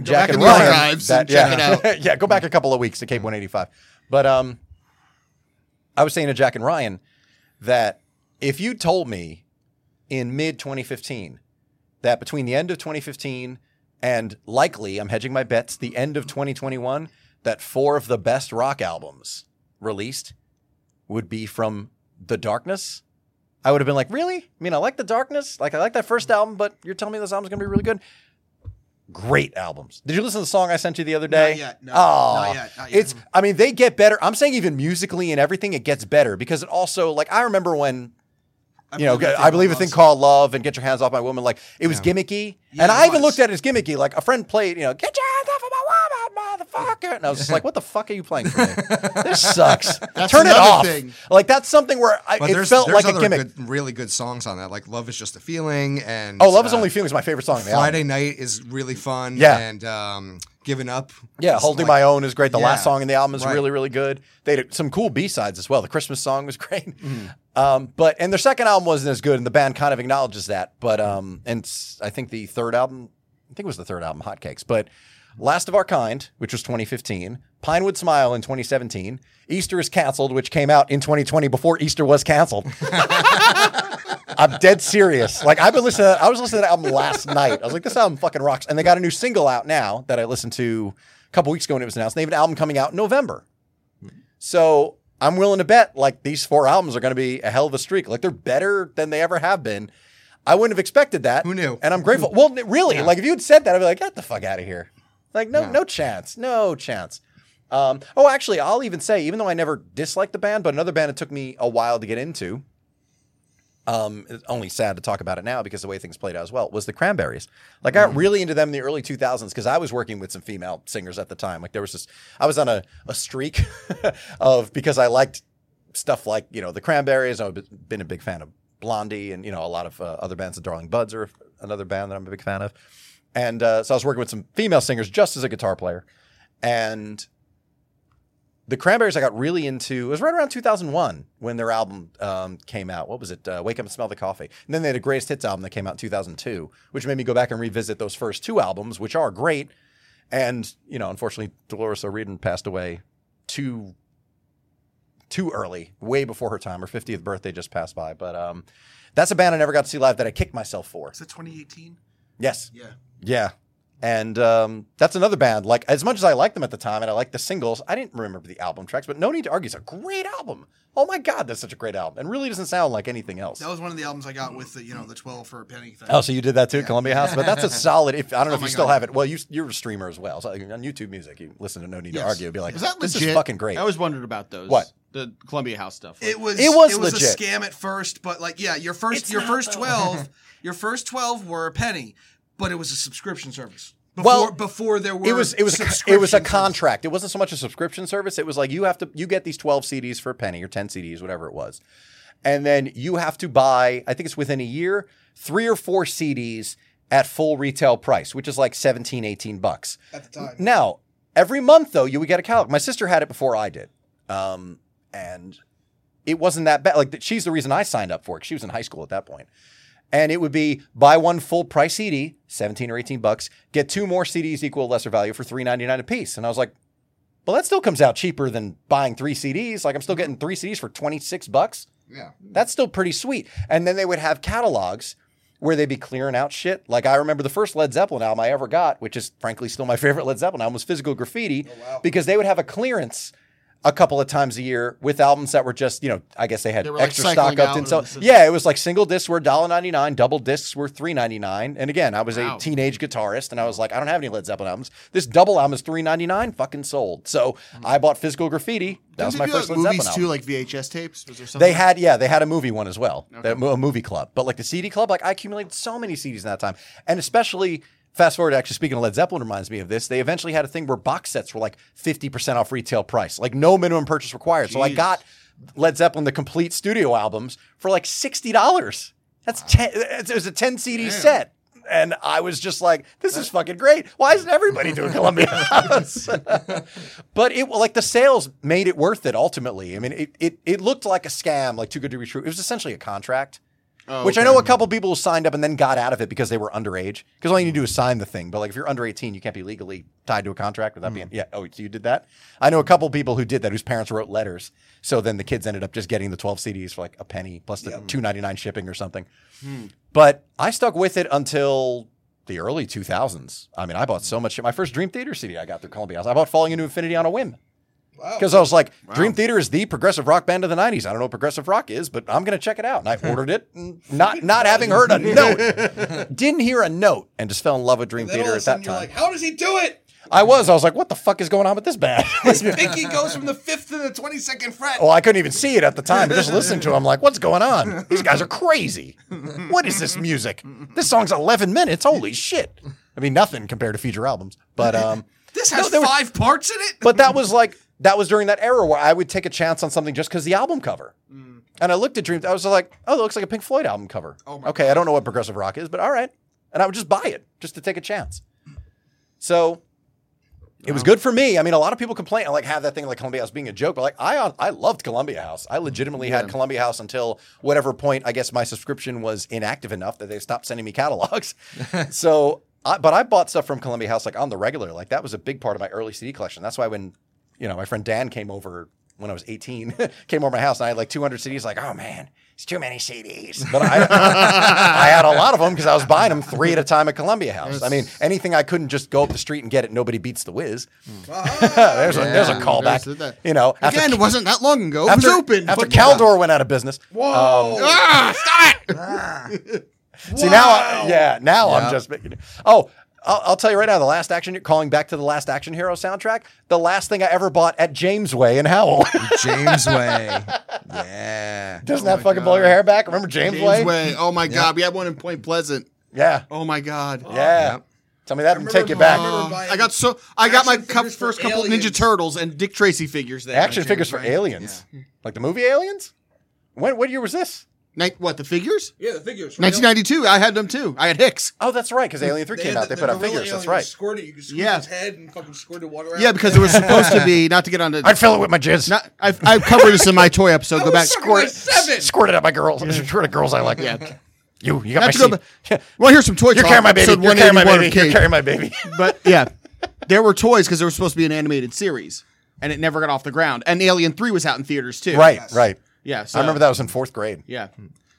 Speaker 3: Jack
Speaker 5: back
Speaker 3: and
Speaker 5: in the
Speaker 3: Ryan
Speaker 5: archives
Speaker 3: that
Speaker 5: and check
Speaker 3: yeah,
Speaker 5: it
Speaker 3: yeah, go back a couple of weeks to Cape 185. But um, I was saying to Jack and Ryan that if you told me in mid 2015 that between the end of 2015 and likely, I'm hedging my bets, the end of 2021, that four of the best rock albums released would be from The Darkness, I would have been like, really? I mean, I like The Darkness. Like, I like that first album, but you're telling me this album's going to be really good? Great albums. Did you listen to the song I sent you the other day?
Speaker 4: yet, no.
Speaker 3: Oh,
Speaker 4: Not yet, not yet.
Speaker 3: It's, I mean, they get better. I'm saying even musically and everything, it gets better because it also, like, I remember when
Speaker 4: I
Speaker 3: you know,
Speaker 4: in
Speaker 3: I believe a
Speaker 4: Love.
Speaker 3: thing called love and get your hands off my woman. Like it was gimmicky,
Speaker 4: Yeah,
Speaker 3: and
Speaker 4: it
Speaker 3: I even
Speaker 4: was.
Speaker 3: looked at it as gimmicky. Like a friend played, you know, get your hands off of my woman, motherfucker, and I was just like, what the fuck are you playing for me? this sucks. Turn it
Speaker 5: another
Speaker 3: off.
Speaker 5: thing.
Speaker 3: Like that's something where I,
Speaker 6: But
Speaker 3: it
Speaker 6: there's,
Speaker 3: felt
Speaker 6: there's
Speaker 3: like a
Speaker 6: other
Speaker 3: gimmick.
Speaker 6: good, really good songs on that, like "Love Is Just a Feeling" and
Speaker 3: oh, love is
Speaker 6: uh,
Speaker 3: only feeling is my favorite song. on the album.
Speaker 6: Friday night is really fun.
Speaker 3: Yeah.
Speaker 6: and um, giving up.
Speaker 3: Yeah,
Speaker 6: is
Speaker 3: holding
Speaker 6: like-
Speaker 3: my own is great. The last
Speaker 6: Yeah.
Speaker 3: song in the album is
Speaker 6: Right.
Speaker 3: really, really good. They had some cool B sides as well. The Christmas song was great.
Speaker 6: Mm-hmm.
Speaker 3: Um, but and their second album wasn't as good, and the band kind of acknowledges that. But um, and s- I think the third album, I think it was the third album, Hotcakes. But Last of Our Kind, which was 2015, Pinewood Smile in 2017, Easter is canceled, which came out in 2020 before Easter was canceled. I'm dead serious. Like I've been listening. To that, I was listening to that album last night. I was like, this album fucking rocks. And they got a new single out now that I listened to a couple weeks ago when it was announced. And they have an album coming out in November. So I'm willing to bet like these four albums are going to be a hell of a streak. Like they're better than they ever have been. I wouldn't have expected that.
Speaker 6: Who knew?
Speaker 3: And I'm grateful. Well, n- really, like if you had said that, I'd be like, get the fuck out of here. Like no, no chance, no chance. Um, oh, actually, I'll even say, even though I never disliked the band, but another band it took me a while to get into, um, it's only sad to talk about it now because the way things played out as well was the Cranberries. Like I got really into them in the early 2000s because I was working with some female singers at the time. Like there was this, I was on a, a streak of because I liked stuff like you know the Cranberries. I've b- been a big fan of Blondie and you know a lot of uh, other bands. The Darling Buds are another band that I'm a big fan of. And uh, so I was working with some female singers just as a guitar player, and the Cranberries I got really into it was right around 2001 when their album um, came out. What was it? Uh, Wake Up and Smell the Coffee. And then they had a greatest hits album that came out in 2002, which made me go back and revisit those first two albums, which are great. And you know, unfortunately, Dolores O'Riordan passed away too too early, way before her time. Her 50th birthday just passed by, but um, that's a band I never got to see live that I kicked myself for.
Speaker 4: Is that 2018?
Speaker 3: Yes,
Speaker 4: Yeah.
Speaker 3: yeah. And um, that's another band. Like as much as I liked them at the time, and I liked the singles, I didn't remember the album tracks. But No Need to Argue is a great album. Oh my god, that's such a great album, and really doesn't sound like anything else.
Speaker 4: That was one of the albums I got with the you know the 12 for a penny thing.
Speaker 3: Oh, so you did that too, Columbia House. But that's a solid. If I don't know if you
Speaker 4: my
Speaker 3: still
Speaker 4: God.
Speaker 3: have it, well, you, you're a streamer as well. So on YouTube Music, you listen to No Need to
Speaker 4: Yes.
Speaker 3: Argue, be like,
Speaker 5: Was that
Speaker 3: this
Speaker 5: legit?
Speaker 3: is fucking great.
Speaker 5: I always wondered about those.
Speaker 3: What?
Speaker 5: The Columbia House stuff.
Speaker 4: It was
Speaker 3: It was
Speaker 4: a
Speaker 3: legit.
Speaker 4: scam at first, but like yeah, your first your first 12 your first 12 were a penny, but it was a subscription service. Before,
Speaker 3: Well,
Speaker 4: before there were
Speaker 3: it was it was a, con- it was a contract. It wasn't so much a subscription service. It was like you have to you get these twelve CDs for a penny or ten CDs, whatever it was, and then you have to buy. I think it's within a year, three or four CDs at full retail price, which is like 17, 18 bucks.
Speaker 4: at the time.
Speaker 3: Now, every month though, you would get a catalog. My sister had it before I did, um, and it wasn't that bad. Like th- she's the reason I signed up for it. 'cause She was in high school at that point. And it would be buy one full price CD, 17 or 18 bucks, get two more CDs equal or lesser value for 3.99 a piece. And I was like, well, that still comes out cheaper than buying three CDs. Like I'm
Speaker 5: Mm-hmm.
Speaker 3: still getting three CDs for 26 bucks.
Speaker 6: Yeah,
Speaker 3: That's still pretty sweet. And then they would have catalogs where they'd be clearing out shit. Like I remember the first Led Zeppelin album I ever
Speaker 5: Oh,
Speaker 3: got, which is frankly still my favorite Led Zeppelin album, was Physical Graffiti, because they would have a clearance a couple of times a year with albums that were just, you know, I guess they had
Speaker 5: They were, like,
Speaker 3: extra
Speaker 5: cycling
Speaker 3: stock up
Speaker 5: out
Speaker 3: and so
Speaker 5: of the-
Speaker 3: yeah, it was like single discs were $1.99, double discs were $3.99. And again, I was
Speaker 5: Wow.
Speaker 3: a teenage guitarist and I was like, I don't have any Led Zeppelin albums. This double album is $3.99 fucking sold. So
Speaker 5: Hmm.
Speaker 3: I bought Physical Graffiti. That was
Speaker 5: Didn't
Speaker 3: my
Speaker 5: they do,
Speaker 3: first
Speaker 5: like,
Speaker 3: Led Zeppelin
Speaker 5: movies
Speaker 3: album.
Speaker 5: too, like VHS tapes. Was there something?
Speaker 3: They had, yeah, they had a movie one as well, a mo- a movie club. But like the CD club, like I accumulated so many CDs in that time, and especially fast forward. Actually, speaking of Led Zeppelin, reminds me of this. They eventually had a thing where box sets were like fifty percent off retail price, like no minimum purchase required. So I
Speaker 5: Jeez.
Speaker 3: got Led Zeppelin the complete studio albums for like sixty dollars. That's ten. It was a ten CD set. And I was just like, "This is fucking great. Why isn't everybody doing Columbia House?" But it like the sales made it worth it ultimately. I mean, it it, it looked like a scam, like too good to be true. It was essentially a contract.
Speaker 5: Oh,
Speaker 3: which I
Speaker 5: okay.
Speaker 3: know a couple people who signed up and then got out of it because they were underage. Because all you need to do is sign the thing. But like if you're under 18, you can't be legally tied to a contract
Speaker 5: Hmm.
Speaker 3: without being yeah. Oh, so you did that? I know a couple people who did that whose parents wrote letters. So then the kids ended up just getting the 12 CDs for like a penny plus the 2.99 shipping or something. But I stuck with it until the early 2000s. I mean, I bought so much shit. My first Dream Theater CD I got through Columbia House. I bought Falling into Infinity on a whim. Because I was like, Dream Theater is the progressive rock band of the '90s. I don't know what progressive rock is, but I'm gonna check it out. And I ordered it, and not not having heard a note, didn't hear a note, and just fell in love with Dream
Speaker 7: Then all of a
Speaker 3: Theater at that
Speaker 7: sudden you're
Speaker 3: time.
Speaker 7: like, how does he do it?
Speaker 3: I was, I was like, what the fuck is going on with this band?
Speaker 7: His pinky goes from the fifth to the twenty second fret.
Speaker 3: well, I couldn't even see it at the time, but just listening to it, I'm like, what's going on? These guys are crazy. What is this music? This song's 11 minutes. Holy shit! I mean, nothing compared to future albums, but um.
Speaker 4: This has
Speaker 3: they were-
Speaker 4: five parts in it.
Speaker 3: but that was like that was during that era where I would take a chance on something just because the album cover. And I looked at Dreams. I was like, oh, it looks like a Pink Floyd album cover. Mm. Oh my okay, I don't know what progressive rock is, but all right. And I would just buy it just to take a chance. So it was good for me. I mean, a lot of people complain. I like have that thing like Columbia House being a joke, but like I I loved Columbia House. I legitimately had Columbia House until whatever point I guess my subscription was inactive enough that they stopped sending me catalogs. so, I, but I bought stuff from Columbia House like on the regular. Like that was a big part of my early CD collection. That's why when you know my friend Dan came over when I was 18, came over my house and I had like 200 CDs. Like, oh man, it's too many CDs. But I, I had a lot of them because I was buying them three at a time at Columbia House. I mean, anything I couldn't just go up the street and get it. Nobody beats the whiz.
Speaker 4: Uh-huh.
Speaker 3: there's, a, there's a
Speaker 5: Mm. Yeah,
Speaker 3: callback.
Speaker 5: there's that.
Speaker 3: you know, after,
Speaker 5: Again, it wasn't that long ago.
Speaker 3: after,
Speaker 5: it was open.
Speaker 3: after
Speaker 5: but- Yeah.
Speaker 3: Caldor went out of business. Whoa.
Speaker 5: Ah, stop it!
Speaker 3: See now, I, yeah, now I'm just making. Oh, I'll, I'll tell you right now. The last action, calling back to the last action hero soundtrack. The last thing I ever bought at James Way in Howell.
Speaker 6: Oh James Way. Yeah.
Speaker 3: Doesn't that fucking blow your hair back? Remember James, Way?
Speaker 5: James Way. Oh my God, we had one in Point Pleasant.
Speaker 3: Yeah,
Speaker 5: Oh my God.
Speaker 3: yeah. Tell me that and
Speaker 7: remember
Speaker 3: take you
Speaker 7: my-
Speaker 3: back.
Speaker 7: I remember buying
Speaker 5: I got so I got my
Speaker 7: action
Speaker 5: cup,
Speaker 7: figures for
Speaker 5: first couple of
Speaker 7: aliens.
Speaker 5: Ninja Turtles and Dick Tracy figures there.
Speaker 3: action
Speaker 5: James
Speaker 3: figures for
Speaker 5: Way.
Speaker 3: aliens, like the movie Aliens. When what year was this?
Speaker 5: Nin- what the figures?
Speaker 7: yeah, the figures.
Speaker 5: 1992. I had them too. I had Hicks.
Speaker 3: Oh, that's right, because Alien Three came out. They put out
Speaker 7: gorilla
Speaker 3: figures. That's
Speaker 7: alien
Speaker 3: right.
Speaker 7: Squirted, you could squirt
Speaker 5: Yeah.
Speaker 7: his head and fucking squirted water out.
Speaker 5: Yeah, because it was supposed to be not to get on
Speaker 3: I'd
Speaker 5: the.
Speaker 3: fill it with my jizz.
Speaker 5: Not, I've, I've covered this in my toy episode.
Speaker 7: I
Speaker 5: go
Speaker 7: was
Speaker 5: back.
Speaker 7: sucking my seven.
Speaker 3: Squirt it at my girls. Squirt at girls I like. Yeah. You, you got
Speaker 5: Not
Speaker 3: my
Speaker 5: to go
Speaker 3: seed.
Speaker 5: back. Well, here's some toy
Speaker 3: You're
Speaker 5: talk,
Speaker 3: carrying my baby.
Speaker 5: episode
Speaker 3: You're carrying my
Speaker 5: 181
Speaker 3: baby.
Speaker 5: of
Speaker 3: You're
Speaker 5: Cage.
Speaker 3: carrying my baby.
Speaker 5: but yeah, there were toys because there was supposed to be an animated series, and it never got off the ground. And Alien Three was out in theaters too.
Speaker 3: Right, right.
Speaker 5: Yeah. So,
Speaker 3: I remember that was in fourth grade.
Speaker 5: Yeah.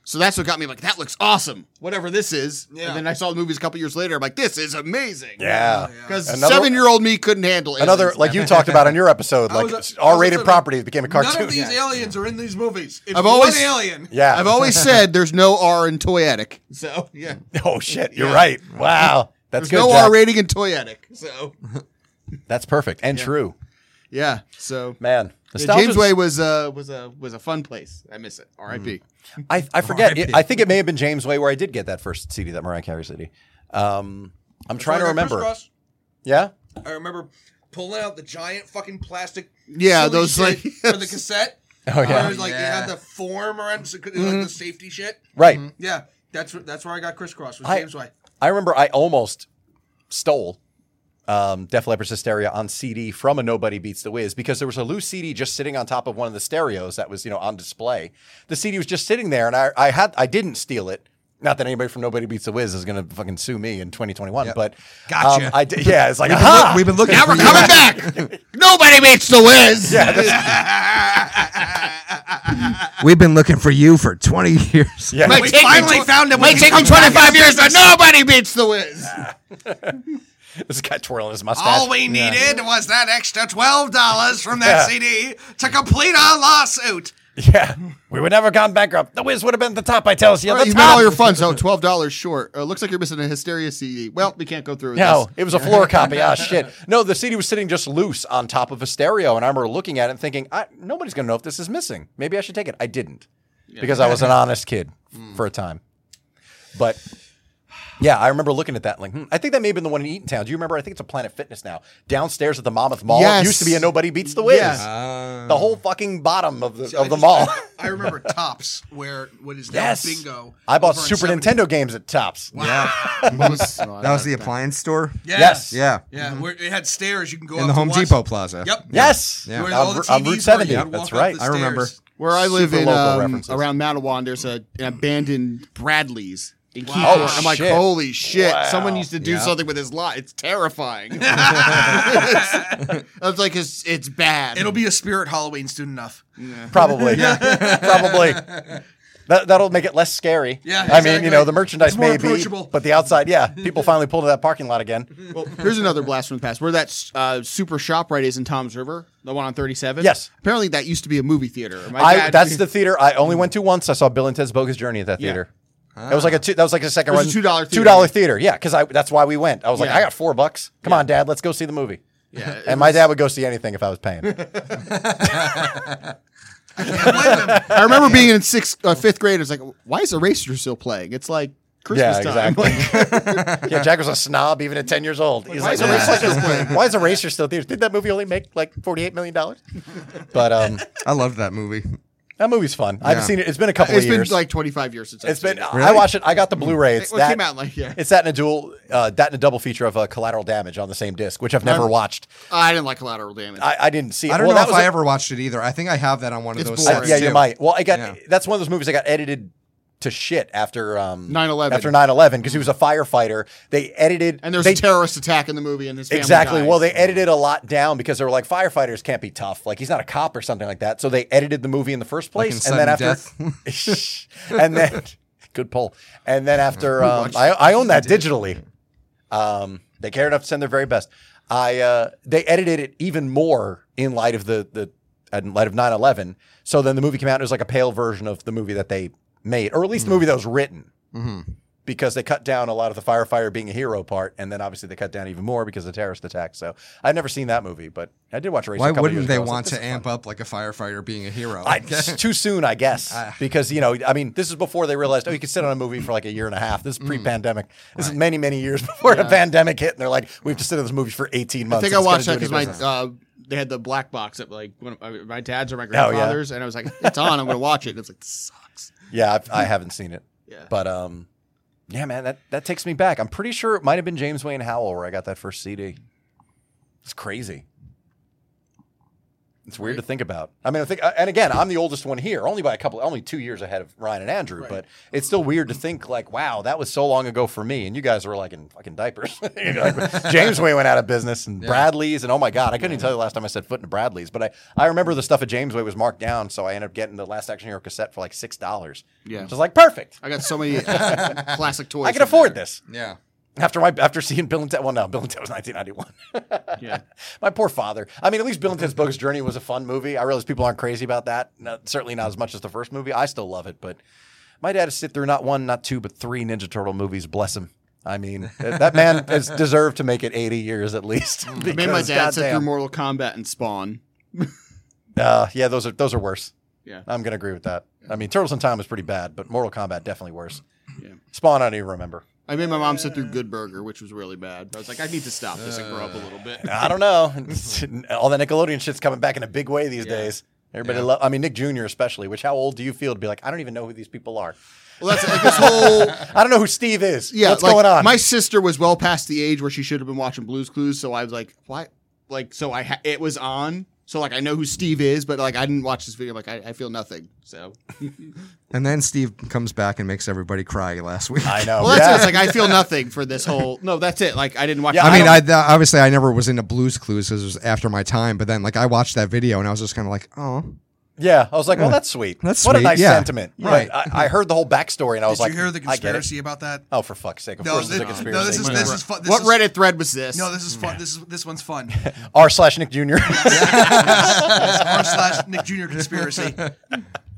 Speaker 5: So that's what got me like that looks awesome. Whatever this is. And then I saw the movies a couple years later. I'm like, this is amazing.
Speaker 3: Yeah.
Speaker 5: Because
Speaker 3: Another-
Speaker 5: seven year old me couldn't handle it.
Speaker 3: Another like you talked about on your episode, like
Speaker 4: was a- I was
Speaker 3: R-rated
Speaker 4: a-
Speaker 3: property that became a cartoon.
Speaker 4: None of these aliens are in these movies. It's
Speaker 5: I've
Speaker 4: one
Speaker 5: always-
Speaker 4: alien.
Speaker 3: yeah.
Speaker 5: I've always said there's no R in toyetic. So yeah.
Speaker 3: oh shit, you're right. Wow, that's
Speaker 5: There's
Speaker 3: good.
Speaker 5: no
Speaker 3: Jack.
Speaker 5: R rating in toyetic. So
Speaker 3: That's perfect and true,
Speaker 5: yeah. So
Speaker 3: man.
Speaker 5: yeah, James
Speaker 3: Nostalgia's-
Speaker 5: Way was uh was a was a fun place. I miss it. R.I.P.
Speaker 3: I, I forget. I think it may have been James Way where I did get that first CD, that Mariah Carey CD. Um, I'm trying to
Speaker 4: I got Criss
Speaker 3: remember.
Speaker 4: Cross.
Speaker 3: Yeah.
Speaker 4: I remember pulling out the giant fucking plastic.
Speaker 5: Yeah,
Speaker 4: silly
Speaker 5: those,
Speaker 4: shit
Speaker 5: like-
Speaker 4: for the cassette.
Speaker 3: Oh
Speaker 4: Where it
Speaker 3: yeah.
Speaker 4: was like they
Speaker 6: Yeah.
Speaker 4: had the form around so it could-
Speaker 5: Mm-hmm.
Speaker 4: like the safety shit.
Speaker 3: Right.
Speaker 4: Yeah, that's where, that's where I got crisscross with
Speaker 3: I-
Speaker 4: James White.
Speaker 3: I remember I almost stole um, Def Leppard's Hysteria on CD from a Nobody Beats the Wiz because there was a loose CD just sitting on top of one of the stereos that was you know on display. The CD was just sitting there, and I, I had I didn't steal it. Not that anybody from Nobody Beats the Wiz is going to fucking sue me in 2021, but um,
Speaker 6: Gotcha.
Speaker 3: I did, yeah, it's like "Ah!" aha!
Speaker 6: We've been looking.
Speaker 5: Now
Speaker 6: for
Speaker 5: we're
Speaker 6: you.
Speaker 5: coming back. Nobody beats the Wiz.
Speaker 3: yeah, that's-
Speaker 6: We've been looking for you for 20 years.
Speaker 3: Yeah.
Speaker 5: Might
Speaker 3: We
Speaker 5: take me
Speaker 7: finally
Speaker 5: tw-
Speaker 7: found him.
Speaker 5: Might
Speaker 7: We
Speaker 5: take
Speaker 7: come
Speaker 5: me
Speaker 7: back
Speaker 5: 25
Speaker 7: and
Speaker 5: years, but nobody beats the Wiz.
Speaker 3: This guy twirling his mustache.
Speaker 7: All we needed was that extra twelve dollars from that CD to complete our lawsuit.
Speaker 3: Yeah. We would never gone bankrupt. The Wiz would have been at the top, I tells you.
Speaker 5: All
Speaker 3: The
Speaker 5: right, you
Speaker 3: top.
Speaker 5: met all your funds, so twelve dollars short. Uh, looks like you're missing a Hysteria CD. Well, we can't go through with
Speaker 3: no,
Speaker 5: this.
Speaker 3: it was a floor copy. Ah, shit. No, the CD was sitting just loose on top of a stereo, and I remember looking at it and thinking, I, nobody's going to know if this is missing. Maybe I should take it. I didn't because I was an honest kid
Speaker 5: Mm.
Speaker 3: for a time. But yeah, I remember looking at that. Like, hmm, I think that may have been the one in Eatontown. Do you remember? I think it's a Planet Fitness now. Downstairs at the Monmouth Mall, it
Speaker 5: Yes.
Speaker 3: used to be a Nobody Beats the Wiz.
Speaker 5: Yes.
Speaker 6: Uh,
Speaker 3: The whole fucking bottom of the
Speaker 4: I
Speaker 3: of the
Speaker 4: just-
Speaker 3: mall.
Speaker 4: I remember Tops, where what is now
Speaker 3: yes.
Speaker 4: Bingo.
Speaker 3: I bought
Speaker 4: over in
Speaker 3: Super
Speaker 4: 70.
Speaker 3: Nintendo games at Tops.
Speaker 6: Yeah.
Speaker 5: That was, no, I
Speaker 6: That was
Speaker 5: don't
Speaker 6: the
Speaker 5: know.
Speaker 6: appliance store?
Speaker 4: Yeah.
Speaker 3: Yes.
Speaker 6: Yeah.
Speaker 4: Yeah,
Speaker 5: Mm-hmm.
Speaker 4: where it had stairs. You can go
Speaker 6: In
Speaker 4: up
Speaker 6: the
Speaker 4: to
Speaker 6: Home
Speaker 4: watch-
Speaker 6: Depot Plaza.
Speaker 4: Yep.
Speaker 3: Yes.
Speaker 6: Yeah.
Speaker 4: Where
Speaker 3: On
Speaker 4: all the
Speaker 3: Ru- on Route
Speaker 4: TVs were,
Speaker 3: 70.
Speaker 4: you'd walk
Speaker 3: That's
Speaker 4: up
Speaker 3: right.
Speaker 4: the
Speaker 6: I remember.
Speaker 4: stairs.
Speaker 5: Where I live
Speaker 3: Super
Speaker 5: in
Speaker 3: local
Speaker 5: um,
Speaker 3: references.
Speaker 5: around Mattawan, there's a, an abandoned Bradley's in Keyport.
Speaker 3: Oh,
Speaker 5: I'm like,
Speaker 3: shit.
Speaker 5: holy shit!
Speaker 3: Wow.
Speaker 5: Someone used to do
Speaker 6: Yeah.
Speaker 5: something with his lot. It's terrifying. I was like, it's it's bad.
Speaker 4: It'll be a spirit Halloween soon enough.
Speaker 3: Probably. Probably. That, that'll make it less scary.
Speaker 4: Yeah,
Speaker 3: I mean, you
Speaker 4: exactly.
Speaker 3: know, the merchandise
Speaker 4: It's more
Speaker 3: may be,
Speaker 4: approachable.
Speaker 3: but the outside, yeah, people finally pull to that parking lot again.
Speaker 5: Well, here's another blast from the past. Where that uh, super shop right is in Tom's River, the one on 37.
Speaker 3: Yes.
Speaker 5: Apparently, that used to be a movie theater. My
Speaker 3: I,
Speaker 5: dad-
Speaker 3: that's the theater I only went to once. I saw Bill and Ted's Bogus Journey at that theater.
Speaker 4: Ah.
Speaker 3: It was like a two, that was like a second
Speaker 5: It was
Speaker 3: run
Speaker 5: a $2 theater.
Speaker 3: two dollar theater. Yeah, because I that's why we went. I was like,
Speaker 5: Yeah.
Speaker 3: I got four bucks. Come on, Dad, let's go see the movie.
Speaker 5: Yeah, it
Speaker 3: and my dad would go see anything if I was paying.
Speaker 5: I remember being in sixth, uh, fifth grade. It's like, why is Eraser still playing? It's like Christmas
Speaker 3: Yeah,
Speaker 5: time.
Speaker 3: exactly.
Speaker 5: Like,
Speaker 3: yeah, Jack was a snob even at ten years old. He's
Speaker 5: Why
Speaker 3: like,
Speaker 5: is Eraser
Speaker 3: "Why-
Speaker 5: still playing?"
Speaker 3: why is Eraser still theater? Did that movie only make like forty eight million dollars? But um,
Speaker 6: I loved that movie.
Speaker 3: that movie's fun. I haven't
Speaker 6: Yeah.
Speaker 3: seen it. It's been a couple
Speaker 5: it's
Speaker 3: of years.
Speaker 5: been like 25 years since I've
Speaker 3: It's been.
Speaker 5: seen it.
Speaker 3: I watched it. I got the Blu-ray. It's
Speaker 5: It
Speaker 3: that
Speaker 5: came out like- yeah.
Speaker 3: It's that and a dual, uh, that and a double feature of uh, Collateral Damage on the same disc, which I've never watched.
Speaker 5: I didn't like collateral damage.
Speaker 3: I, I didn't see. It.
Speaker 6: I don't
Speaker 3: Well,
Speaker 6: know
Speaker 3: that
Speaker 6: if
Speaker 3: was
Speaker 6: I
Speaker 3: a-
Speaker 6: ever watched it either. I think I have that on one of
Speaker 5: It's
Speaker 6: those
Speaker 5: boring.
Speaker 6: sets.
Speaker 3: Yeah,
Speaker 6: too.
Speaker 3: you might. Well, I got
Speaker 6: Yeah.
Speaker 3: that's one of those movies that got edited to shit after um
Speaker 5: 9/11.
Speaker 3: After 9/11 because he was a firefighter. They edited
Speaker 5: and there's
Speaker 3: they,
Speaker 5: a terrorist attack in the movie, and his family
Speaker 3: Exactly.
Speaker 5: dies.
Speaker 3: Well, they edited a lot down because they were like firefighters can't be tough. Like he's not a cop or something like that. So they edited the movie in the first
Speaker 6: Like in
Speaker 3: place, and then after,
Speaker 6: Sudden
Speaker 3: and then good pull, and then after um, I, I own that digitally. Um, they cared enough to send their very best. I uh, they edited it even more in light of the the in light of 9-11. So then the movie came out and it was like a pale version of the movie that they made, or at least
Speaker 6: Hmm.
Speaker 3: the movie that was written because they cut down a lot of the firefighter being a hero part, and then obviously they cut down even more because of the terrorist attack. So I've never seen that movie, but I did watch Race.
Speaker 6: Why wouldn't they want to amp up like a firefighter being a hero?
Speaker 3: I, it's too soon, I guess,
Speaker 5: Ah.
Speaker 3: because you know, I mean, this is before they realized oh, you could sit on a movie for like a year and a half.
Speaker 5: Mm.
Speaker 3: This is pre-pandemic. This is many, many years before the pandemic hit, and they're like, we have to sit on this movie for eighteen
Speaker 5: I
Speaker 3: months.
Speaker 5: think I
Speaker 3: It's gonna
Speaker 5: watched
Speaker 3: do
Speaker 5: that because
Speaker 3: any
Speaker 5: my
Speaker 3: business.
Speaker 5: uh, they had the black box at like one of my, my dad's or my
Speaker 3: Oh, yeah.
Speaker 5: grandfather's, and I was like, it's on. I'm gonna watch it. And it's like, this sucks.
Speaker 3: yeah, I've, I haven't seen it,
Speaker 5: Yeah.
Speaker 3: but um, yeah, man, that that takes me back. I'm pretty sure it might have been James Wayne Howell where I got that first CD. It's crazy. It's weird to think about. I mean, I think, and again, I'm the oldest one here, only by a couple, only two years ahead of Ryan and Andrew. But it's still weird to think, like, wow, that was so long ago for me, and you guys were like in fucking diapers. You know, like, James Way went out of business, and Bradley's, and oh my god, I couldn't even tell you the last time I said foot in Bradley's, but I, I remember the stuff at James Way was marked down, so I ended up getting the Last Action Hero cassette for like six dollars.
Speaker 5: Yeah.
Speaker 3: so I was like, perfect,
Speaker 5: I got so many classic toys.
Speaker 3: I can
Speaker 5: over
Speaker 3: afford
Speaker 5: there.
Speaker 3: this.
Speaker 6: yeah.
Speaker 3: After my after seeing Bill and Ted, well, no, Bill and Ted was 1991.
Speaker 5: Yeah.
Speaker 3: my poor father. I mean, at least Bill and Ted's Bogus Journey was a fun movie. I realize people aren't crazy about that. Not, certainly not as much as the first movie. I still love it, but my dad has sit through not one, not two, but three Ninja Turtle movies. Bless him. I mean, that that man has deserved to make it 80 years at least.
Speaker 5: I made Mm. my
Speaker 3: because,
Speaker 5: dad sit through
Speaker 3: goddamn,
Speaker 5: Mortal Kombat and Spawn.
Speaker 3: Uh, yeah, those are those are worse.
Speaker 5: Yeah.
Speaker 3: I'm gonna agree with that. I mean, Turtles in Time is pretty bad, but Mortal Kombat definitely worse.
Speaker 5: Yeah.
Speaker 3: Spawn, I don't even remember.
Speaker 5: I made my mom sit through Good Burger, which was really bad. I was like, I need to stop this and grow up a little bit.
Speaker 3: I don't know. All that Nickelodeon shit's coming back in a big way these days. Everybody,
Speaker 6: Yeah.
Speaker 3: lo- I mean Nick Jr. especially. Which how old do you feel to be like? I don't even know who these people are.
Speaker 5: Well, that's like this whole
Speaker 3: I don't know who Steve is.
Speaker 5: yeah.
Speaker 3: what's
Speaker 5: like,
Speaker 3: going on?
Speaker 5: My sister was well past the age where she should have been watching Blue's Clues, so I was like, why? Like, so I ha- it was on. So like I know who Steve is, but like I didn't watch this video. Like I, I feel nothing. So
Speaker 6: And then Steve comes back and makes everybody cry last week.
Speaker 3: I know.
Speaker 5: well, that's
Speaker 3: Oh, yeah.
Speaker 5: it. It's like I feel nothing for this whole. No, that's it. Like I didn't watch.
Speaker 3: Yeah,
Speaker 6: I mean,
Speaker 3: don't-
Speaker 6: I, th- obviously I never was into Blues Clues because it was after my time. But then, like, I watched that video and I was just kind of like, oh,
Speaker 3: Yeah, I was like, well, that's sweet.
Speaker 6: That's
Speaker 3: what
Speaker 6: sweet,
Speaker 3: a nice
Speaker 6: yeah.
Speaker 3: sentiment.
Speaker 6: Right.
Speaker 3: But I, I heard the whole backstory, and I was
Speaker 4: Did
Speaker 3: like,
Speaker 4: you hear the
Speaker 3: I get it.
Speaker 4: conspiracy about that?
Speaker 3: Oh, for fuck's sake! Of
Speaker 4: No,
Speaker 3: course,
Speaker 4: this,
Speaker 3: there's a conspiracy.
Speaker 4: no, this is this is fun. This
Speaker 5: What
Speaker 4: is,
Speaker 5: Reddit thread was this?
Speaker 4: No, this is fun. This is this one's fun.
Speaker 3: R slash Nick Jr.
Speaker 4: R slash Nick Jr. conspiracy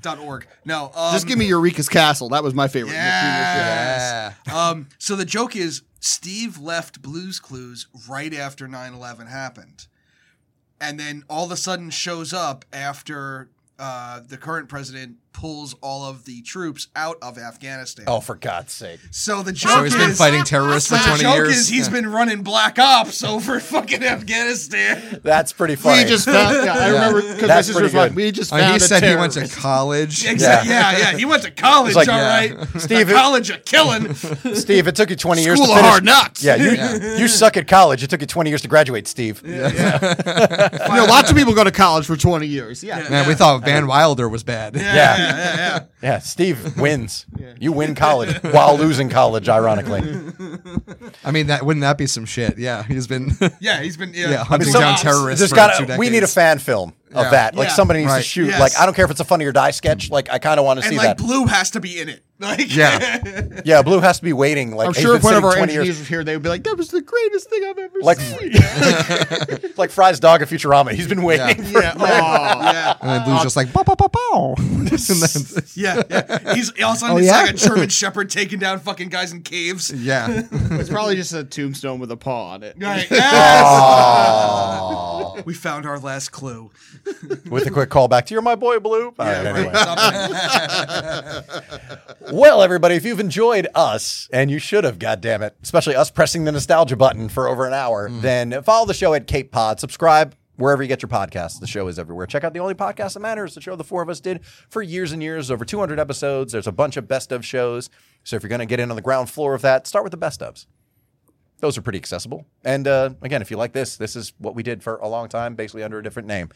Speaker 4: dot org. No, um,
Speaker 5: Just give me Eureka's Castle. That was my favorite.
Speaker 4: Yes. Um, so the joke is Steve left Blues Clues right after 9/11 happened, and then all of a sudden shows up after uh, the current president pulls all of the troops out of Afghanistan.
Speaker 3: oh, for God's sake!
Speaker 4: So the
Speaker 6: So
Speaker 4: joke
Speaker 6: he's
Speaker 4: is
Speaker 6: been fighting terrorists for
Speaker 4: the
Speaker 6: 20
Speaker 4: joke
Speaker 6: years.
Speaker 4: is he's been running black ops over fucking Afghanistan.
Speaker 3: That's pretty
Speaker 5: We
Speaker 3: funny.
Speaker 5: just found. Yeah, I remember because my
Speaker 3: That's
Speaker 5: sister
Speaker 3: pretty
Speaker 5: was like,
Speaker 3: good.
Speaker 5: "We just
Speaker 6: I mean,
Speaker 5: found."
Speaker 6: he
Speaker 5: a
Speaker 6: said he went
Speaker 5: terrorist.
Speaker 6: to college.
Speaker 4: Exactly. Yeah. yeah, he went to college,
Speaker 3: like,
Speaker 4: all right.
Speaker 3: yeah. Steve,
Speaker 4: The
Speaker 3: it-
Speaker 4: college of killing.
Speaker 3: Steve, it took you 20 years
Speaker 5: School
Speaker 3: to
Speaker 5: of
Speaker 3: finish.
Speaker 5: Hard Knocks.
Speaker 3: Yeah, you, you suck at college. It took you 20 years to graduate, Steve.
Speaker 5: You know, lots of people go to college for 20 years. Yeah.
Speaker 6: Man, we thought Van Wilder was bad.
Speaker 3: Yeah. Yeah, Yeah, Steve wins. You win college while losing college, ironically.
Speaker 6: I mean, that wouldn't that be some shit? Yeah, he's been
Speaker 4: Yeah, he's been yeah.
Speaker 6: yeah hunting
Speaker 3: some-
Speaker 6: down terrorists.
Speaker 3: There's
Speaker 6: for two
Speaker 3: gotta,
Speaker 6: decades.
Speaker 3: we need a fan film of
Speaker 6: Yeah.
Speaker 3: that. Like
Speaker 4: Yeah.
Speaker 3: somebody needs to
Speaker 6: Right.
Speaker 3: shoot.
Speaker 4: Yes.
Speaker 3: Like I don't care if it's a funny or die sketch. Like I kind of want to
Speaker 4: and
Speaker 3: see that.
Speaker 4: like blue has to be in it. Like
Speaker 6: Yeah.
Speaker 3: yeah, Blue has to be waiting. Like
Speaker 5: I'm
Speaker 3: he's
Speaker 5: sure
Speaker 3: been
Speaker 5: if one of
Speaker 3: sitting
Speaker 5: our
Speaker 3: 20
Speaker 5: engineers
Speaker 3: years.
Speaker 5: was here, they would be like, "That was the greatest thing I've ever
Speaker 3: Like,
Speaker 5: seen."
Speaker 3: like Fry's dog at Futurama. He's been waiting. for-
Speaker 5: Yeah. aw.
Speaker 4: yeah,
Speaker 6: And then Blue's just like, bow, bow, bow, bow. And then-
Speaker 4: yeah, yeah. He's all of a sudden
Speaker 6: Oh,
Speaker 4: it's
Speaker 6: yeah?
Speaker 4: like a German Shepherd taking down fucking guys in caves.
Speaker 6: yeah.
Speaker 5: It's probably just a tombstone with a paw on it.
Speaker 4: Right. yes! we found our last clue.
Speaker 3: With a quick call back to you're my boy Blue. All right, anyway.
Speaker 4: Something.
Speaker 3: Well, everybody, if you've enjoyed us, and you should have, goddamn it, especially us pressing the nostalgia button for over an hour, then follow the show at Cape Pod. Subscribe wherever you get your podcasts. The show is everywhere. Check out the only podcast that matters, the show the four of us did for years and years, over 200 episodes. There's a bunch of best of shows. So if you're going to get in on the ground floor of that, start with the best ofs. Those are pretty accessible. And uh, again, if you like this, this is what we did for a long time, basically under a different name.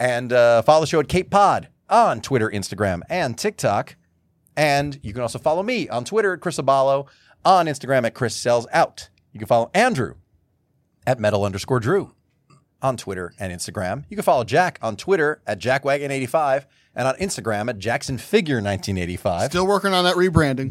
Speaker 3: And uh, follow the show at Cape Pod on Twitter, Instagram, and TikTok. And you can also follow me on Twitter at Chris Abalo, on Instagram at Chris Sells Out. You can follow Andrew at metal underscore Drew on Twitter and Instagram. You can follow Jack on Twitter at JackWagon85 and on Instagram at JacksonFigure1985.
Speaker 5: Still working on that rebranding.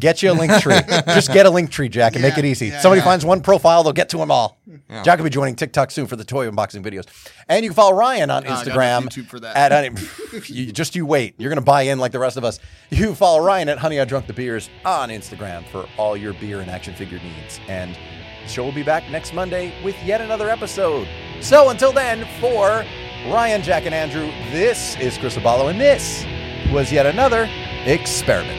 Speaker 3: Get you a link tree. Just get a link tree, Jack, and make it easy. Somebody finds one profile, they'll get to them all. Jack will be joining TikTok soon for the toy unboxing videos. And you can follow Ryan on
Speaker 5: gotta do
Speaker 3: Instagram.
Speaker 5: Oh, YouTube for that.
Speaker 3: At honey, you, just you wait. You're going to buy in like the rest of us. You follow Ryan at Honey I Drunk the Beers on Instagram for all your beer and action figure needs. And the show will be back next Monday with yet another episode. So until then, for Ryan, Jack, and Andrew, this is Chris Abalo, and this was yet another experiment.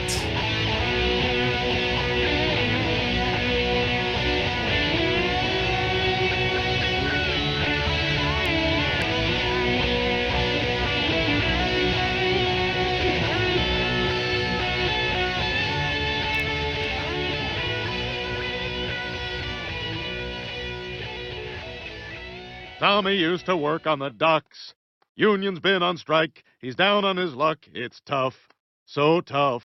Speaker 8: Tommy used to work on the docks. Union's been on strike. He's down on his luck. It's tough. So tough.